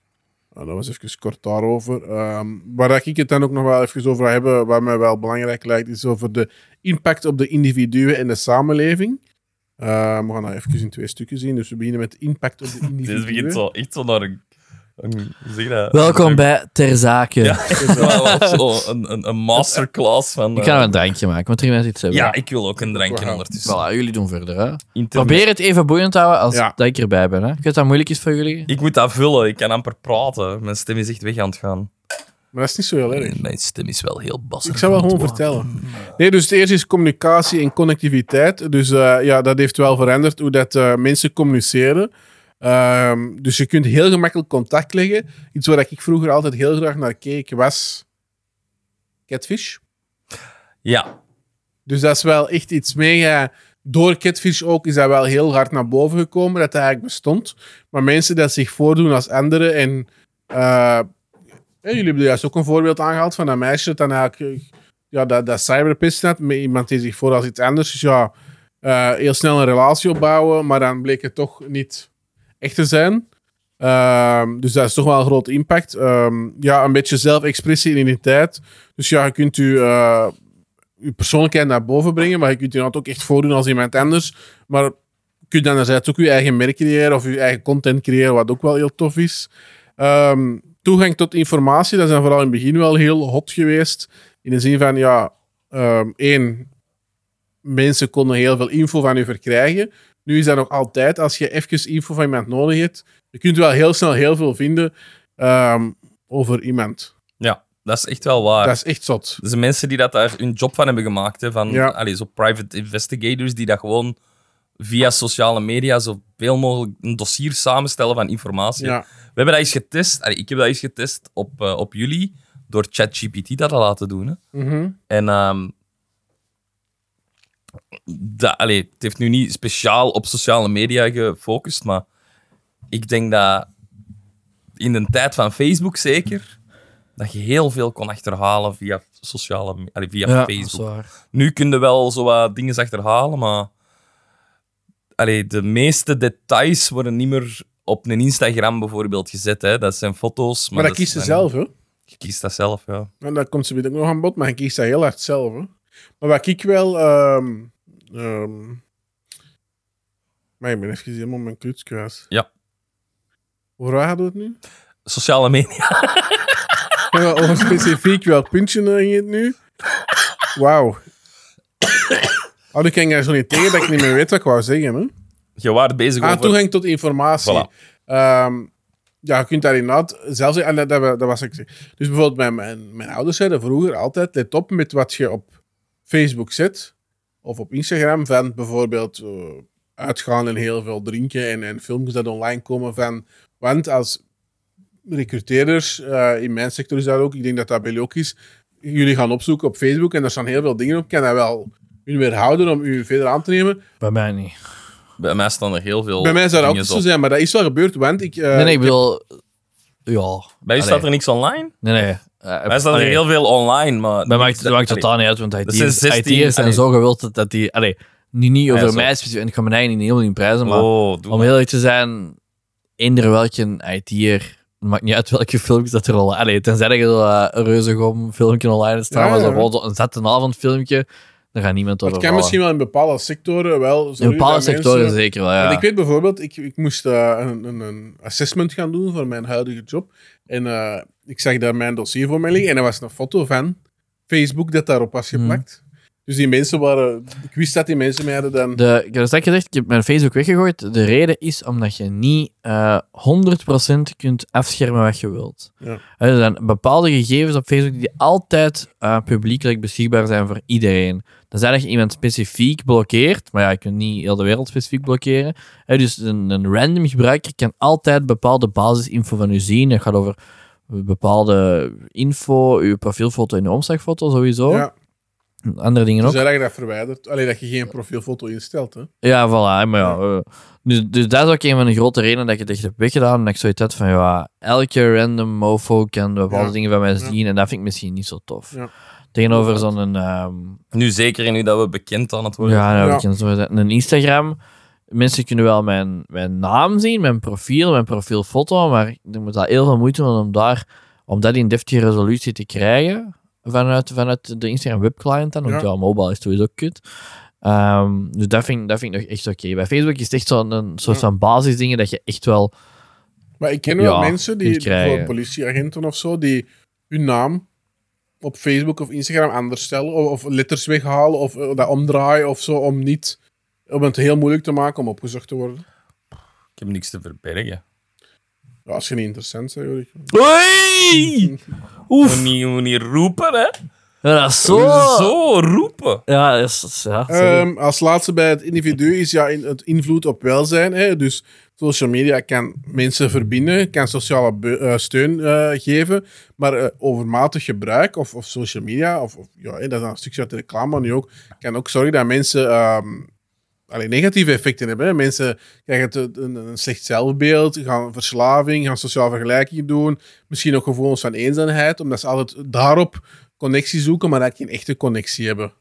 S3: Nou, dat was even kort daarover. Ehm, waar dat ik het dan ook nog wel even over ga hebben, wat mij wel belangrijk lijkt, is over de impact op de individuen en de samenleving. Ehm, we gaan dat even in twee stukken zien. Dus we beginnen met de impact op de individuen.
S1: Dit begint zo, echt zo naar een... een- hoe zeg je dat?
S2: Welkom
S1: Een-
S2: bij Ter Zake.
S1: Ja, wel, wel zo een, een, een masterclass van...
S2: Ik
S1: eh,
S2: ga nog een drankje maken, want drie mensen iets hebben.
S1: ja, ik wil ook een drankje
S3: Wauw.
S1: ondertussen.
S2: Voilà, jullie doen verder. Hè.
S1: Internet.
S2: Probeer het even boeiend te houden als
S3: Ja.
S2: dat ik erbij ben. Hè. Ik weet dat het moeilijk is voor jullie.
S1: Ik moet dat vullen, ik kan amper praten. Mijn stem is echt weg aan het gaan.
S3: Maar dat is niet zo heel erg.
S1: Mijn stem is wel heel bassig.
S3: Ik zou wel gewoon vertellen. Nee, dus het eerste is communicatie en connectiviteit. Dus eh, ja, dat heeft wel veranderd hoe dat eh, mensen communiceren. Ehm, dus je kunt heel gemakkelijk contact leggen. Iets waar ik vroeger altijd heel graag naar keek was Catfish.
S1: Ja,
S3: Dus dat is wel echt iets mega. Door Catfish ook is dat wel heel hard naar boven gekomen dat dat eigenlijk bestond. Maar mensen dat zich voordoen als anderen en. eh, ja, jullie hebben juist ook een voorbeeld aangehaald van dat meisje dat dan eigenlijk. eh, Ja, dat, dat cyberpist had met iemand die zich voor als iets anders. Dus ja, eh, heel snel een relatie opbouwen, maar dan bleek het toch niet echt te zijn. Ehm, dus dat is toch wel een groot impact. Ehm, ja, een beetje zelfexpressie en identiteit. Dus ja, je kunt u. eh, je persoonlijkheid naar boven brengen, maar je kunt je dat ook echt voordoen als iemand anders. Maar je kunt anderzijds ook je eigen merk creëren of je eigen content creëren, wat ook wel heel tof is. Ehm, toegang tot informatie, dat is dan vooral in het begin wel heel hot geweest. In de zin van, ja, ehm één, mensen konden heel veel info van u verkrijgen. Nu is dat nog altijd, als je even info van iemand nodig hebt, je kunt wel heel snel heel veel vinden ehm, over iemand.
S1: ja, dat is echt wel waar.
S3: Dat is echt zot.
S1: Er zijn mensen die dat daar hun job van hebben gemaakt. Hè, van,
S3: Ja.
S1: allee, zo private investigators die dat gewoon via sociale media zo zoveel mogelijk een dossier samenstellen van informatie.
S3: Ja.
S1: We hebben dat eens getest. Allee, ik heb dat eens getest op, eh, op jullie door ChatGPT dat te laten doen. Hè.
S3: Mhm.
S1: En ehm, dat, allee, het heeft nu niet speciaal op sociale media gefocust, maar ik denk dat in de tijd van Facebook zeker, dat je heel veel kon achterhalen via, sociale, me- allee, via
S2: Ja, dat is
S1: Facebook.
S2: waar.
S1: Nu kun je wel zo wat dingen achterhalen, maar allee, de meeste details worden niet meer op een Instagram bijvoorbeeld gezet. Hè. Dat zijn foto's. Maar,
S3: Maar dat kiest ze
S1: zijn-
S3: zelf, hè?
S1: Je kiest dat zelf, ja.
S3: En daar komt ze weer ook nog aan bod, maar ik kies dat heel hard zelf. Hè. Maar wat ik wel. ehm ehm, maar ik ben even helemaal mijn kluts kwijt.
S1: Ja.
S3: Over waar hadden we het nu?
S1: Sociale media.
S3: Ja, over specifiek welk puntje eh, ging het nu? Wauw. Oh, nu kan ik daar zo niet tegen dat ik niet meer weet wat ik wou zeggen. Hè?
S1: Je waart bezig
S3: Ah,
S1: over...
S3: toegang tot informatie.
S1: Voilà.
S3: Ehm, ja, je kunt daar inderdaad zelfs... En dat, dat, dat was ik. Dus bijvoorbeeld mijn, mijn, mijn ouders zeiden vroeger altijd... Let op met wat je op Facebook zet. Of op Instagram. Van bijvoorbeeld eh, uitgaan en heel veel drinken. En, en filmpjes dat online komen van... Want als recruteerders... eh, in mijn sector is dat ook. Ik denk dat dat bij jullie ook is. Jullie gaan opzoeken op Facebook. En er staan heel veel dingen op. Kan dat wel... U weerhouden om u verder aan te nemen.
S2: Bij mij niet.
S3: Eh,
S1: Bij mij staan er heel veel
S3: Bij mij zou dat ook
S1: dingen
S3: zo
S1: op.
S3: zijn, maar dat is wel gebeurd, want ik... eh,
S2: Oh, nee, nee, ik bedoel... Ja.
S1: Bij u
S2: Allee.
S1: staat er niks online?
S2: Nee, nee. Eh,
S1: Bij mij staat er heel veel online, maar...
S2: Bij mij maakt het maakt
S1: Allee,
S2: totaal niet uit, want
S1: Dat zijn
S2: IT'ers
S1: 16,
S2: IT'ers zijn
S1: allee.
S2: zo gewild dat- dat die... Allee, niet, niet
S1: Ja,
S2: over
S1: zo.
S2: mij specifiek, en ik ga mijn eigen niet helemaal niet prijzen, maar...
S1: Oh, doe
S2: Om heel eerlijk te zijn, eender welke IT'er, maakt niet uit welke filmpjes dat er al... Allee, tenzij dat je zo, eh, een reuze gom filmpje online staat,
S3: Ja,
S2: maar zo
S3: ja.
S2: gewoon zo een zet en avond filmpje, daar gaat niemand
S3: dat
S2: over
S3: kan misschien wel in bepaalde sectoren wel...
S2: In bepaalde sectoren
S3: zeker.
S2: zeker wel, ja.
S3: Ik weet bijvoorbeeld, ik, ik moest eh, een, een, een assessment gaan doen voor mijn huidige job. En eh, ik zag daar mijn dossier voor mij liggen en er was een foto van Facebook dat daarop was
S2: Hmm.
S3: geplakt. Dus die mensen waren... Ik wist dat die mensen mij hadden dan...
S2: De, ik heb dat gezegd, ik heb mijn Facebook weggegooid. De reden is omdat je niet eh 100% kunt afschermen wat je wilt.
S3: Ja.
S2: Hè, Er zijn bepaalde gegevens op Facebook die altijd eh, publiekelijk beschikbaar zijn voor iedereen. Dan zijn dat je iemand specifiek blokkeert, maar ja, je kunt niet heel de wereld specifiek blokkeren. Hè, dus een, een random gebruiker kan altijd bepaalde basisinfo van u zien. Dat gaat over bepaalde info, uw profielfoto en uw omslagfoto sowieso.
S3: Ja,
S2: Andere dingen ook.
S3: dus daar heb je dat verwijderd. Alleen dat je geen profielfoto instelt, hè.
S2: Ja, voilà. hè, Maar ja, eh, dus, dus dat is ook een van de grote redenen dat ik het echt heb weggedaan. Dat ik zoiets had van, ja, elke random mofo kan bepaalde
S3: Ja.
S2: dingen van mij
S3: Ja.
S2: zien. En dat vind ik misschien niet zo tof.
S3: Ja.
S2: Tegenover zo'n... ehm,
S1: Nu zeker, nu dat we bekend aan het worden
S2: ja, nou,
S3: Ja.
S2: ik kan zo zeggen, een Instagram. Mensen kunnen wel mijn, mijn naam zien, mijn profiel, mijn profielfoto, maar ik moet daar heel veel moeite doen om, daar, om dat in deftige resolutie te krijgen vanuit, vanuit de Instagram webclient dan, want
S3: Ja.
S2: ja, mobile is sowieso kut. Ehm, dus dat vind, dat vind ik nog echt oké. Bij Facebook is het echt zo'n een soort
S3: Ja.
S2: van basisdingen dat je echt wel...
S3: Maar ik ken wel
S2: Ja,
S3: mensen die,
S2: kunt krijgen.
S3: bijvoorbeeld politieagenten of zo, die hun naam op Facebook of Instagram anders stellen, of, of letters weghalen, of eh, dat omdraaien of zo, om niet, om het heel moeilijk te maken om opgezocht te worden.
S1: Ik heb niks te verbergen.
S3: Ja, als je niet interessant bent, hoor ik.
S2: Oei!
S1: Moet
S2: Oef!
S1: niet, moet niet roepen, hè.
S2: Ja, dat is zo...
S1: Zo roepen.
S2: Ja, dat is- dat is- ja, sorry.
S3: Ehm, als laatste bij het individu is ja in, het invloed op welzijn. Hè? Dus social media kan mensen verbinden, kan sociale be- eh, steun eh, geven. Maar eh, overmatig gebruik of, of social media, of, of, ja, hè, dat is een stukje uit de reclame, maar nu ook, kan ook zorgen dat mensen ehm, alleen negatieve effecten hebben. Hè? Mensen krijgen te- een, een slecht zelfbeeld, gaan verslaving, gaan sociale vergelijkingen doen. Misschien ook gevoelens van eenzaamheid, omdat ze altijd daarop connectie zoeken, maar dat geen echte connectie hebben.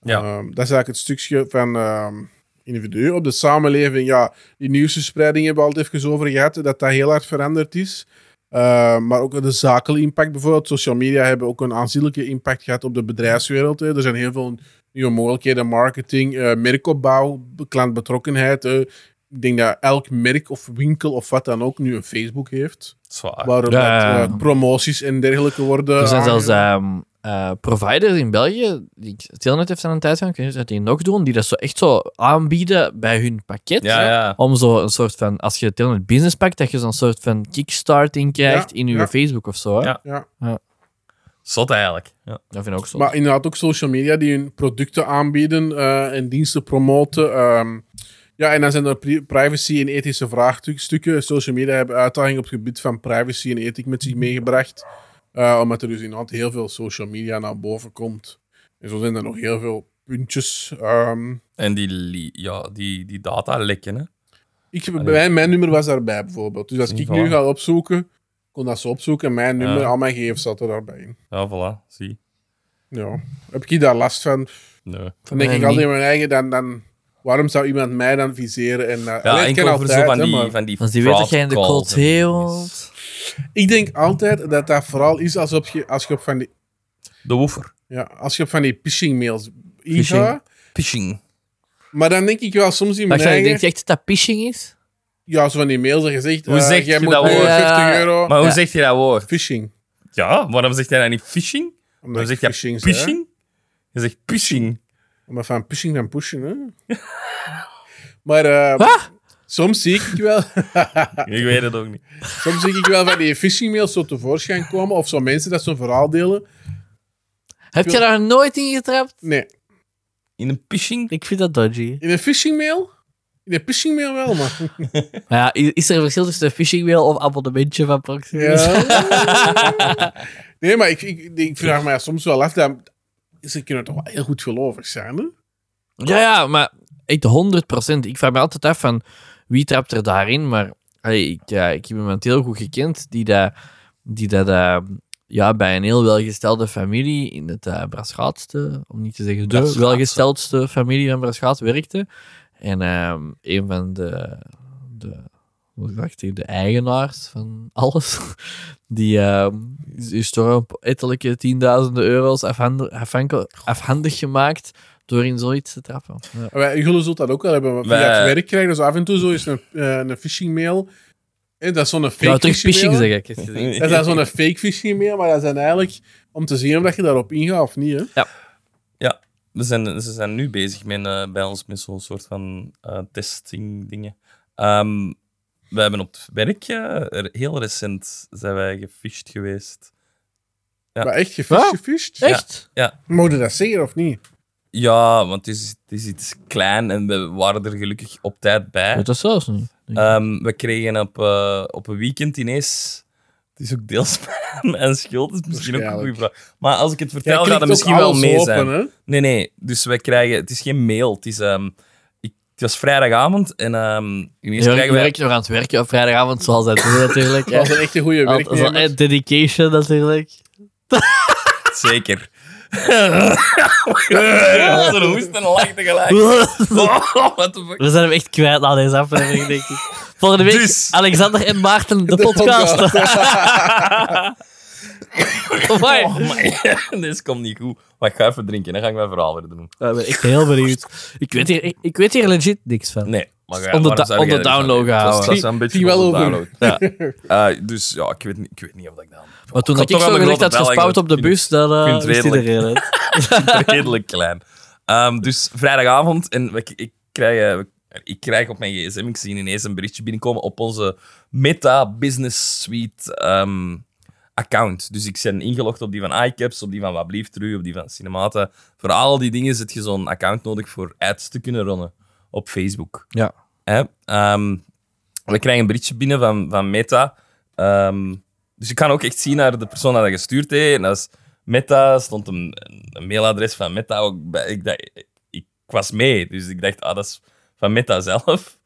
S1: Ja.
S3: Ehm, dat is eigenlijk het stukje van ehm, individu. Op de samenleving, ja, die nieuwsverspreiding hebben we al het even over gehad, dat dat heel hard veranderd is. Ehm, maar ook de zakelijke impact bijvoorbeeld. Social media hebben ook een aanzienlijke impact gehad op de bedrijfswereld. Hè. Er zijn heel veel nieuwe mogelijkheden, marketing, eh, merkopbouw, klantbetrokkenheid. hè. ik denk dat elk merk of winkel of wat dan ook nu een Facebook heeft.
S1: Zwaar.
S3: Waarop
S2: Ah, Ja.
S3: dat, eh, promoties en dergelijke worden.
S2: Er zijn zelfs
S3: aange-
S2: ehm, eh, providers in België, die ik- Telnet heeft aan een tijd gedaan, ik weet niet of dat die nog doen, die dat zo echt zo aanbieden bij hun pakket.
S1: Ja,
S2: hè.
S1: ja.
S2: Om zo een soort van, als je Telnet Business pakt, dat je zo'n soort van kickstarting krijgt
S3: Ja,
S2: in je
S3: ja.
S2: Facebook of zo. Hè?
S1: Ja.
S3: Ja.
S1: Zot eigenlijk. Ja.
S2: Dat vind ik ook zo.
S3: Maar inderdaad ook social media die hun producten aanbieden eh, en diensten promoten. ehm, Ja, en dan zijn er pri- privacy en ethische vraagstukken. Social media hebben uitdagingen op het gebied van privacy en ethiek met zich meegebracht. Eh, omdat er dus inderdaad heel veel social media naar boven komt. En zo zijn er nog heel veel puntjes. Ehm,
S1: En die, li- ja, die, die data lekken, hè.
S3: ik, bij mij- mijn nummer was daarbij bijvoorbeeld. Dus als
S1: Zie,
S3: ik nu
S1: voilà.
S3: ga opzoeken, kon dat ze opzoeken. En mijn nummer,
S1: Ja.
S3: al mijn gegevens zaten daarbij in.
S1: Ja, voilà, zie.
S3: Ja. Heb ik daar last van?
S1: Nee.
S3: Dan denk
S2: mij
S3: ik altijd
S2: niet.
S3: in mijn eigen, dan, dan, waarom zou iemand mij dan viseren? En, eh,
S1: Ja,
S3: allee, het
S1: enkel
S3: kan
S1: voor zo
S3: altijd,
S1: van
S3: hè,
S1: die,
S3: maar-
S1: van die
S2: Want die weet dat
S1: fraud
S2: jij in de
S1: calls
S2: cold
S1: en dingen.
S2: heel.
S3: Ik denk altijd dat dat vooral is als, op je, als je op van die
S1: De woefer.
S3: Ja, als je op van die phishing mails
S2: Phishing.
S3: ingaat.
S1: Phishing.
S3: Maar dan denk ik wel soms in
S2: Maar
S3: mijn
S2: ik denk
S3: eigen...
S2: echt dat dat phishing is.
S3: Ja, zo van die mails dat je zegt...
S1: Hoe
S3: eh,
S1: zeg
S3: jij
S1: je
S3: moet
S1: dat
S3: mij
S1: woord?
S3: 50 euro...
S1: Maar hoe
S2: Ja.
S1: zeg je dat woord?
S3: Phishing.
S1: Ja, waarom zeg jij dan niet phishing?
S3: Omdat
S1: Dan zeg
S3: ik
S1: je
S3: phishing zei, hè.
S1: phishing? Je zegt phishing.
S3: Omdat van phishing dan pushen, hè. maar eh,
S2: Wat?
S3: soms zie ik wel...
S1: Ik weet het ook niet.
S3: soms zie ik wel van die phishing mails zo tevoorschijn komen. Of zo mensen dat zo'n verhaal delen.
S2: Heb je
S3: wil-
S2: daar nooit in getrapt?
S3: Nee.
S1: In een phishing?
S2: Ik vind dat dodgy.
S3: In een phishing mail... In een phishing mail wel, maar...
S2: Maar ja, i- is er een verschil tussen een phishing mail of abonnementje van Proximus?
S3: Ja. nee, maar ik, ik, ik vraag me soms wel af. Dat, ze kunnen toch wel heel goed gelovig zijn, hè?
S2: Ja, ja, maar echt 100%. Ik vraag me altijd af van wie trapt er daarin. Maar allee, ik, ja, ik heb iemand heel goed gekend die dat, die dat eh, ja, bij een heel welgestelde familie in het eh Braschaatste, om niet te zeggen de
S1: Braschaatste.
S2: welgesteldste familie van Braschaat werkte. En ehm, een van de, de, hoe ik dacht, de eigenaars van alles, die ehm is toch een ettelijke tienduizenden euro's afhand- afhankel- afhandig gemaakt door in zoiets te trappen. Ja.
S3: Wij, jullie zult dat ook wel hebben. want Via
S1: Wij-
S3: het werk krijgen dus af en toe zo eens een, eh, een phishing mail. En dat is zo'n fake
S2: Nou, terug
S3: phishing
S2: phishing
S3: mail.
S2: zeg ik. eens gezien.
S3: Dat is dan zo'n fake phishing mail, maar dat zijn eigenlijk om te zien of dat je daarop ingaat of niet. Hè?
S1: We zijn, ze zijn nu bezig met, eh, bij ons met zo'n soort van eh, testing dingen. Ehm, we hebben op het werk, eh, er- heel recent, zijn wij gefished geweest. Ja.
S3: Maar echt gefisht,
S2: Ja.
S3: gefisht.
S2: Echt?
S3: Mogen dat zeggen of niet?
S1: Ja, want het is, het is iets klein en we waren er gelukkig op tijd bij.
S2: Weet dat zelfs niet.
S1: Ehm, we kregen op, eh, op een weekend ineens. Het is ook deels mijn schuld, dat is misschien ook een goede
S3: Waarschijnlijk.
S1: vraag. Maar als ik het
S3: Jij
S1: vertel, gaat
S3: klikt
S1: het
S3: ook
S1: misschien wel
S3: alles
S1: mee
S3: open,
S1: zijn.
S3: hè?
S1: Nee, nee. Dus wij krijgen... Het is geen mail. Het, is, ehm, ik, het was vrijdagavond en ehm ineens
S2: Je
S1: krijgen wij...
S2: werkt nog aan het werken op vrijdagavond, zoals dat doen natuurlijk.
S3: Dat was een echt een goede
S2: Als- als-
S3: werknemer.
S2: eh, dedication natuurlijk.
S1: Zeker. Zo'n hoest en een lach tegelijk. Oh, what the fuck.
S2: We zijn hem echt kwijt aan deze aflevering, denk ik. Volgende week,
S1: Dus.
S2: Alexander en Maarten, de, podcast. Amai.
S1: Oh, my. Dit komt niet goed. Maar ik ga even drinken, dan ga ik mijn verhaal weer doen.
S2: Ja, ik ben echt heel benieuwd. Ik weet hier, ik, ik weet hier legit niks van.
S1: Nee. Maar ja,
S2: On the
S1: waarom
S2: da-
S1: zou
S2: on
S1: jij
S2: the
S1: er iets aan
S2: download
S1: doen?
S2: gehouden.
S1: Dat is- dat is een beetje
S3: Ging wel
S1: on the
S3: over.
S1: download.
S2: Ja.
S1: Eh, dus ja, ik weet, niet, ik weet niet of dat ik dat...
S2: Maar toen
S1: Ik had
S2: dat ik
S1: toch
S2: zo
S1: wel een
S2: gezegd had
S1: grote bel
S2: gespouwd op de
S1: eigenlijk.
S2: bus, dan eh,
S1: Ik vind het
S2: wist iedereen het.
S1: redelijk klein. Ehm, dus vrijdagavond en ik, ik, krijg, eh, ik krijg op mijn gsm, ik zie ineens een berichtje binnenkomen op onze Meta Business Suite ehm, account. Dus ik ben ingelogd op die van iCaps, op die van Wabliefdru, op die van Cinemata. Voor al die dingen zit je zo'n account nodig voor ads te kunnen runnen op Facebook.
S2: Ja.
S1: Hè? Ehm, we krijgen een berichtje binnen van, van Meta. Ehm, dus je kan ook echt zien naar de persoon dat dat gestuurd heeft. En dat is Meta, stond een, een mailadres van Meta ook bij. Ik, dacht, ik was mee, dus ik dacht, ah, dat is van Meta zelf.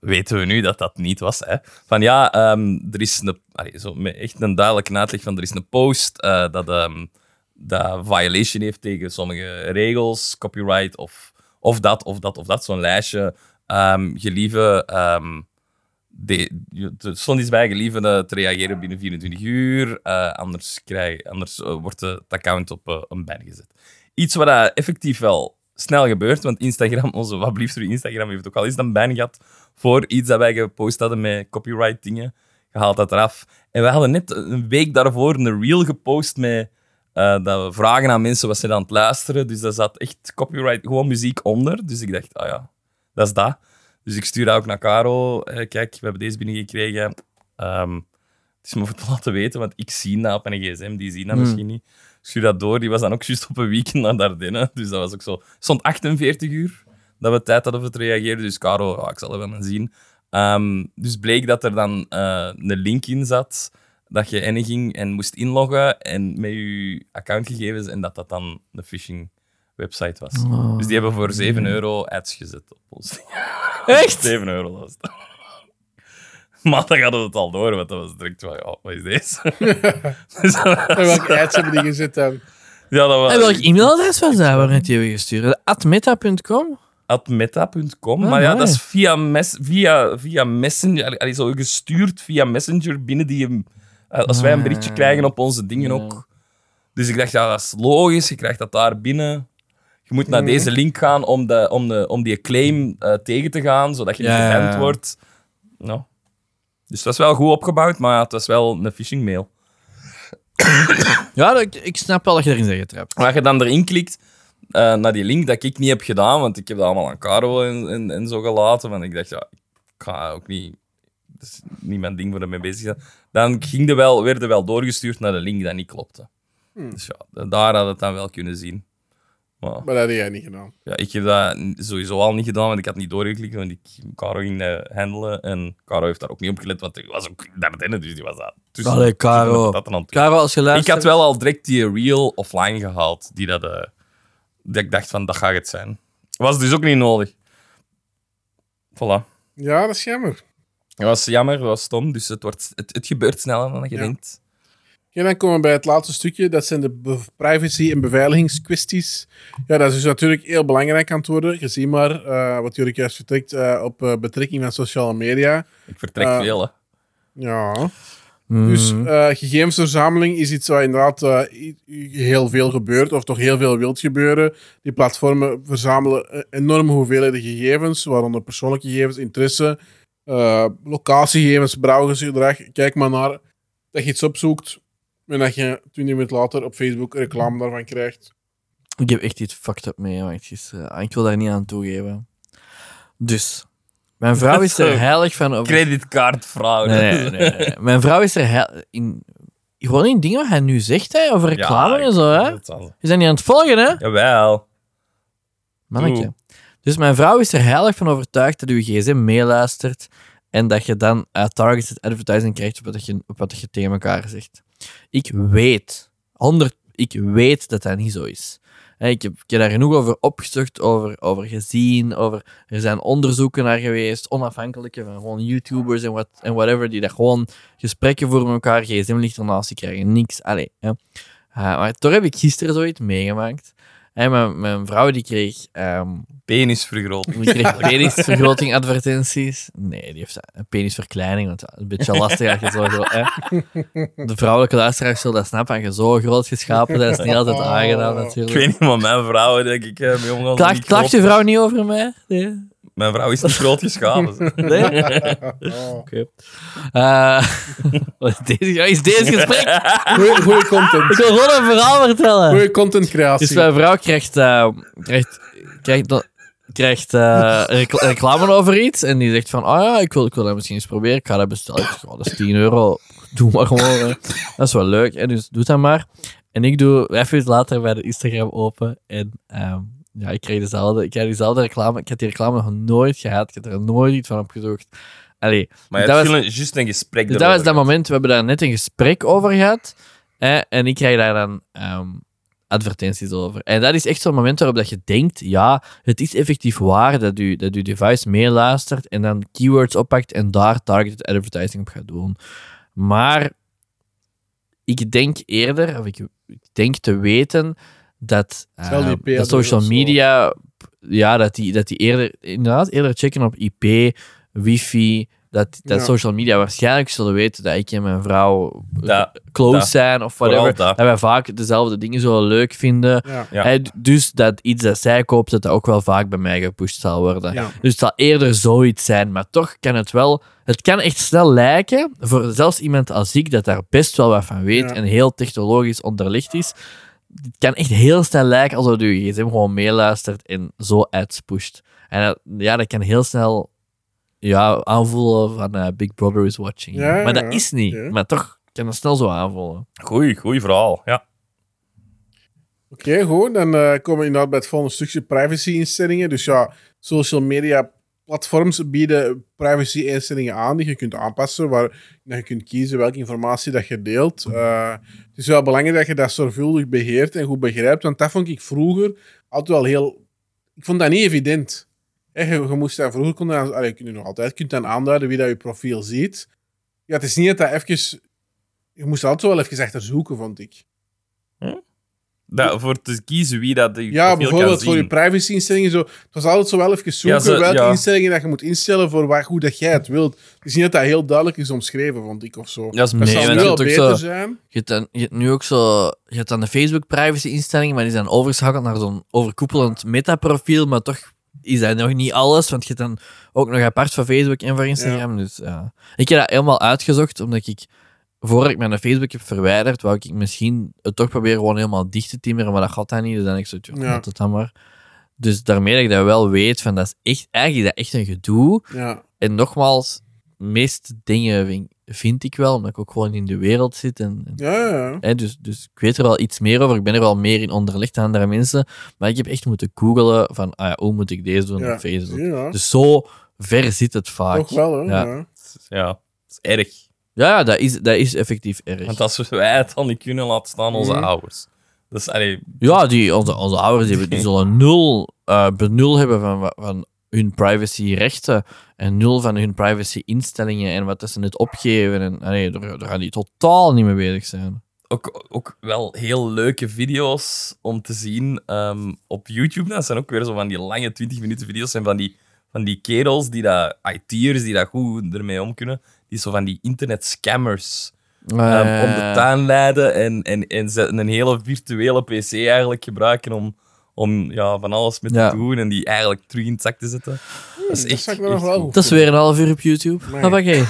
S1: Weten we nu dat dat niet was, hè? Van ja, ehm, er is een, allee, zo, met echt een duidelijke uitleg van er is een post eh, dat, ehm, dat violation heeft tegen sommige regels, copyright of, of dat, of dat, of dat, zo'n lijstje. Ehm gelieve, ehm, de, je- er stond iets bij, gelieve eh, te reageren binnen 24 uur, eh, anders, krijg, anders eh, wordt de, het account op eh, een ban gezet. Iets wat eh, effectief wel snel gebeurt, want Instagram, onze wat blieft door Instagram, heeft ook al eens een ban gehad voor iets dat wij gepost hadden met copyright dingen. Gehaald dat eraf. En we hadden net een week daarvoor een reel gepost met eh, dat we vragen aan mensen wat ze aan het luisteren. Dus daar zat echt copyright, gewoon muziek onder. Dus ik dacht, ah ja, dat is dat. Dus ik stuur dat ook naar Caro. Eh, kijk, we hebben deze binnengekregen. Ehm het is me voor te laten weten, want ik zie dat op mijn gsm, die zien dat
S2: Hmm.
S1: misschien niet. Ik stuur dat door, die was dan ook juist op een weekend naar Dardenne. Dus dat was ook zo. Het stond 48 uur. dat we tijd hadden voor te reageren. Dus Caro, ja, ik zal het wel eens zien. Ehm, dus bleek dat er dan eh, een link in zat dat je in ging en moest inloggen en met je accountgegevens en dat dat dan de phishing website was.
S2: Oh.
S1: Dus die hebben voor 7 euro ads gezet op ons. ding.
S2: Echt?
S1: 7 euro was het. Maar dan hadden we het al door, want dat was direct van, ja, wat is deze? Dus dat was-
S3: En welke ads hebben die gezet dan?
S1: ja, dat
S2: En welk
S1: was
S2: e-mailadres was dat waarin die we gestuurd? Atmeta.com?
S1: atmeta.com,
S2: Ah,
S1: maar ja, dat
S2: mooi.
S1: is via, mes, via, via Messenger, allee, zo gestuurd via Messenger binnen die... eh, als wij een berichtje
S2: Ah.
S1: krijgen op onze dingen
S2: Ja.
S1: ook. Dus ik dacht, ja, dat is logisch, je krijgt dat daar binnen. Je moet naar deze link gaan om, de, om, de, om die claim eh, tegen te gaan, zodat je niet
S2: Ja.
S1: gehand wordt. Nou. Dus dat is wel goed opgebouwd, maar ja, het was wel een phishing mail.
S2: Ja, dat- ik, ik snap wel dat je erin zegt getrapt.
S1: Maar als je dan erin klikt eh, naar die link, dat ik niet heb gedaan, want ik heb dat allemaal aan Caro en, en, en zo gelaten. Want ik dacht, ja, ik ga ook niet... Dat is niet mijn ding voor ermee bezig te zijn. Dan ging de wel, werd er wel doorgestuurd naar de link dat niet klopte. Dus ja, daar had het dan wel kunnen zien. Maar
S3: Maar dat heb jij niet gedaan.
S1: ja, ik heb dat sowieso al niet gedaan, want ik had niet doorgeklikt, want ik, Caro ging eh, handelen. En Caro heeft daar ook niet op gelet, want ik was ook daarbinnen, dus die was daar tussen.
S2: Allee, Caro.
S1: Dat en aan het doen.
S2: Karel, als je
S1: Ik
S2: luistert...
S1: had wel al direct die reel offline gehaald, die dat, eh, dat ik dacht van, dat gaat het zijn. Was dus ook niet nodig. Voilà.
S3: Ja, dat is jammer.
S1: Dat was jammer, dat was stom, dus het, wordt, het, het gebeurt sneller dan je
S3: Ja.
S1: denkt.
S3: Ja, dan komen we bij het laatste stukje. Dat zijn de be- privacy- en beveiligingskwesties. Ja, dat is dus natuurlijk heel belangrijk aan het worden. Je ziet maar, eh, wat Jurk juist vertrekt, eh, op eh, betrekking van sociale media.
S1: Ik vertrek
S3: Eh,
S1: veel, hè.
S3: Ja.
S2: Mhm.
S3: Dus eh, gegevensverzameling is iets waar inderdaad eh, i- i- heel veel gebeurt, of toch heel veel wilt gebeuren. Die platformen verzamelen eh, enorme hoeveelheden gegevens, waaronder persoonlijke gegevens, interesse, eh, locatiegegevens, browsergedrag. Kijk maar naar dat je iets opzoekt en dat je 20 minuten later op Facebook reclame daarvan krijgt.
S2: Ik heb echt iets fucked up meegemaakt gisteren. Ah, Ik wil daar niet aan toegeven. Dus, mijn vrouw is
S1: Zo.
S2: er heilig van over.
S1: Creditcardfraude.
S2: Nee, nee, nee, nee. Mijn vrouw is er heil... in... Gewoon in dingen wat hij nu zegt, hè, over
S1: Ja,
S2: reclame en
S1: ik-
S2: zo. Hè.
S1: dat zal-
S2: Je bent niet aan het volgen, hè?
S1: Jawel.
S2: Mannetje.
S1: Oeh.
S2: Dus mijn vrouw is er heilig van overtuigd dat uw gsm meeluistert en dat je dan eh, targeted advertising krijgt op wat, je, op wat je tegen elkaar zegt. Ik weet, 100, ik weet dat dat niet zo is. Hè, Ik heb, ik heb daar genoeg over opgezocht, over, over gezien, over, er zijn onderzoeken naar geweest, onafhankelijke van gewoon YouTubers en, wat, en whatever, die daar gewoon gesprekken voeren met elkaar, gsm ligt ernaast, die krijgen niks. Allee, hè. Eh, maar toch heb ik gisteren zoiets meegemaakt. Hè, mijn, mijn vrouw die kreeg, ehm,
S1: Penisvergroting.
S2: die kreeg penisvergroting advertenties. Nee, die heeft een penisverkleining, want dat is een beetje lastig als je zo groot... Hè? De vrouwelijke luisteraars zullen dat snappen, als je zo groot geschapen bent, dat is niet altijd aangenaam
S1: Oh. Ik
S2: natuurlijk.
S1: weet niet, maar mijn vrouw, denk ik, eh, mee omgaan.
S2: Klaagt
S1: Die
S2: klaagt je
S1: klopt.
S2: vrouw niet over mij? Nee.
S1: Mijn vrouw is niet groot geschapen. zeg.
S2: nee?
S3: Oh.
S2: Eh, wat is deze, wat is deze gesprek?
S3: Goede
S2: Ik
S3: content.
S2: wil gewoon een verhaal vertellen.
S3: Goeie content creatie.
S2: Dus mijn vrouw krijgt, eh, krijgt, krijgt, dat- krijgt eh, recl- reclame over iets. En die zegt van, oh ja, ik wil, ik wil dat misschien eens proberen. Ik ga dat bestellen. Ik zeg, oh, dat is 10 euro. Doe maar gewoon. hè. Dat is wel leuk. En dus doe dat maar. En ik doe even iets later bij de Instagram open. En ehm, ja, ik kreeg, dezelfde, ik kreeg diezelfde reclame. Ik had die reclame nog nooit gehad. Ik had er nooit iets van opgezocht. Allee,
S1: Maar je
S2: Dat
S1: hebt
S2: was-
S1: was... juist een gesprek
S2: dus dat
S1: erover
S2: was dat moment, we hebben daar net een gesprek over gehad. Hè, en ik krijg daar dan ehm, advertenties over. En dat is echt zo'n moment waarop dat je denkt, ja, het is effectief waar dat je dat uw device meeluistert en dan keywords oppakt en daar targeted advertising op gaat doen. Maar ik denk eerder, of ik, ik denk te weten dat, eh,
S3: Hetzelfde IP-adres
S2: dat social
S3: of zo.
S2: media, ja, dat die, dat die eerder, inderdaad, eerder checken op IP, wifi, dat, dat
S3: Ja.
S2: social media waarschijnlijk zullen weten dat ik en mijn vrouw
S1: Dat-
S2: close
S1: dat.
S2: zijn of
S1: Vooral
S2: whatever.
S1: dat.
S2: Dat wij vaak dezelfde dingen zullen leuk vinden.
S3: Ja.
S1: Ja.
S2: Hè, d- dus dat iets dat zij koopt, dat dat ook wel vaak bij mij gepusht zal worden.
S3: Ja.
S2: Dus het zal eerder zoiets zijn, maar toch kan het wel... Het kan echt snel lijken, voor zelfs iemand als ik, dat daar best wel wat van weet
S3: Ja.
S2: en heel technologisch onderlicht is. Het kan echt heel snel lijken alsof je gsm gewoon meeluistert en zo ads pusht. En dat- ja, dat kan heel snel ja, aanvoelen van eh, Big Brother is watching.
S3: Ja,
S2: maar dat
S3: ja,
S2: is niet.
S3: ja.
S2: Maar toch kan dat snel zo aanvoelen.
S1: Goeie, goeie verhaal. Ja.
S3: Oké, goed. Dan eh, komen we inderdaad bij het volgende stukje privacy-instellingen. Dus ja, social media platforms bieden privacy-instellingen aan die je kunt aanpassen, waar dat je kunt kiezen welke informatie dat je deelt. Eh, het is wel belangrijk dat je dat zorgvuldig beheert en goed begrijpt, want dat vond ik vroeger altijd wel heel... Ik vond dat niet evident. Hè, je, je moest dat vroeger... Kon dat, allee, je kunt het nog altijd je kunt dan aanduiden wie dat je profiel ziet. Ja, het is niet dat dat even... Je moest er altijd wel even achter zoeken, vond ik.
S1: Dat, voor te kiezen wie dat je
S3: Ja,
S1: profiel kan
S3: bijvoorbeeld voor je
S1: zien.
S3: privacy-instellingen. Zo, het was altijd zo wel even zoeken
S1: Ja, ze-
S3: welke
S1: ja.
S3: instellingen dat je moet instellen voor waar, hoe dat jij het wilt. Het is niet dat dat heel duidelijk is omschreven, vond ik, of zo.
S1: Dat is
S3: Dat
S2: Nee,
S3: zou
S2: want
S1: nee,
S2: je
S3: wel
S2: hebt ook
S3: beter
S2: zo-
S3: zijn.
S2: Je hebt, dan, je hebt nu ook zo... Je hebt dan de Facebook-privacy-instellingen, maar die zijn overgeschakeld naar zo'n overkoepelend metaprofiel, maar toch is dat nog niet alles, want je hebt dan ook nog apart voor Facebook en voor Instagram. Dus, ja. Ik heb dat helemaal uitgezocht, omdat ik... Voordat ik mijn Facebook heb verwijderd, wou ik misschien het toch proberen gewoon helemaal dicht te timmeren, maar dat gaat dan niet. Dus dan ik zo,
S3: Ja.
S2: ja. dat het dan maar. Dus daarmee dat ik dat wel weet, van dat is echt, eigenlijk is dat echt een gedoe.
S3: Ja.
S2: En nogmaals, de meeste dingen vind, vind ik wel, omdat ik ook gewoon in de wereld zit. En, en-
S3: Ja, ja, ja.
S2: hè, dus, dus ik weet er wel iets meer over. Ik ben er wel meer in onderlegd dan andere mensen. Maar ik heb echt moeten googelen van, ah ja, hoe moet ik deze doen
S3: Ja.
S2: op Facebook?
S3: Ja,
S2: Dus zo ver zit het vaak.
S3: toch wel, hè.
S2: Ja.
S3: Ja.
S1: Ja, dat is erg.
S2: Ja, ja, dat is, dat is effectief erg.
S1: Want als wij het dan niet kunnen laten staan, onze
S3: Mhm.
S1: ouders. Dus, allee,
S2: Ja, die, onze, onze ouders die, hebben- die zullen nul eh, benul hebben van, wa- van hun privacyrechten en nul van hun privacy-instellingen en wat dat ze net opgeven. En, ah nee, daar, daar gaan die totaal niet mee bezig zijn.
S1: ook, ook wel heel leuke video's om te zien ehm, op YouTube. Dat zijn ook weer zo van die lange 20 minuten video's. zijn van die, van die kerels, die dat, IT'ers, die dat goed ermee om kunnen. Die zo van die internet scammers ehm, om de
S2: Eh.
S1: tuin leiden en, en, en ze een hele virtuele PC eigenlijk gebruiken om, om ja, van alles mee te
S2: Ja.
S1: doen en die eigenlijk terug in het zak te zetten. dat is echt,
S3: zou Hmm, ik wel
S1: echt
S3: nog wel
S1: goed.
S3: goed
S2: Dat is weer een half uur op YouTube.
S3: Nee.
S2: Hoppakee.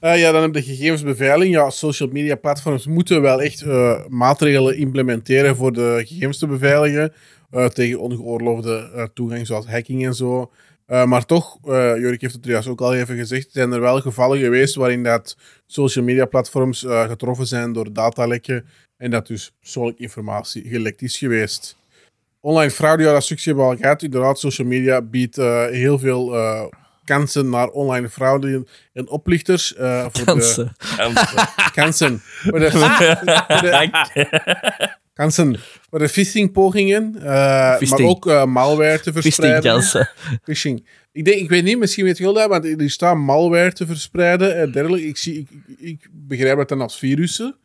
S3: Eh, ja, dan heb je gegevensbeveiliging. Ja, social media platforms moeten wel echt eh, maatregelen implementeren voor de gegevens te beveiligen. eh, tegen ongeoorloofde eh, toegang, zoals hacking en zo. Eh, maar toch, eh Jorik heeft het trouwens ook al even gezegd, zijn er wel gevallen geweest waarin dat social media platforms eh, getroffen zijn door datalekken en dat dus persoonlijke informatie gelekt is geweest. Online fraude, ja, dat stukje hebben we al gehad. Inderdaad, social media biedt eh, heel veel eh, kansen naar online fraude en oplichters. eh, voor De,
S2: Kansen.
S1: En-
S3: kansen. Voor de, voor de- kansen. Voor de phishingpogingen, eh, maar
S2: Phishing.
S3: ook eh, malware te verspreiden.
S2: Vistingkansen.
S3: Phishing. Ik denk, ik weet niet, misschien weet Hilda, want er staan malware te verspreiden en dergelijke. Ik, zie, ik, ik- ik begrijp dat dan als virussen.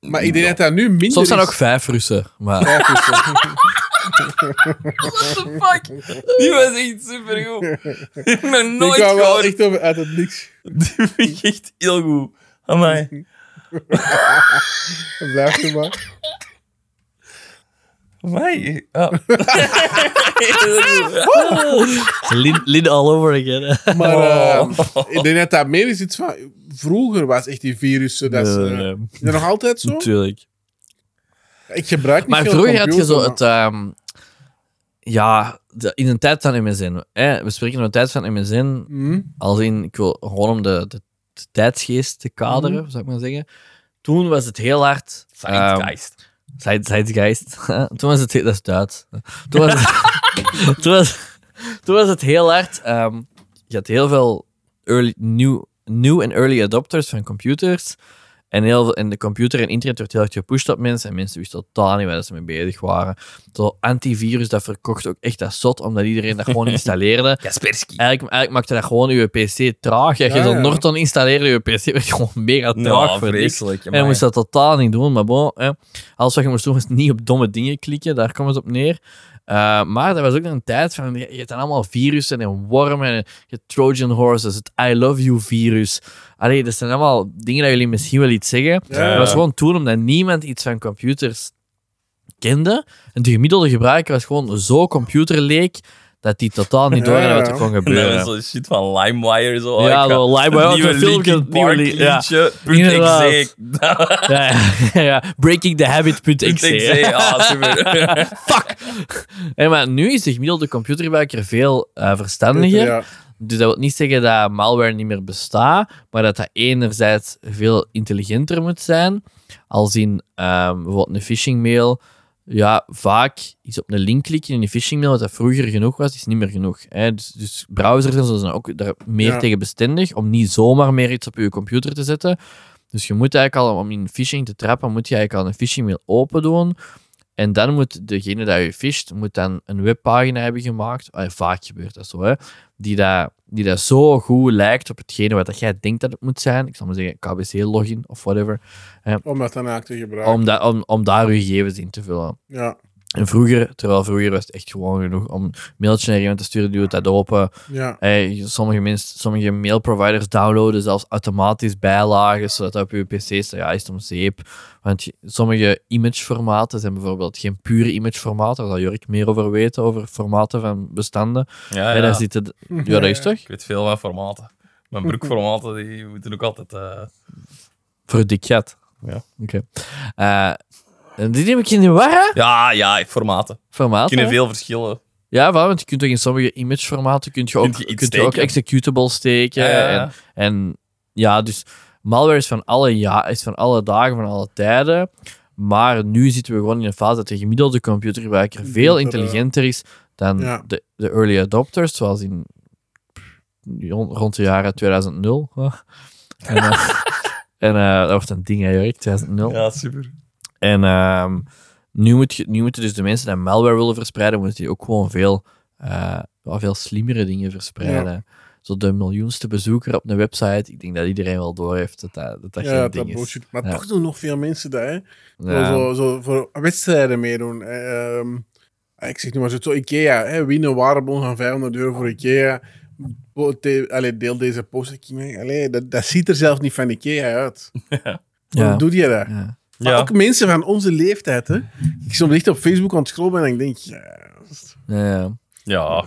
S3: Maar ik denk dat dat nu minder
S2: Soms zijn
S3: is.
S2: ook vijf Russen. Maar
S3: Ja, virussen.
S1: What the fuck? Die was echt supergoed. Ik heb nog nooit
S3: ik wou wel
S1: gehoord.
S3: echt over uit het niks.
S1: Die vind ik echt heel goed. Amai.
S3: Dat Blijft er maar.
S1: Amai. Ja.
S2: Lin, Lin all over again.
S3: Maar
S1: Oh.
S3: eh, ik denk dat dat meer is iets van... Vroeger was echt die virussen... Dat is, eh,
S2: Nee, nee,
S3: is dat nog altijd zo?
S2: Natuurlijk.
S3: Ik gebruik niet
S2: Maar
S3: veel
S2: vroeger had je
S3: computer,
S2: zo
S3: maar-
S2: het. ehm, ja, de- in een tijd van MSN. Hè? We spreken in een tijd van MSN.
S3: Hm?
S2: Als in, ik wil gewoon om de, de, de tijdsgeest te kaderen,
S3: Hmm?
S2: zou ik maar zeggen. Toen was het heel hard. ehm,
S1: Zeitgeist.
S2: Zeit- Zeitgeist. toen was het... he- Dat is Duits. Toen was het, toen was, toen was het heel hard... ehm, je had heel veel early, new, new en early adopters van computers. En, heel, veel- en de computer en internet werd heel hard gepusht op mensen. En mensen wisten totaal niet waar ze mee bezig waren. Zo antivirus, dat verkocht ook echt dat zot, omdat iedereen dat gewoon installeerde.
S1: Kaspersky.
S2: Eigenlijk, eigenlijk maakte dat gewoon je PC traag. Als je
S3: Ja,
S2: zo'n
S3: ja.
S2: Norton installeerde, je PC werd gewoon mega traag
S1: Ah, Nou,
S2: voor niks.
S1: vreselijk.
S2: En je
S1: amai.
S2: moest dat totaal niet doen. Maar bon, hè. alles wat je moest doen was niet op domme dingen klikken. Daar kwam het op neer. Eh, maar dat was ook een tijd van... Je je hebt dan allemaal virussen en wormen. En je hebt Trojan horses, het I love you virus. Allee, dat zijn allemaal dingen dat jullie misschien wel iets zeggen.
S3: Ja,
S1: Ja.
S2: Dat was gewoon toen omdat niemand iets van computers kende. En de gemiddelde gebruiker was gewoon zo computerleek dat die totaal niet
S3: Ja,
S2: door wat
S3: ja.
S2: er kon
S1: En dan was
S2: gebeuren.
S1: zo'n shit van LimeWire. Zo. Ik
S2: Ja,
S1: ga
S2: wel live.
S1: een
S2: Wat
S1: nieuwe
S2: een filmpje.
S1: Linkin
S2: het nieuwe
S1: Park
S2: lied, Ja.
S1: liedje. punt
S2: Inderdaad.
S1: exe.
S2: Ja, ja, ja. Breaking the
S1: Punt exe.
S2: habit.exe.
S1: Ja, super.
S2: Fuck! Hey, maar nu is de gemiddelde computergebruiker veel eh, verstandiger.
S3: Ja.
S2: Dus dat wil niet zeggen dat malware niet meer bestaat, maar dat dat enerzijds veel intelligenter moet zijn. Als in ehm, bijvoorbeeld een phishing mail. ja, vaak iets op een link klikken in een phishing mail, wat dat vroeger genoeg was, is niet meer genoeg. Hè. Dus, dus browsers en zo zijn ook daar meer
S3: Ja.
S2: tegen bestendig om niet zomaar meer iets op je computer te zetten. Dus je moet eigenlijk al, om in phishing te trappen, moet je eigenlijk al een phishing mail open doen. En dan moet degene dat je fisht, moet dan een webpagina hebben gemaakt. Ah, vaak gebeurt dat zo, hè. Die dat, die dat zo goed lijkt op hetgene wat dat jij denkt dat het moet zijn. Ik zal maar zeggen, KBC-login of whatever.
S3: Om dat dan eigenlijk te gebruiken.
S2: Om, dat, om, om daar je gegevens in te vullen.
S3: Ja,
S2: En vroeger, terwijl vroeger was het echt gewoon genoeg om een mailtje naar iemand te sturen, duwt dat open.
S3: ja.
S2: Hey, sommige, mensen, sommige mailproviders downloaden zelfs automatisch bijlagen, zodat dat op je pc staat. Ja, is het om zeep. Want je- sommige imageformaten zijn bijvoorbeeld geen pure imageformaten. Daar zal Jurk meer over weten, over formaten van bestanden.
S1: Ja,
S2: Hey,
S1: Ah, ja.
S2: daar zitten, ja, dat is toch?
S1: Ik weet veel van formaten. Mijn broekformaten die moeten ook altijd... eh,
S2: Voor dik gat.
S1: Ja.
S2: Oké. Eh, en die neem ik in de war, hè?
S1: Ja, ja, formaten. Er
S2: Formaten.
S1: kunnen
S2: hè?
S1: veel verschillen.
S2: Ja, wel, want je kunt ook in sommige imageformaten kun je ook,
S1: Kunt je iets
S2: kunt je ook
S1: steken.
S2: executable steken.
S1: Ja, ja, ja.
S2: En, en ja, dus malware is van, alle ja, is van alle dagen, van alle tijden. Maar nu zitten we gewoon in een fase dat de gemiddelde computergebruiker veel
S3: eh,
S2: intelligenter is dan
S3: ja.
S2: de, de early adopters, zoals in rond, rond de jaren 2000. hè. En, eh, en eh, dat wordt een ding, hè, Jurk, 2000.
S1: Ja, super.
S2: En ehm, nu, moet je, nu moeten dus de mensen die malware willen verspreiden, moeten die ook gewoon veel, eh, wel veel slimmere dingen verspreiden. Zo de miljoenste bezoeker op een website, ik denk dat iedereen wel doorheeft dat dat, dat, dat
S3: Ja,
S2: geen
S3: dat
S2: ding is.
S3: bullshit. Maar
S2: Ja.
S3: toch doen nog veel mensen dat, hè.
S2: Ja.
S3: Zo, zo voor wedstrijden meedoen. Eh, ehm, ik zeg nu maar zo, zo Ikea. Hè, win een warenbon van 500 euro voor Ikea. Bo- de- allee, deel deze post. Ik denk, Allee, dat, dat ziet er zelf niet van Ikea uit. Hoe
S2: Ja.
S3: doe je dat?
S2: Ja.
S3: Maar
S1: Ja.
S3: ook mensen van onze leeftijd. Hè. Ik soms echt op Facebook aan het scrollen ben en ik denk... Ja,
S2: Ja, ja.
S1: Ja,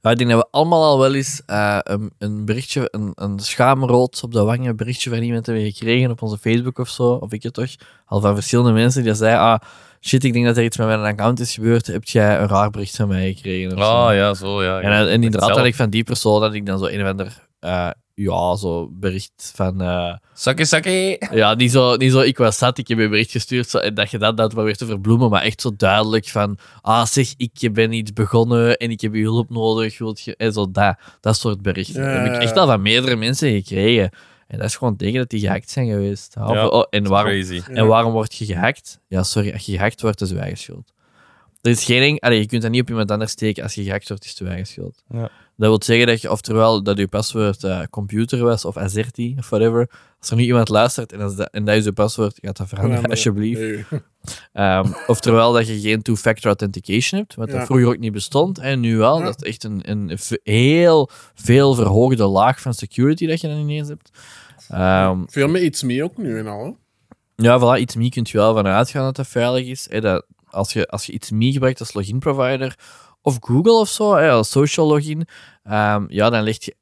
S2: Ja, ik denk dat we allemaal al wel eens eh, een, een berichtje, een, een schaamrood op de wangen berichtje van iemand hebben gekregen op onze Facebook of zo, of ik het toch, al van verschillende mensen die zeiden, ah, shit, ik denk dat er iets met mijn account is gebeurd, heb jij een raar bericht van mij gekregen of zo.
S1: ah, ja zo, ja.
S2: En, eh, en inderdaad
S1: zelf.
S2: had ik van die persoon dat ik dan zo een of ander eh, ja, zo bericht van... eh,
S1: Sakkie, sakkie.
S2: ja, niet zo, niet zo ik was zat, ik heb je een bericht gestuurd zo, en dat je dat, dat maar weer te verbloemen, maar echt zo duidelijk van ah zeg, ik ben iets begonnen en ik heb je hulp nodig, wilt je... En zo dat, dat soort berichten.
S3: Ja,
S2: dat heb
S3: ja,
S2: ik echt
S3: ja.
S2: al van meerdere mensen gekregen. En dat is gewoon tegen dat die gehackt zijn geweest. Ja,
S1: Ja,
S2: of- oh, en waarom
S1: Crazy.
S3: ja.
S2: en waarom word je gehackt? Ja, sorry, als je gehackt wordt, is je eigen schuld. Er is geen enkel... Allee, je kunt dat niet op iemand anders steken. Als je gehackt wordt, is het je eigen schuld.
S1: Ja.
S2: Dat wil zeggen dat je, oftewel, dat je paswoord eh, computer was of azerty of whatever. Als er nu iemand luistert en, als dat, en dat is je paswoord, gaat dat veranderen,
S3: Veranderen.
S2: alsjeblieft.
S3: nee.
S2: Ehm, oftewel dat je geen two-factor authentication hebt, wat
S3: Ja.
S2: dat vroeger ook niet bestond en nu wel.
S3: Ja.
S2: Dat is echt een, een v- heel veel verhoogde laag van security dat je dan ineens hebt. Ehm,
S3: Veel meer iets meer ook nu en al. hè.
S2: ja, voilà, iets mee kunt je wel van uitgaan dat dat veilig is. Hè, dat, als, je, als je iets mee gebruikt als login provider, of Google of zo, hè, als social login, ehm, ja, dan leg je.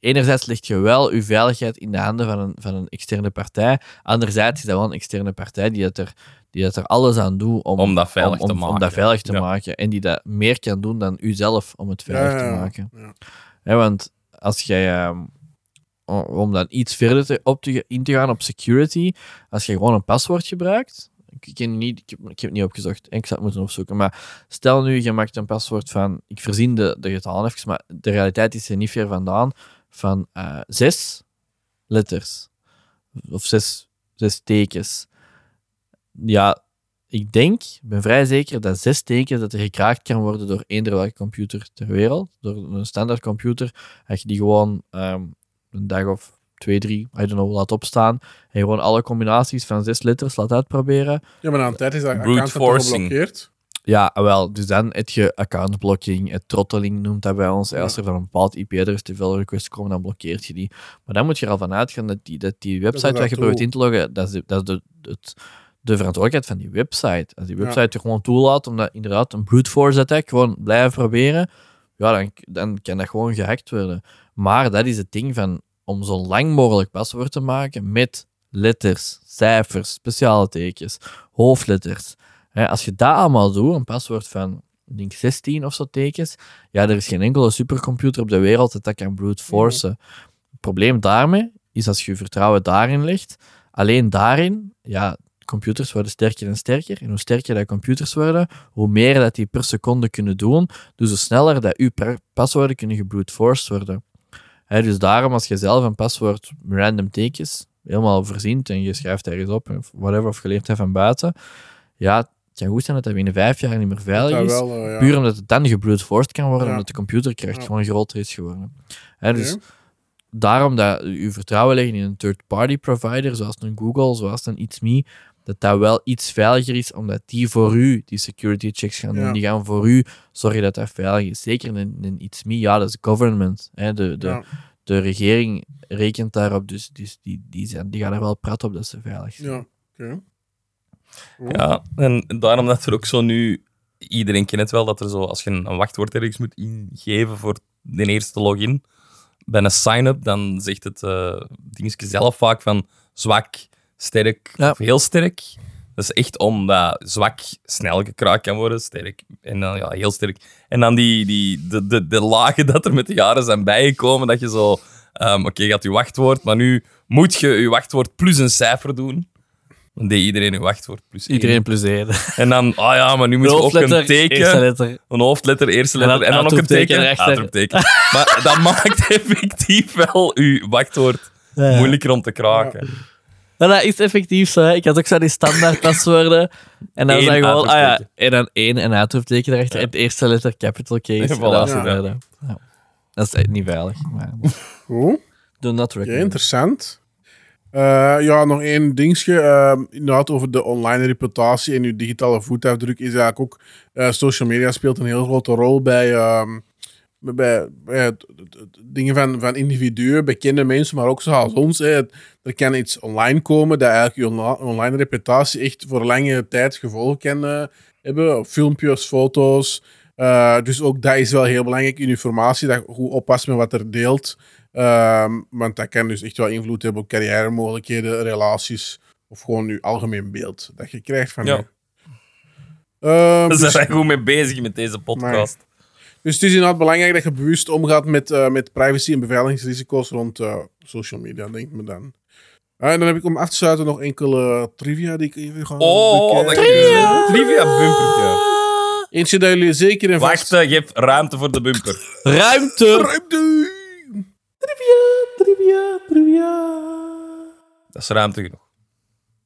S2: Enerzijds leg je wel je veiligheid in de handen van een, van een externe partij. Anderzijds is dat wel een externe partij die dat er, die dat er alles aan doet om,
S1: Om dat veilig
S2: om-
S1: te
S2: om-
S1: maken.
S2: Om dat veilig te
S1: Ja.
S2: maken. En die dat meer kan doen dan u zelf om het veilig
S3: Ja, ja,
S2: te
S3: ja.
S2: maken.
S3: Ja.
S2: Hè, want als jij. ehm, o- om dan iets verder te, op te, in te gaan op security, als je gewoon een paswoord gebruikt. Ik, ik, ken niet, ik, heb, ik heb het niet opgezocht en ik zou het moeten opzoeken. Maar stel nu, je maakt een paswoord van. Ik verzin de, de getalen even, maar de realiteit is er niet ver vandaan. Van eh, zes letters. Of zes, zes tekens. Ja, ik denk, ik ben vrij zeker dat zes tekens dat er gekraakt kan worden door eender welke computer ter wereld, door een standaard computer, dat je die gewoon ehm, een dag of twee, drie, I don't know, laat opstaan en gewoon alle combinaties van zes letters laat uitproberen.
S3: Ja, maar aan de tijd is dat
S1: Brute
S3: account toch
S1: forcing.
S3: geblokkeerd.
S2: Ja, wel, dus dan heb je accountblocking, het trotteling noemt dat bij ons. En Als
S3: Ja.
S2: er van een bepaald IP-adres te veel requests komen, dan blokkeert je die. Maar dan moet je er al van uitgaan dat die, dat die website
S3: dat
S2: waar je
S3: tool-
S2: probeert in te loggen, dat is, de- dat is de, het, de verantwoordelijkheid van die website. Als die
S3: Ja.
S2: website er gewoon toelaat, omdat inderdaad een brute force attack, gewoon blijven proberen, ja, dan, dan kan dat gewoon gehackt worden. Maar dat is het ding van om zo lang mogelijk paswoord te maken met letters, cijfers, speciale tekens, hoofdletters. Hè, als je dat allemaal doet, een paswoord van ik denk 16 of zo tekens, ja, er is geen enkele supercomputer op de wereld dat dat kan brute forcen. Het probleem daarmee is als je je vertrouwen daarin legt, alleen daarin, ja, computers worden sterker en sterker. En hoe sterker dat computers worden, hoe meer dat die per seconde kunnen doen. Dus hoe sneller dat uw per- paswoorden kunnen gebrute-forced worden. Hè, dus daarom, als je zelf een paswoord random tekens, helemaal voorziet en je schrijft ergens op, of whatever, of geleerd hebt van buiten, ja, het kan goed zijn dat dat binnen vijf jaar niet meer veilig
S3: Dat
S2: is.
S3: wel, eh, ja.
S2: Puur omdat het dan gebrute-forced kan worden,
S3: Ja.
S2: omdat de computerkracht
S3: Ja.
S2: gewoon groter is geworden. Hè, dus
S3: Oké.
S2: daarom dat je vertrouwen leggen in een third-party provider, zoals een Google, zoals een It's Me, dat dat wel iets veiliger is, omdat die voor u die security checks gaan doen.
S3: Ja.
S2: Die gaan voor u zorgen dat dat veilig is. Zeker in, in It's Me, ja, dat is government. Hè? De, de,
S3: Ja.
S2: de regering rekent daarop, dus, dus die, die, zijn, die gaan er wel prat op dat ze veilig zijn.
S3: Ja, oké. Oh,
S1: Ja, en daarom dat er ook zo nu... Iedereen kent het wel, dat er zo, als je een een wachtwoord ergens moet ingeven voor de eerste login, bij een sign-up, dan zegt het eh dingetje zelf vaak van zwak, sterk
S2: Ja.
S1: of heel sterk. Dat is echt omdat zwak snel gekraakt kan worden, sterk en dan ja, heel sterk. En dan die, die, de, de, de lagen dat er met de jaren zijn bijgekomen, dat je zo, ehm, oké, je gaat je wachtwoord, maar nu moet je je wachtwoord plus een cijfer doen. Dan deed iedereen je wachtwoord plus één.
S2: Iedereen plus één.
S1: En dan, ah ja, maar nu moet je ook een
S2: eerste
S1: teken.
S2: letter.
S1: Een hoofdletter, eerste
S2: En
S1: letter.
S2: dan
S1: En dan ook een
S2: uitroepteken
S1: teken.
S2: erachter.
S1: Uitroepteken. Maar dat maakt effectief wel uw wachtwoord
S2: Ja.
S1: moeilijker om te kraken.
S2: Maar dat is effectief zo. hè. Ik had ook zo die standaard paswoorden. En dan
S1: Eén
S2: zei gewoon, ah ja,
S1: uitroepteken.
S2: en dan één en uitroepteken erachter. En het eerste letter capital case.
S1: Ja,
S2: en
S1: voilà.
S2: dat is
S3: Ja.
S2: het verder. Ja. Dat is echt niet veilig. Maar
S3: Goed.
S2: do not
S3: oh, Oké,
S2: recommend.
S3: interessant. Eh, ja, nog één dingetje. eh, inderdaad, over de online reputatie en uw digitale voetafdruk is eigenlijk ook... eh, social media speelt een heel grote rol bij... ehm, bij, bij het- het- het dingen van, van individuen, bekende mensen, maar ook zoals ons. Hè. Het- Er kan iets online komen dat eigenlijk je onla- online reputatie echt voor lange tijd gevolgen kan eh, hebben. Filmpjes, foto's. Eh, dus ook dat is wel heel belangrijk in informatie, dat je goed oppast met wat er deelt. Ehm, want dat kan dus echt wel invloed hebben op carrière-mogelijkheden, relaties of gewoon je algemeen beeld dat je krijgt van
S1: Ja.
S3: je. Ehm,
S1: Daar
S3: dus-
S1: zijn wij goed mee bezig met deze podcast.
S3: dus het is inderdaad belangrijk dat je bewust omgaat met, eh, met privacy en beveiligingsrisico's rond eh, social media, denk ik me dan. Ah, en dan heb ik om af te sluiten nog enkele eh, trivia die ik even ga
S1: Oh, dat
S3: bekijken.
S1: trivia. trivia bumpertje.
S3: Eentje dat jullie zeker en
S1: Wacht,
S3: vast...
S1: eh, je hebt ruimte voor de bumper.
S2: Ruimte!
S3: Ruimte!
S1: Dat is ruimte genoeg.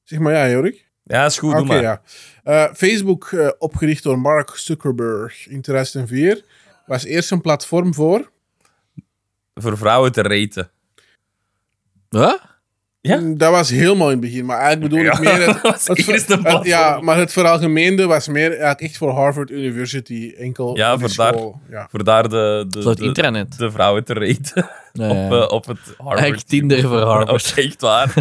S3: Zeg maar ja, Jorik. Ah,
S1: Ja, is goed,
S3: Oké,
S1: doe maar.
S3: ja. Eh, Facebook, eh, opgericht door Mark Zuckerberg in 2004, was eerst een platform voor...
S1: Voor vrouwen te reten.
S2: Huh?
S1: Ja.
S3: Mm, Dat was helemaal in het begin, maar eigenlijk bedoel ik
S1: Ja,
S3: meer... Het,
S1: dat was
S3: het ver-
S1: eerst een
S3: het-
S1: platform.
S3: ja, maar het veralgemeende was meer eigenlijk echt voor Harvard University, enkel
S1: Ja,
S3: voor
S1: voor daar.
S3: Ja.
S1: Voor daar de, de,
S2: Zo'n
S1: de,
S2: intranet.
S1: de vrouwen te reten.
S2: Ja,
S1: op,
S2: ja.
S1: eh, op het Harvard.
S2: Eigenlijk Tinder voor Harvard.
S1: Oh, echt waar.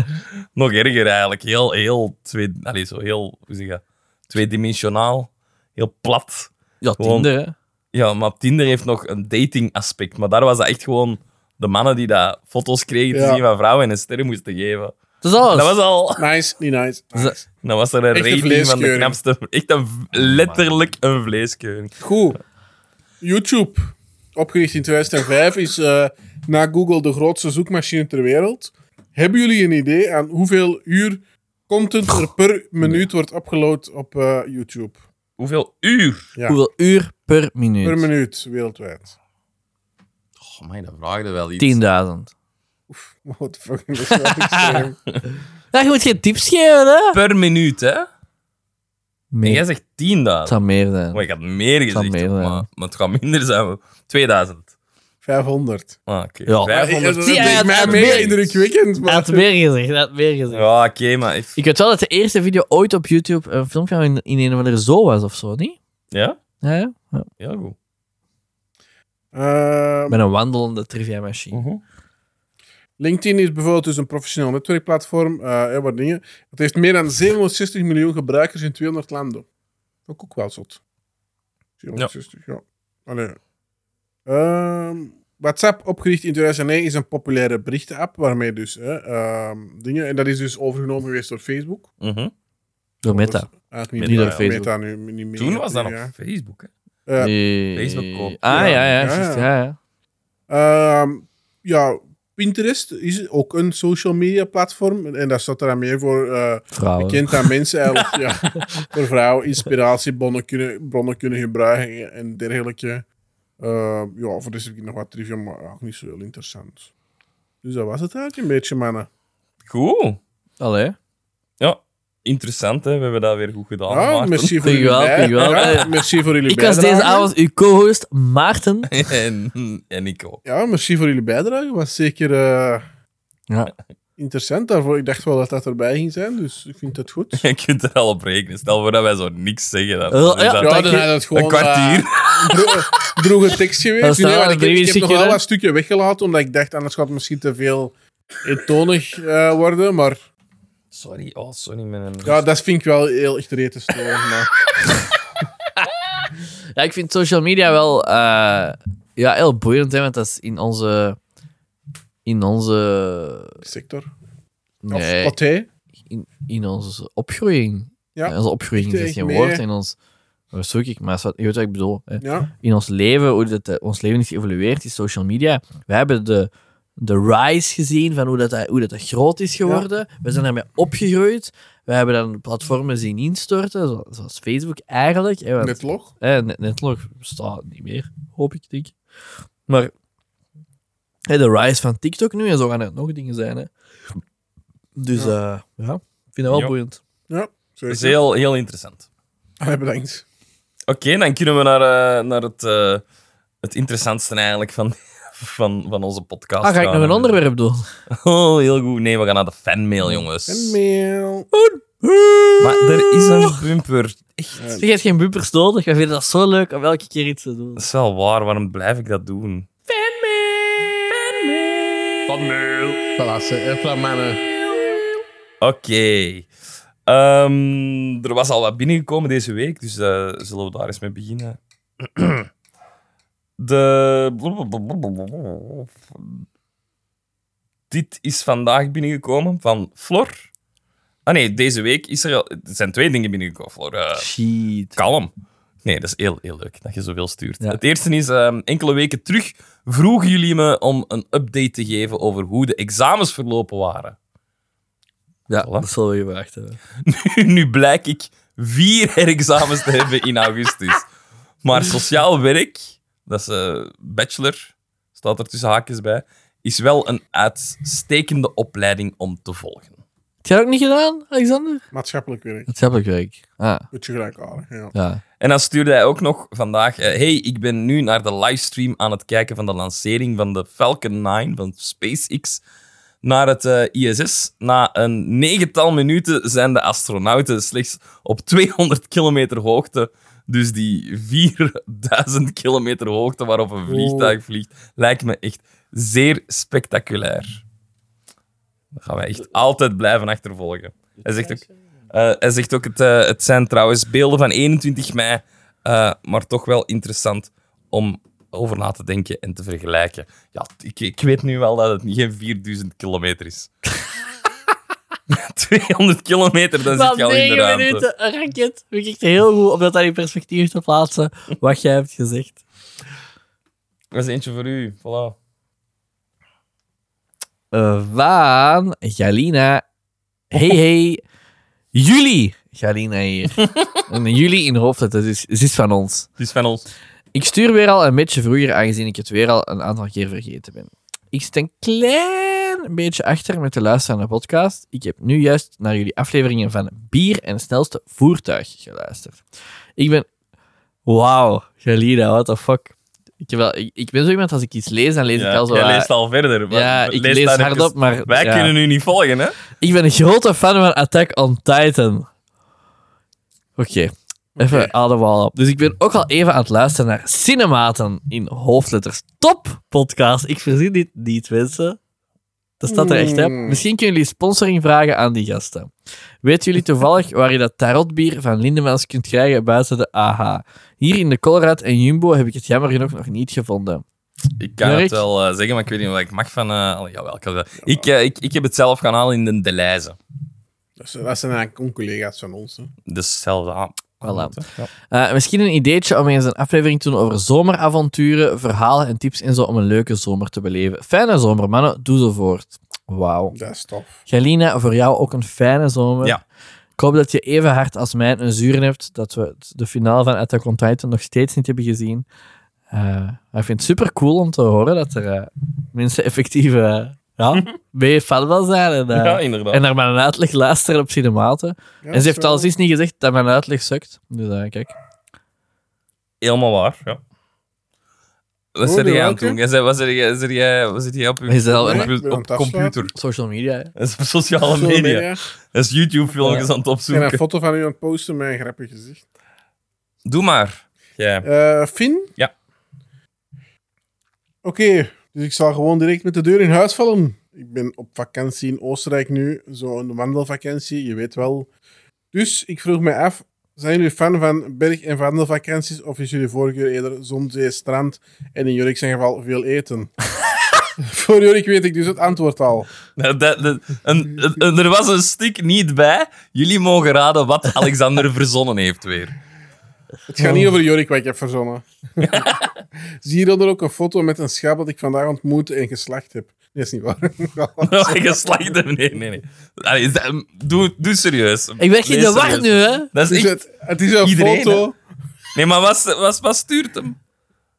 S1: Nog erger eigenlijk. Heel, heel, twee, allee, zo heel hoe zeg je, dat? tweedimensionaal. Heel plat.
S2: Ja,
S1: Gewoon-
S2: Tinder, hè.
S1: Ja, maar Tinder heeft nog een dating aspect. Maar daar was dat echt gewoon de mannen die daar foto's kregen te
S3: Ja.
S1: zien van vrouwen en een sterren moesten geven.
S2: Dat is alles.
S1: Dat was al...
S3: Nice, niet nice. nice.
S2: Z-
S1: Dan was er een
S3: Echt een
S1: rating van de
S3: vleeskeuring.
S1: knapste... Echt een, v- letterlijk een vleeskeuring.
S3: Goed. YouTube, opgericht in 2005, is eh, na Google de grootste zoekmachine ter wereld. Hebben jullie een idee aan hoeveel uur content er per minuut wordt opgeload op eh, YouTube?
S1: Hoeveel uur?
S3: Ja.
S2: Hoeveel uur per minuut?
S3: Per minuut, wereldwijd.
S1: Oh, man, dat vraagde wel iets.
S2: 10.000.
S3: What the fuck, dat is wel extreem.
S2: Ja, je moet geen tips geven, hè?
S1: Per minuut, hè? En jij
S2: Meer.
S1: zegt 10.000.
S2: Het zou meer zijn.
S1: Maar ik had meer
S2: zal
S1: gezegd,
S2: meer
S1: maar,
S2: zijn.
S1: maar het gaat minder zijn. 2000.
S3: 500.
S1: Ah, oké.
S2: Ja.
S3: Eh, dat
S1: 500.
S2: Zie je,
S3: is
S2: het-
S3: mij
S2: het
S3: meer
S2: meer-
S3: indrukwekkend.
S2: Hij
S3: Maar...
S2: had meer gezegd, hij had meer gezegd.
S1: Ja, oké, maar... ik-
S2: Ik weet wel dat de eerste video ooit op YouTube een filmpje van in, in een of andere zoo was of zo, niet?
S1: Ja?
S2: Ja, ja. Ja.
S1: Ja, goed.
S3: Ehm,
S2: Met een wandelende trivia machine.
S3: LinkedIn is bijvoorbeeld dus een professioneel netwerkplatform. eh, en wat dingen. Het heeft meer dan 760 miljoen gebruikers in 200 landen. Ook, ook wel zot. 760, ja. Allee. Ehm, WhatsApp, opgericht in 2009, is een populaire berichtenapp. Waarmee dus hè, ehm, dingen. En dat is dus overgenomen geweest door Facebook.
S1: Mhm.
S2: Door Meta.
S3: Eigenlijk
S1: Niet
S3: Meta,
S1: door
S2: Facebook.
S3: Meta nu, niet meer.
S1: Toen was dat
S3: Ja.
S1: op Facebook, hè?
S3: Ja.
S2: Die-
S1: Facebook koop.
S2: Ah, ja, ja.
S3: Ja,
S2: juist,
S3: ja.
S2: ja, ja.
S3: Ehm, ja, Pinterest is ook een social media platform. En- En daar staat er dan meer voor eh,
S2: Vrouwen.
S3: Bekend aan mensen eigenlijk, ja. Voor vrouwen inspiratiebronnen kunnen, bronnen kunnen gebruiken en dergelijke. Eh, ja, voor de rest heb ik nog wat trivia, maar ook niet zo heel interessant. Dus dat was het eigenlijk een beetje, mannen.
S1: Cool.
S2: Allee.
S1: Ja, interessant, hè. We hebben dat weer goed
S2: Oh,
S1: gedaan.
S3: Ah,
S1: Maarten.
S3: merci voor
S2: Dank
S3: jullie
S2: je wel,
S3: bij-
S2: dank je wel.
S3: Ja,
S2: Eh,
S3: merci voor jullie
S2: Ik was
S3: bijdrage.
S2: deze avond uw co-host Maarten.
S1: en, en ik ook.
S3: Ja, merci voor jullie bijdrage. Was zeker eh,
S2: Ja.
S3: interessant daarvoor. Ik dacht wel dat dat erbij ging zijn, dus ik vind het goed.
S1: Je kunt er al op rekenen. Stel voor dat wij zo niks zeggen. Dan,
S2: Eh,
S1: dan is
S2: ja.
S1: dat
S3: Ja,
S2: dank
S3: dan
S2: je.
S3: had het gewoon...
S1: een kwartier.
S3: eh, droge, droge tekst
S2: Dat
S3: geweest.
S2: is
S3: Nee,
S2: wel
S3: maar
S2: een
S3: ik, heb- ik heb nog wel
S2: driehoekje,
S3: een stukje weggelaten, omdat ik dacht, anders gaat het misschien te veel eentonig eh, worden. Maar
S1: Sorry, oh, sorry. Mijn...
S3: ja, dat vind ik wel heel echt reet te storen. Maar.
S2: ja, ik vind social media wel eh, ja, heel boeiend, hè, want dat is in onze... In onze...
S3: Sector. Of
S2: Nee,
S3: paté.
S2: in, in onze opgroeiing.
S3: Ja.
S2: Ja. onze opgroeiing
S3: Ik
S2: is geen
S3: mee.
S2: woord. In ons... Waar zoek ik? Maar je weet wat ik bedoel. Hè.
S3: Ja.
S2: in ons leven, hoe dat, eh, ons leven is geëvolueerd, is social media. We hebben de, de rise gezien van hoe dat, dat- hoe dat, dat groot is geworden. We zijn daarmee opgegroeid. We hebben dan platformen zien instorten, zo- zoals Facebook eigenlijk. hè, want-
S3: Met log.
S2: eh, net, netlog bestaat niet meer, hoop ik, denk ik. Maar hè, de rise van TikTok nu, en zo gaan er nog dingen zijn. Hè. Dus ja, ja ik vind dat wel
S1: Ja.
S2: boeiend.
S3: Ja,
S1: Dat is
S3: zeker.
S1: heel, heel interessant.
S3: Ah, bedankt.
S1: Oké, dan kunnen we naar, eh, naar het, eh, het interessantste eigenlijk van, van, van onze podcast
S2: Ah, ga ik
S1: gaan.
S2: nog een onderwerp doen?
S1: Oh, heel goed. Nee, we gaan naar de fanmail, jongens.
S3: En mail.
S1: Maar er is een bumper. Echt.
S3: Ja.
S2: Je hebt geen bumpers nodig. We vinden dat zo leuk om elke keer iets te doen.
S1: Dat is wel waar. Waarom blijf ik dat doen?
S3: Voilà, ze- eh, mannen.
S1: Oké. Ehm, er was al wat binnengekomen deze week, dus eh, zullen we daar eens mee beginnen. De... Dit is vandaag binnengekomen van Flor. Ah nee, deze week is er... al- Er zijn twee dingen binnengekomen, Flor. Eh,
S2: Shit.
S1: kalm. Nee, dat is heel, heel leuk dat je zoveel stuurt.
S2: Ja.
S1: Het eerste is, ehm, enkele weken terug vroegen jullie me om een update te geven over hoe de examens verlopen waren.
S2: Ja,
S1: Voilà.
S2: dat zullen we gewacht hebben.
S1: Nu, nu blijk ik vier herexamens te hebben in augustus. Maar sociaal werk, dat is eh, bachelor, staat er tussen haakjes bij, is wel een uitstekende opleiding om te volgen.
S2: Heb jij dat ook niet gedaan, Alexander?
S3: Maatschappelijk werk.
S2: Maatschappelijk werk. Ah,
S3: Moet je gelijk halen. Ja.
S2: ja.
S1: En dan stuurde hij ook nog vandaag... eh, hey, ik ben nu naar de livestream aan het kijken van de lancering van de Falcon 9 van SpaceX naar het eh, ISS. Na een negental minuten zijn de astronauten slechts op 200 kilometer hoogte. Dus die 4000 kilometer hoogte waarop een vliegtuig vliegt, lijkt me echt zeer spectaculair. Dat gaan wij echt altijd blijven achtervolgen. Hij zegt ook, eh, hij zegt ook het, eh, het zijn trouwens beelden van 21 mei, eh, maar toch wel interessant om over na te denken en te vergelijken. Ja, t- ik, ik weet nu wel dat het niet geen 4000 kilometer is. 200 kilometer, dan zit je al in de ruimte.
S2: minuten, een raket. Vind ik echt heel goed om dat dan in perspectief te plaatsen, wat jij hebt gezegd.
S1: Dat is eentje voor u. Voilà.
S2: Eh, Waan, Galina. Hey, hey. Jullie. Galina hier. en jullie in hoofdletters, dus ze is van ons.
S1: Het is van ons.
S2: Ik stuur weer al een beetje vroeger, aangezien ik het weer al een aantal keer vergeten ben. Ik zit een klein beetje achter met de luisteren naar de podcast. Ik heb nu juist naar jullie afleveringen van Bier en Snelste Voertuig geluisterd. Ik ben... Wauw, Galina, what the fuck. Ik, heb wel, ik, ik ben zo iemand, als ik iets lees, dan lees ik
S1: Ja,
S2: al zo...
S1: jij
S2: wat-
S1: leest al verder. maar
S2: ja, ik
S1: lees
S2: lees
S1: daar even-
S2: hardop, maar...
S1: Wij
S2: ja.
S1: kunnen u niet volgen, hè?
S2: Ik ben een grote fan van Attack on Titan. Oké, even
S3: Oké.
S2: ademhalen op. Dus ik ben ook al even aan het luisteren naar Cinematen in hoofdletters. Top podcast. Ik verzin dit niet, mensen. Dat staat er echt, hè.
S3: Mm.
S2: Misschien kunnen jullie sponsoring vragen aan die gasten. Weten jullie toevallig waar je dat tarotbier van Lindemans kunt krijgen buiten de AH? Hier in de Colorado en Jumbo heb ik het jammer genoeg nog niet gevonden.
S1: Ik kan
S2: Dirk?
S1: het wel eh, zeggen, maar ik weet niet wat ik mag van... eh, allee, jawel, ik, kan wel. ik, eh, ik, ik heb het zelf gaan halen in de Deleuze.
S3: Dat zijn dat zijn eigenlijk collega's van ons. Hè.
S1: Dus zelfs aan.
S2: Voilà.
S1: Ja.
S2: Eh, misschien een ideetje om eens een aflevering te doen over zomeravonturen, verhalen en tips en zo om een leuke zomer te beleven. Fijne zomer, mannen. Doe zo voort. Wauw.
S3: Dat is tof.
S2: Galina, voor jou ook een fijne zomer.
S1: Ja.
S2: Ik hoop dat je even hard als mij een zuren hebt dat we het- de finale van Attack on Titan nog steeds niet hebben gezien. Eh, maar ik vind het super cool om te horen dat er eh, mensen effectief eh, ja, mee fan van zijn. En, eh,
S1: ja, inderdaad.
S2: en naar mijn uitleg luisteren op cinematen.
S3: Ja,
S2: en ze heeft
S3: zo.
S2: al sinds niet gezegd dat mijn uitleg sukt. Dus eh, kijk.
S1: Helemaal waar, ja. Wat
S3: Oh,
S1: zit
S3: die
S1: jij aan het
S3: welke?
S1: doen? Jij zei- Wat zit jij- zit jij- wat zit jij op je
S2: Is dat al-
S1: op
S3: Nee, ik
S1: je-
S3: ben aan
S1: op
S3: het afsluiten.
S1: computer?
S2: Social media. hè.
S1: Dat is op sociale
S3: Social
S1: media. Dat is YouTube-filmpjes
S2: Ja.
S1: aan het
S3: En
S1: opzoeken.
S3: een foto van u aan het posten met een grappig gezicht.
S1: Doe maar. Ja.
S3: Eh Finn?
S1: Ja.
S3: Oké, dus ik zal gewoon direct met de deur in huis vallen. Ik ben op vakantie in Oostenrijk nu, zo'n wandelvakantie, je weet wel. Dus ik vroeg mij af, zijn jullie fan van berg- en wandelvakanties of is jullie voorkeur eerder zon, zee, strand en in Jorik zijn geval veel eten? Voor Jorik weet ik dus het antwoord al.
S1: Dat, Nou, dat- dat- een, een- een- er was een stuk niet bij. Jullie mogen raden wat Alexander verzonnen heeft weer.
S3: Het gaat niet over Jorik wat ik heb verzonnen. Zie hieronder ook een foto met een schaap dat ik vandaag ontmoet en geslacht heb. Nee, is niet waar.
S1: Oh, Geslacht hebben. Nee, nee, nee. Allee, is dat- doe, doe serieus.
S2: Ik ben geen
S1: Lees
S2: de war
S1: serieus.
S2: nu, hè?
S1: Dat is
S3: Het is,
S1: echt...
S3: Dus het, het is een
S1: Iedereen,
S3: foto.
S1: Nee, maar wat, wat, wat stuurt hem?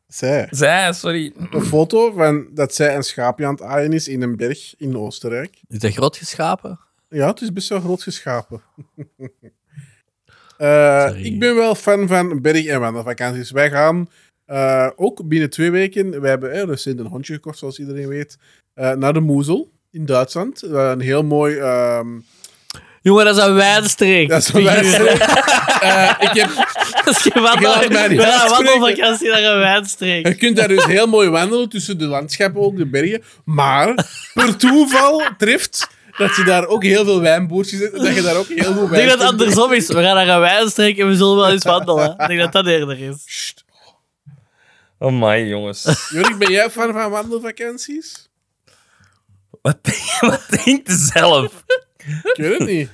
S3: Zij.
S1: Zij, sorry.
S3: Een foto van dat zij een schaapje aan het aaien is in een berg in Oostenrijk.
S2: Is dat groot geschapen?
S3: Ja, het is best wel groot geschapen. Eh,
S2: Sorry.
S3: ik ben wel fan van berg- en wandelvakanties. Wij gaan eh, ook binnen twee weken, wij hebben eh, recent een hondje gekocht, zoals iedereen weet, eh, naar de Moezel in Duitsland. Eh, een heel mooi... ehm,
S2: Jongen, dat is een wijnstreek.
S3: dat is een wijnstreek. Eh, ik heb
S2: Dat is geen wandel-
S3: Ik laat mij niet
S2: Ja,
S3: uitspreken.
S2: wandelvakantie naar een
S3: Je
S2: wijnstreek.
S3: kunt daar dus heel mooi wandelen tussen de landschappen, ook de bergen. Maar per toeval treft dat je daar ook heel veel wijnboertjes hebt. en Dat je daar ook heel veel
S2: Ik denk
S3: wijn
S2: dat het
S3: kunt
S2: andersom is. We gaan naar een wijnstreek en we zullen wel eens wandelen. Ik denk dat dat eerder is.
S3: Sst.
S1: Oh my jongens.
S3: Jorik, ben jij fan van wandelvakanties?
S1: Wat, denk- wat denkt zelf?
S3: Ik weet het niet.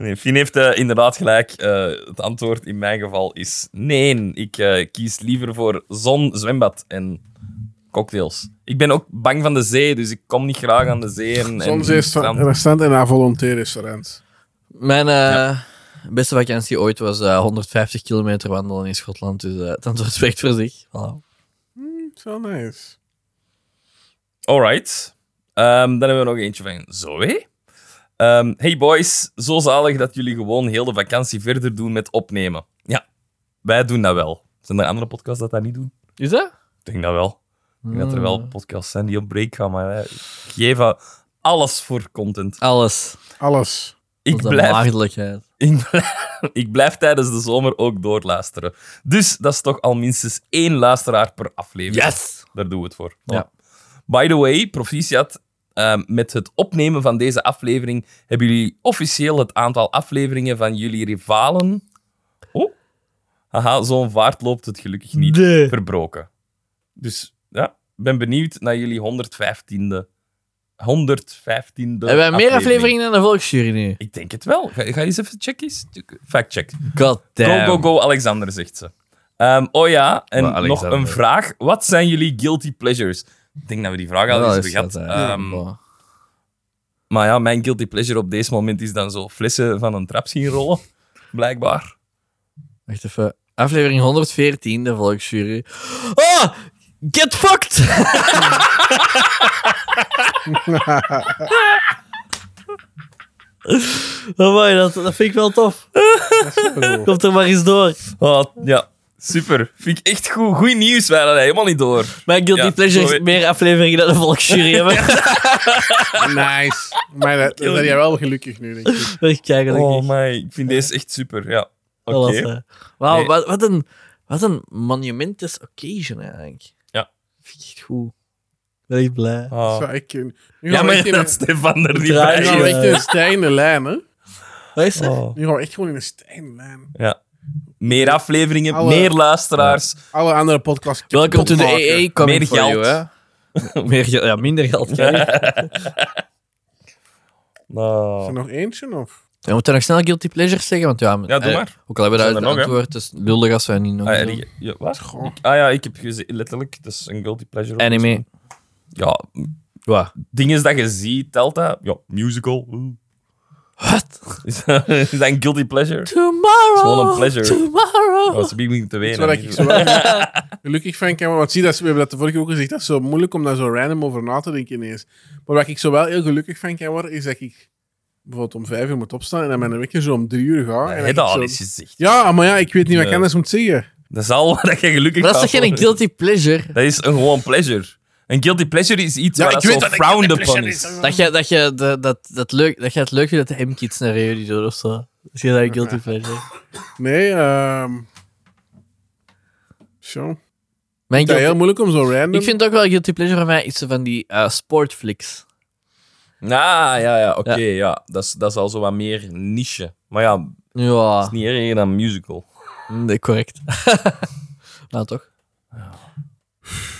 S1: Nee, Fien heeft eh, inderdaad gelijk. Eh, het antwoord in mijn geval is nee. Ik eh, kies liever voor zon, zwembad en cocktails. Ik ben ook bang van de zee, dus ik kom niet graag aan de zee. En, en
S3: Soms is
S1: strand.
S3: het restaurant en een volontair restaurant.
S2: Mijn eh, beste vakantie ooit was eh, 150 kilometer wandelen in Schotland. Dus eh het antwoord spreekt voor zich. Voilà.
S3: Zo nice.
S1: Alright. Ehm, dan hebben we nog eentje van Zoe. Ehm, hey boys, zo zalig dat jullie gewoon heel de vakantie verder doen met opnemen. Ja, wij doen dat wel. Zijn er andere podcasts dat dat niet doen?
S2: Is dat?
S1: Ik denk dat wel.
S2: Mm.
S1: Ik denk dat er wel podcasts zijn die op break gaan, maar eh, wij geven alles voor content.
S2: Alles.
S3: Alles.
S1: Ik
S2: Tot de
S1: blijf,
S2: maagdelijkheid.
S1: ik, blijf, ik blijf tijdens de zomer ook doorluisteren. Dus dat is toch al minstens één luisteraar per aflevering.
S2: Yes!
S1: Daar doen we het voor.
S2: Ja.
S1: By the way, proficiat. ehm, met het opnemen van deze aflevering hebben jullie officieel het aantal afleveringen van jullie rivalen. Oh, haha, zo'n vaart loopt het gelukkig niet.
S2: Nee.
S1: Verbroken. Dus ja, ben benieuwd naar jullie 115e. 115e.
S2: Hebben wij meer afleveringen dan de volksjury nu?
S1: Ik denk het wel. Ga, ga eens even checken. Fact check.
S2: God damn.
S1: Go, go, go, Alexander, zegt ze. Ehm, oh ja, en
S2: Maar
S1: nog
S2: Alexander.
S1: een vraag. Wat zijn jullie guilty pleasures? Ik denk dat we die vraag al eens
S2: Ja, dat
S1: hebben gehad.
S2: is dat, hè.
S1: Ehm,
S2: Ja.
S1: maar ja, mijn guilty pleasure op deze moment is dan zo flessen van een trap zien rollen. Blijkbaar.
S2: Wacht even. Aflevering 114, de Volksjury. Oh! Get fucked! Oh mooi, dat, dat vind ik wel tof. Komt er maar eens door.
S1: Oh, ja, super. Vind ik echt goed. Goed nieuws, wij hadden dat helemaal niet door.
S2: Mijn guilty
S1: Ja,
S2: pleasure is
S1: sorry.
S2: meer afleveringen dan de Volksjury hebben.
S3: Nice. Maar dat, dat ben jij wel gelukkig nu, denk ik.
S2: Moet ik kijken, denk ik.
S1: Oh my, ik vind deze echt super, ja. Oké.
S2: Dat was, eh, Wauw,
S1: Nee.
S2: wat, wat een, wat een monumentous occasion eigenlijk.
S1: Ja.
S2: Vind ik echt goed. Ik ben echt blij.
S1: Ah.
S3: Zo, ik, eh, nu
S1: Ja,
S3: gaan we
S1: maar
S3: echt in
S1: dat
S3: een-
S1: Stefan er niet
S2: Draai-
S1: bij
S3: nu gaan we
S1: is.
S3: echt in een stijgende lijn, hè.
S2: Wat is er?
S1: Oh.
S3: Nu gaan we echt gewoon in een stijgende lijn.
S1: Ja. Meer afleveringen,
S3: Alle-
S1: meer luisteraars.
S3: Alle andere podcasts...
S2: Welkom to the
S3: kapot maken.
S2: AA coming
S1: Meer
S2: for
S1: geld.
S2: you, hè. Meer geld. Ja, minder geld.
S1: Ja.
S2: krijg je.
S3: Nou, Is er nog eentje, of...
S2: We moeten nog snel guilty pleasures zeggen, want ja...
S1: Ja, doe
S2: eh,
S1: maar.
S2: Ook al hebben we
S1: Zijn er
S2: daar dus
S1: nog,
S2: het
S1: hè?
S2: antwoord, het is lullig als we het niet nog
S1: Ah, ja,
S2: doen.
S1: die- ja, wat? Ik- ah ja, ik heb geze- letterlijk, het is een guilty pleasure. dus,
S2: Anime.
S1: Ja,
S2: Wat?
S1: dingen dat je ziet, telt dat? Ja, musical. oeh.
S2: What?
S1: Is dat is dat een guilty pleasure?
S2: Tomorrow!
S1: is gewoon een pleasure.
S2: Tomorrow!
S1: Oh, ze beginnen te
S3: Dat is waar
S1: wenen.
S3: ik zo wel gelukkig van kan. worden. Want zie, dat is, we hebben dat de vorige keer ook gezegd. Dat is zo moeilijk om daar zo random over na te denken ineens. Maar waar ik zo wel heel gelukkig van kan worden, is dat ik bijvoorbeeld om vijf uur moet opstaan en dan mijn wekker zo om drie uur gaat. en
S1: Heb je
S3: ik
S1: dat al
S3: zo-
S1: eens gezegd?
S3: Ja, ah, maar ja, ik weet niet wat ik
S1: Nee.
S3: anders moet zeggen.
S1: Dat is al wat je gelukkig
S2: Maar dat
S1: gaat
S2: is toch geen
S1: worden.
S2: guilty pleasure?
S1: Dat is een gewoon pleasure. Een guilty pleasure is iets
S3: Ja,
S1: waar dat
S3: ik
S1: zo
S3: weet dat een guilty
S1: frowned upon
S3: pleasure
S1: is.
S3: is.
S2: Dat je, dat, je de, dat, dat, leuk, dat je het leuk vindt dat de M-kids naar jullie doen of zo. Dat is geen guilty pleasure.
S3: Nee, ehm. Zo. Ik
S2: Mijn
S3: vind dat
S2: guilty-
S3: heel moeilijk om zo random.
S2: ik vind het ook wel guilty pleasure van mij iets van die eh, sportflix.
S1: Ah, ja, ja, oké.
S2: Ja.
S1: ja. Dat, is, dat is al zo wat meer niche. Maar ja, dat is
S2: Ja,
S1: niet erger dan musical.
S2: nee, correct. nou toch?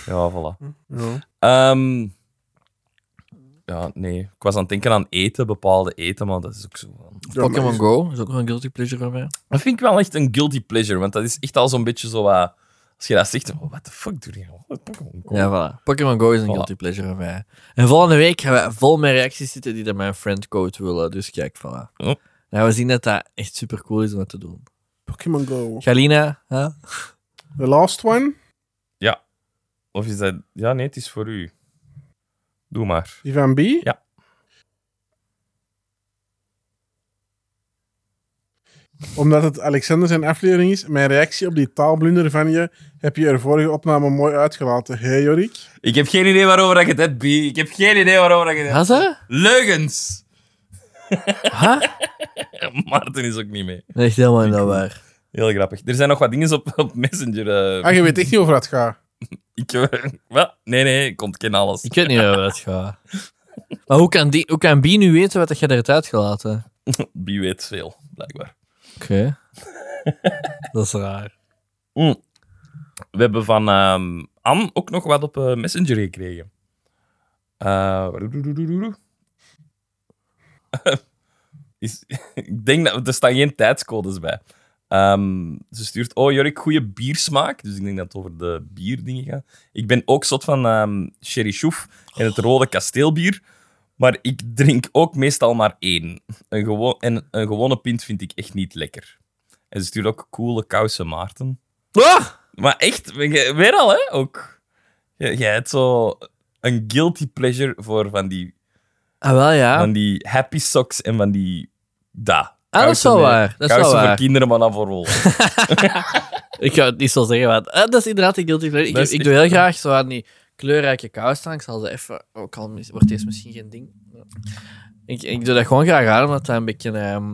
S1: Ja, voilà.
S3: Ja.
S1: Ehm, ja, nee. Ik was aan het denken aan eten, bepaalde eten, maar dat is ook zo. van-
S3: Ja, maar
S2: Pokémon
S3: is-
S2: Go is ook nog een guilty pleasure van mij.
S1: Dat vind ik wel echt een guilty pleasure, want dat is echt al zo'n beetje zo wat... Als je dat zegt, oh, what the fuck doe je? Wat Pokémon Go?
S2: Ja, voilà. Pokémon Go is een
S1: Voilà.
S2: guilty pleasure van mij. En volgende week gaan we vol met reacties zitten die dat mijn friend code willen. Dus kijk, voilà.
S1: Oh.
S2: Ja, we zien dat dat echt super cool is om dat te doen.
S3: Pokémon Go.
S2: Galina, hè?
S3: The last one.
S1: Of is dat... Ja, nee, het is voor u. Doe maar.
S3: Die van B.
S1: Ja.
S3: Omdat het Alexander zijn aflevering is, mijn reactie op die taalblunder van je, heb je er vorige opname mooi uitgelaten. Hé hey, Jorik.
S1: Ik heb geen idee waarover dat je het hebt, B. Ik heb geen idee waarover dat je het hebt.
S2: Has hè?
S1: Leugens!
S2: Huh?
S1: Maarten is ook niet mee.
S2: Dat is helemaal niet waar.
S1: Heel grappig. Er zijn nog wat dingen op, op Messenger. eh.
S3: Ah, je weet echt niet over het gaat.
S1: ik, eh, wat? Nee, nee, ik ontken alles.
S2: Ik weet niet waar dat gaat. Maar hoe kan, die, hoe kan B nu weten wat dat je er hebt uitgelaten?
S1: B weet veel, blijkbaar.
S2: Oké. dat is raar.
S1: Mm. We hebben van ehm Anne ook nog wat op eh, Messenger gekregen. Eh, doedoedoedoedoe. Is, ik denk dat er staan geen tijdscodes bij. Ehm, ze stuurt, oh Jorik, goede biersmaak. Dus ik denk dat het over de bierdingen gaat. Ik ben ook zot van ehm Sherry Chouf en het rode kasteelbier. Maar ik drink ook meestal maar één. Een gewo- en een gewone pint vind ik echt niet lekker. En ze stuurt ook coole kousen Maarten.
S2: Ah!
S1: Maar echt, je- weer al, hè? Ook. J- Jij hebt zo een guilty pleasure voor van die,
S2: Ah, wel ja.
S1: van die happy socks en van die. Da.
S2: Ah, dat is wel waar. Dat is wel
S1: Kousen voor
S2: waar.
S1: kinderen, maar dan voor wol.
S2: Ik ga het niet zo zeggen, maar eh, dat is inderdaad een guilty pleasure. Ik,
S1: Dat is
S2: ik
S1: echt-
S2: doe heel graag zo aan die kleurrijke kous staan. Ik zal ze even... Ook al mis- wordt deze misschien geen ding. Ik, ik doe dat gewoon graag aan, omdat dat een beetje... ehm,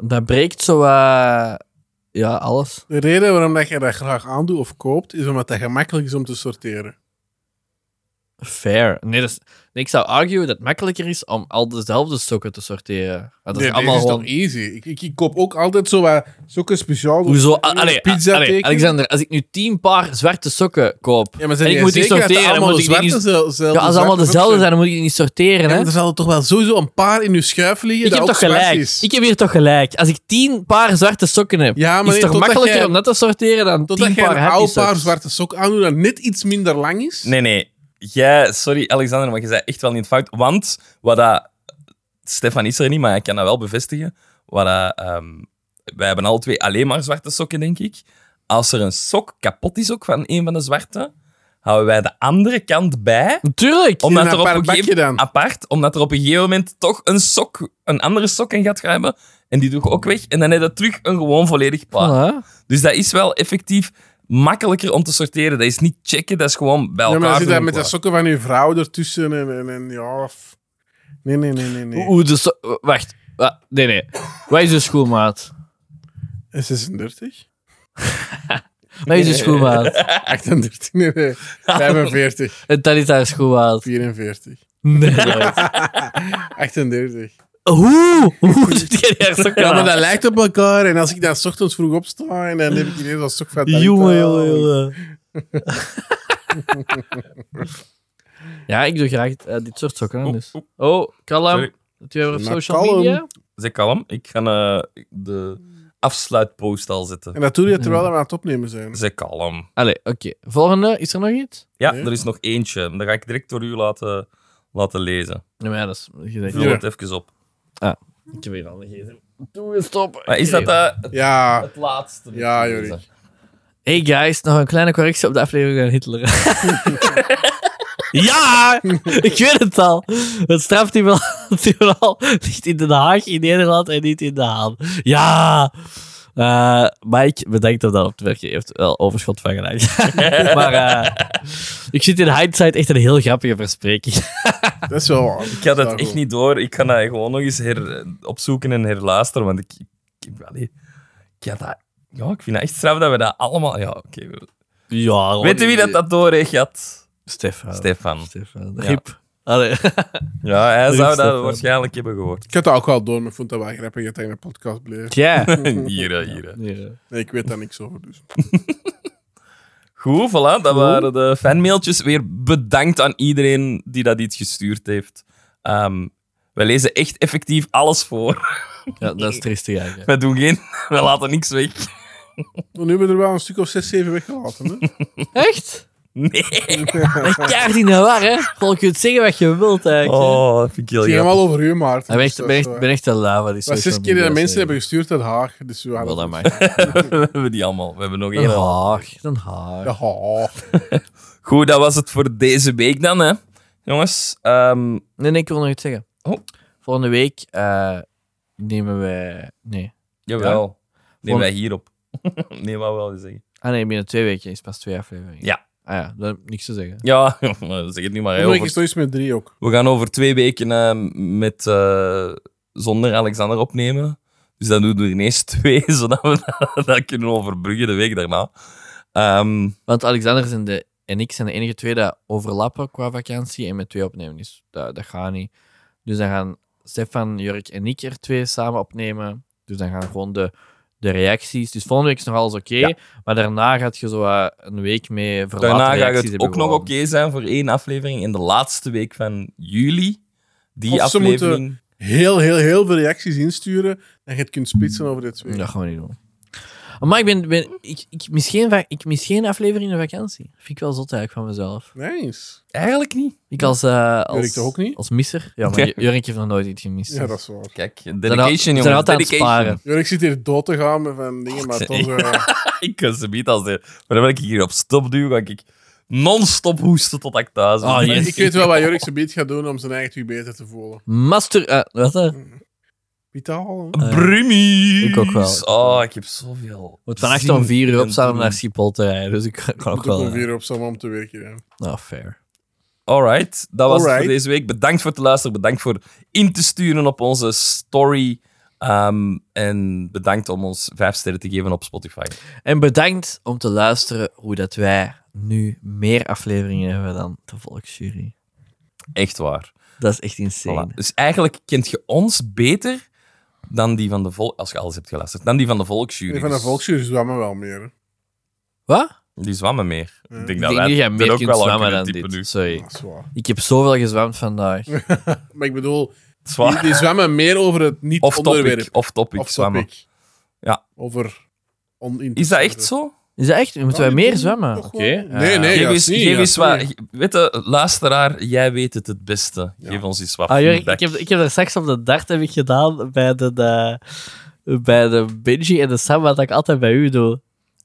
S2: dat breekt zo eh, Ja, alles.
S3: De reden waarom dat je dat graag aandoet of koopt, is omdat dat gemakkelijk is om te sorteren.
S2: Fair. Nee, dat is- nee, ik zou arguen dat het makkelijker is om al dezelfde sokken te sorteren. Want Dat is
S3: Nee,
S2: allemaal
S3: deze
S2: gewoon...
S3: toch easy? Ik, ik, ik koop ook altijd zo wat sokken speciaal.
S2: Hoezo? A- Allee,
S3: Pizza
S2: a- allee,
S3: tekenen?
S2: Alexander, als ik nu tien paar zwarte sokken koop
S3: Ja, maar
S2: en
S3: zijn
S2: ik
S3: jij
S2: moet die
S3: zeker dat dat
S2: sorteren, dan
S3: allemaal
S2: moet ik die
S3: zwarte
S2: niet...
S3: zel- zel-
S2: Ja, als ze
S3: zwarte
S2: allemaal
S3: sokken
S2: dezelfde
S3: zijn?
S2: zijn, dan moet ik die niet sorteren,
S3: Ja,
S2: hè?
S3: maar er zal toch wel sowieso een paar in uw schuif liggen.
S2: Ik heb
S3: dat
S2: toch
S3: ook zwart
S2: gelijk.
S3: Is.
S2: Ik heb hier toch gelijk. Als ik tien paar zwarte sokken heb,
S3: Ja, maar
S2: is
S3: nee,
S2: het toch
S3: totdat
S2: makkelijker
S3: jij-
S2: om dat te sorteren dan
S3: Totdat
S2: tien
S3: jij
S2: paar
S3: een
S2: happy
S3: oud paar
S2: socks.
S3: zwarte sok aandoet dat net iets minder lang is.
S1: Nee, nee. Jij, sorry Alexander, maar je zei echt wel niet fout. Want wat dat. Stefan is er niet, maar hij kan dat wel bevestigen. Wat dat, ehm, wij hebben alle twee alleen maar zwarte sokken, denk ik. Als er een sok kapot is ook van een van de zwarte, houden wij de andere kant bij.
S2: Natuurlijk.
S1: Omdat
S3: een
S1: er op
S3: apart
S1: een
S3: bakje
S1: gegeven
S3: dan?
S1: apart, omdat er op een gegeven moment toch een sok, een andere sok in gaat hebben. En die doe ik ook weg. En dan heb je terug een gewoon volledig paar.
S2: Voilà.
S1: Dus dat is wel effectief makkelijker om te sorteren. Dat is niet checken, dat is gewoon bij
S3: Ja,
S1: elkaar.
S3: maar dan zit
S1: doen
S3: dat
S1: en
S3: met
S1: klaar.
S3: de sokken van uw vrouw ertussen en, en, en ja... f- Nee, nee, nee, nee. nee.
S2: Hoe de so- Wacht. Wa- Nee, nee. Wat is de schoenmaat?
S3: En 36?
S2: Wat is de schoenmaat?
S3: 38? Nee, nee. 45.
S2: En dat is haar schoenmaat.
S3: 44.
S2: Nee. nooit.
S3: 38.
S2: Hoe? Hoe zit jij die haar sokken
S3: Ja, maar
S2: aan?
S3: dat lijkt op elkaar. En als ik dan 's ochtends vroeg opsta en dan heb ik ineens dat sok eh, van Tarita.
S2: Jongen, jongen, jongen. Ja, ik doe graag eh, dit soort sokken. aan, Dus. Oh, Callum.
S1: Sorry.
S2: Dat je weer op
S3: Maar
S2: social
S3: Callum.
S2: media?
S1: Zeg kalm, ik ga eh, de afsluitpost al zetten.
S3: En dat doe je terwijl we aan het opnemen zijn.
S1: Zeg kalm.
S2: Allee, oké. Volgende, is er nog iets?
S1: Ja,
S3: Nee.
S1: er is nog eentje. Dan ga ik direct door u laten, laten lezen.
S2: Nee, maar ja, dat is... Je zegt,
S1: Vul
S3: Ja.
S1: het even op.
S2: Ik heb hier al een gsm. Doe eens stoppen.
S1: Maar is dat eh, het,
S3: Ja,
S1: het laatste?
S3: Ja, Jorik.
S2: Hey guys, nog een kleine correctie op de aflevering van Hitler. ja, ik weet het al. Het straftribunaal tribunaal ligt in Den Haag, in Nederland en niet in De Haan. Ja. Eh, Mike, bedankt om dat op te werken. Je hebt wel overschot van gelijk. maar eh, ik zit in hindsight echt een heel grappige verspreking.
S3: dat is wel waar.
S1: Ik had het echt niet door. Ik ga dat gewoon nog eens her, opzoeken en herluisteren. Want ik, ik, ik, allee, ik had dat, ja, ik vind het echt straf dat we dat allemaal... Ja, oké.
S2: Ja,
S1: Weet je wie dat, dat door heeft gehad?
S2: Stefan.
S1: Oh, Stefan.
S2: Stefan.
S1: Ja.
S2: Hip. Allee.
S1: Ja, hij
S2: Lief
S1: zou dat
S2: Stefan.
S1: waarschijnlijk hebben gehoord.
S3: Ik had dat ook wel door, maar ik vond dat wel grappig dat hij in de podcast bleef.
S2: Tja.
S1: Hier, hè, hier. hè.
S2: Ja.
S3: Nee, ik weet daar niks over, dus.
S1: Goed, voilà. Dat waren de fanmailtjes. Weer bedankt aan iedereen die dat iets gestuurd heeft. Ehm, wij lezen echt effectief alles voor.
S2: Ja, dat is triestig eigenlijk.
S1: We doen geen... We laten niks weg.
S3: Maar Nu hebben we er wel een stuk of zes, zeven weggelaten. Hè?
S2: Echt?
S1: Nee.
S2: Echt kaart in de war, nou hè? Gewoon, je kunt zeggen wat je wilt, eigenlijk. hè.
S1: Oh, dat vind ik heel
S3: Het ging
S1: jammer.
S3: allemaal over u, Maarten.
S2: Ik ben
S3: dus
S2: echt,
S3: dat
S2: ben
S3: is,
S2: echt,
S3: eh,
S2: ben echt een lava. Die
S3: Maar
S2: social
S3: zes keer de
S2: media
S3: mensen hebben
S2: zeggen.
S3: gestuurd uit Haag, dus we
S2: Wel,
S3: hadden...
S2: dat mag.
S1: We hebben die allemaal. Oh. We hebben nog één.
S2: Den
S1: al.
S2: Haag, Den Haag.
S3: Ja, ha.
S1: Goed, dat was het voor deze week dan, hè. Jongens, ehm,
S2: Nee, nee, ik wil nog iets zeggen.
S1: Oh.
S2: Volgende week eh, nemen wij... Nee.
S1: jawel. Neem
S2: Vol-
S1: wij hierop. nee, wat wel zeggen.
S2: Ah nee, binnen twee weken is pas twee afleveringen.
S1: Ja.
S2: Ah ja, dat heb ik niks te zeggen.
S1: Ja, zeg het niet maar. hè.
S3: Volgende week
S1: Over-
S3: is het nog iets met drie ook.
S1: We gaan over twee weken eh, met, eh, zonder Alexander opnemen. Dus dan doen we er ineens twee, zodat we dat, dat kunnen overbruggen de week daarna. Ehm,
S2: Want Alexander en, de, en ik zijn de enige twee dat overlappen qua vakantie en met twee opnemen. Dus dat, dat gaat niet. Dus dan gaan Stefan, Jurk en ik er twee samen opnemen. Dus dan gaan gewoon de, de reacties. Dus volgende week is nog alles oké.
S1: Ja.
S2: Maar daarna gaat je zo eh, een week mee verlaten.
S1: daarna gaat
S2: reacties
S1: het
S2: hebben
S1: ook nog oké
S2: gewoon.
S1: zijn voor één aflevering in de laatste week van juli. Die
S3: Of ze
S1: aflevering.
S3: moeten- Heel, heel, heel veel reacties insturen, dat je het kunt splitsen over de twee.
S2: Dat gaan we niet doen. Maar ik, ben, ben, ik, ik, mis geen, va- ik mis geen aflevering in de vakantie. Vind ik wel zot eigenlijk van mezelf.
S3: Nice.
S1: Eigenlijk niet.
S2: Ik als, eh als,
S3: Jurk toch ook niet?
S2: als misser. Ja, maar
S1: Ja.
S2: Ju- Jurk heeft nog nooit iets gemist.
S3: Ja, dat is waar.
S1: Kijk,
S2: Zijn al-
S1: dedication,
S2: zijn
S1: jongens.
S2: altijd aan het
S1: dedication.
S2: sparen.
S3: Jorik zit hier dood te gaan met van dingen, maar
S1: God,
S3: toch...
S1: nee.
S3: eh,
S1: Ik kan ze niet als de... Maar dan ik hier op stop duw, ga ik non-stop hoesten tot ik thuis ben.
S2: Oh,
S3: maar
S2: yes.
S3: Ik weet wel wat Jorik zijn beat gaat doen om zijn eigen weer beter te voelen.
S2: Master... eh, wat hè?
S3: Vitaal.
S1: Eh, Brummies.
S2: ik ook wel.
S1: Oh, ik heb zoveel.
S2: moet vannacht
S1: zin
S2: om vier uur
S1: en
S2: opstaan om
S1: doen.
S2: naar Schiphol te rijden. Dus ik kan ook
S3: Ik ook
S2: wel.
S3: om vier uur op samen om te werken. hè.
S2: Nou, fair.
S1: Alright, dat was het
S3: Alright.
S1: voor deze week. Bedankt voor het luisteren. Bedankt voor in te sturen op onze story. Ehm, en bedankt om ons vijf sterren te geven op Spotify.
S2: En bedankt om te luisteren hoe dat wij nu meer afleveringen hebben dan de Volksjury.
S1: Echt waar.
S2: Dat is echt
S1: Voilà.
S2: insane.
S1: Dus eigenlijk kent je ons beter dan die van de volk... Als je alles hebt geluisterd. Dan die van de volksjury.
S3: Nee, van de
S1: Dus
S3: volksjury zwammen wel meer. hè.
S2: Wat?
S1: Die zwammen meer. Ik denk dat
S2: Ik denk
S1: wij
S2: niet dat jij
S1: er
S2: meer
S1: ook
S2: kunt
S1: wel aan
S2: zwemmen dan
S1: kunnen typen
S2: dit.
S1: nu.
S2: Sorry.
S3: Dat is waar.
S2: Ik heb zoveel gezwamd vandaag.
S3: Maar ik bedoel,
S1: Zwa-
S3: die, die zwemmen meer over het
S1: Of topic,
S3: niet-onderwerp.
S1: of topic
S3: Of
S1: zwemmen.
S3: topic.
S1: Ja.
S3: Over oninteressante.
S1: Is dat echt zo?
S2: Is dat echt? Moeten wij
S3: ik
S2: meer
S3: denk
S2: zwemmen?
S3: Oh, toch
S2: Oké.
S3: wel. Nee,
S2: eh,
S3: nee.
S1: geef
S3: dat
S1: eens,
S3: is niet,
S1: geef
S3: ja,
S1: eens wat...
S3: sorry.
S1: Weet je, luisteraar, jij weet het het beste.
S3: Ja.
S1: Geef ons iets wat
S2: Ah, Jurk,
S1: feedback.
S2: ik heb, ik heb er straks op de dart heb ik gedaan bij de, de, bij de Benji en de Sam, wat ik altijd bij u doe.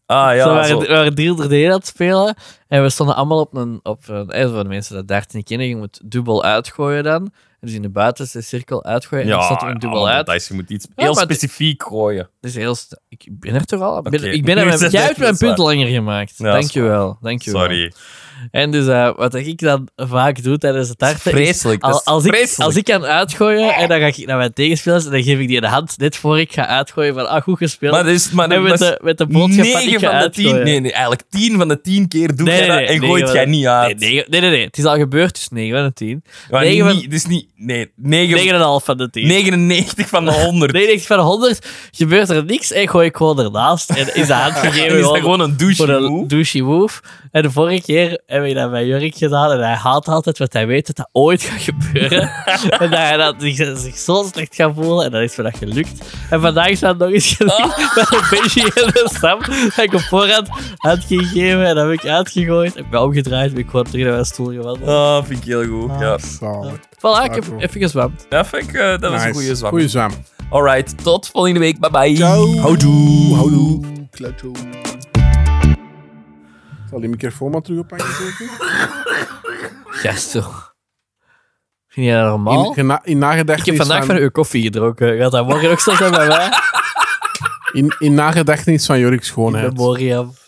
S1: Ah
S2: Zo
S1: ja,
S2: waren,
S1: zo.
S2: we waren drie door de heen aan het spelen. En we stonden allemaal op een... Op een eh, voor de mensen dat dart niet kennen, je moet dubbel uitgooien dan. Dus in de buitenste cirkel uitgooien. En ik stond er een dubbel
S1: allemaal
S2: uit.
S1: details. Je moet iets
S2: Ja,
S1: heel
S2: maar het-
S1: specifiek gooien.
S2: Dus heel st- ik ben er toch al. Ik ben-
S1: Oké,
S2: ik ben er
S1: nu
S2: met-
S1: is het
S2: jij hebt mijn
S1: echt
S2: punt
S1: waar.
S2: langer gemaakt.
S1: Ja, dat is
S2: dankjewel, dankjewel.
S1: Sorry.
S2: En dus eh, wat ik dan vaak doe tijdens het darten is...
S1: Vreselijk.
S2: Al-
S1: dat is
S2: als, ik,
S1: vreselijk.
S2: als ik kan uitgooien en dan ga ik naar mijn tegenspelers en dan geef ik die de hand net voor ik ga uitgooien van ah, goed gespeeld.
S1: Maar dat is... Maar
S2: en
S1: dat
S2: met
S1: is
S2: de, met de boodschap van ik
S1: negen
S2: ga
S1: van de tien...
S2: uitgooien.
S1: Nee, nee, eigenlijk tien van de tien keer doe
S2: Nee,
S1: jij
S2: nee,
S1: dat
S2: nee,
S1: en
S2: negen
S1: gooit
S2: van
S1: jij
S2: de-
S1: niet uit.
S2: Nee, negen- nee, nee, nee. Het is al gebeurd, dus 9 van de 10.
S1: Maar
S2: negen
S1: niet-
S2: van-
S1: Het is niet... Nee, negen,
S2: 9,5 van de 10.
S1: 99 van de 100.
S2: 99 van de 100 gebeurt er niks en gooi ik gewoon ernaast. En is de hand
S1: Dan
S2: gegeven
S1: is dat
S2: gewoon
S1: gewoon een douche
S2: voor
S1: move.
S2: een douchey move. En de vorige keer heb ik dat bij Jurk gedaan en hij haalt altijd wat hij weet dat dat ooit gaat gebeuren. en dat hij dat zich, zich zo slecht gaat voelen en dat is me dat gelukt. En vandaag is dat nog eens
S1: Ah.
S2: gelukt met een beetje en de Sam dat ik op voorhand had gegeven en dat heb ik uitgegooid. Ik ben omgedraaid, ben ik gewoon terug naar mijn stoel gewandeld.
S1: Ah, vind ik heel goed. Ja,
S3: Zalig.
S6: Voilà, ik heb even gezwampt.
S1: ja vind ik, eh, dat was een
S3: Nice.
S1: goede zwak.
S3: Goeie zwam.
S1: Alright, tot volgende week. Bye bye.
S3: Ciao.
S1: Houdoe.
S3: Houdoe. Klauwtoe. Zal die microfoon maar terug ophangen? zeker?
S6: Gast, toch. Vind jij dat normaal?
S3: In, gena- in
S6: ik
S3: nagedachtenis
S6: heb vandaag
S3: van,
S6: van uw koffie gedronken. Gaat dat morgen ook zo zijn bij mij?
S3: in, in nagedachtenis van Jurk
S2: In
S3: Schoonheid.
S2: memoriam.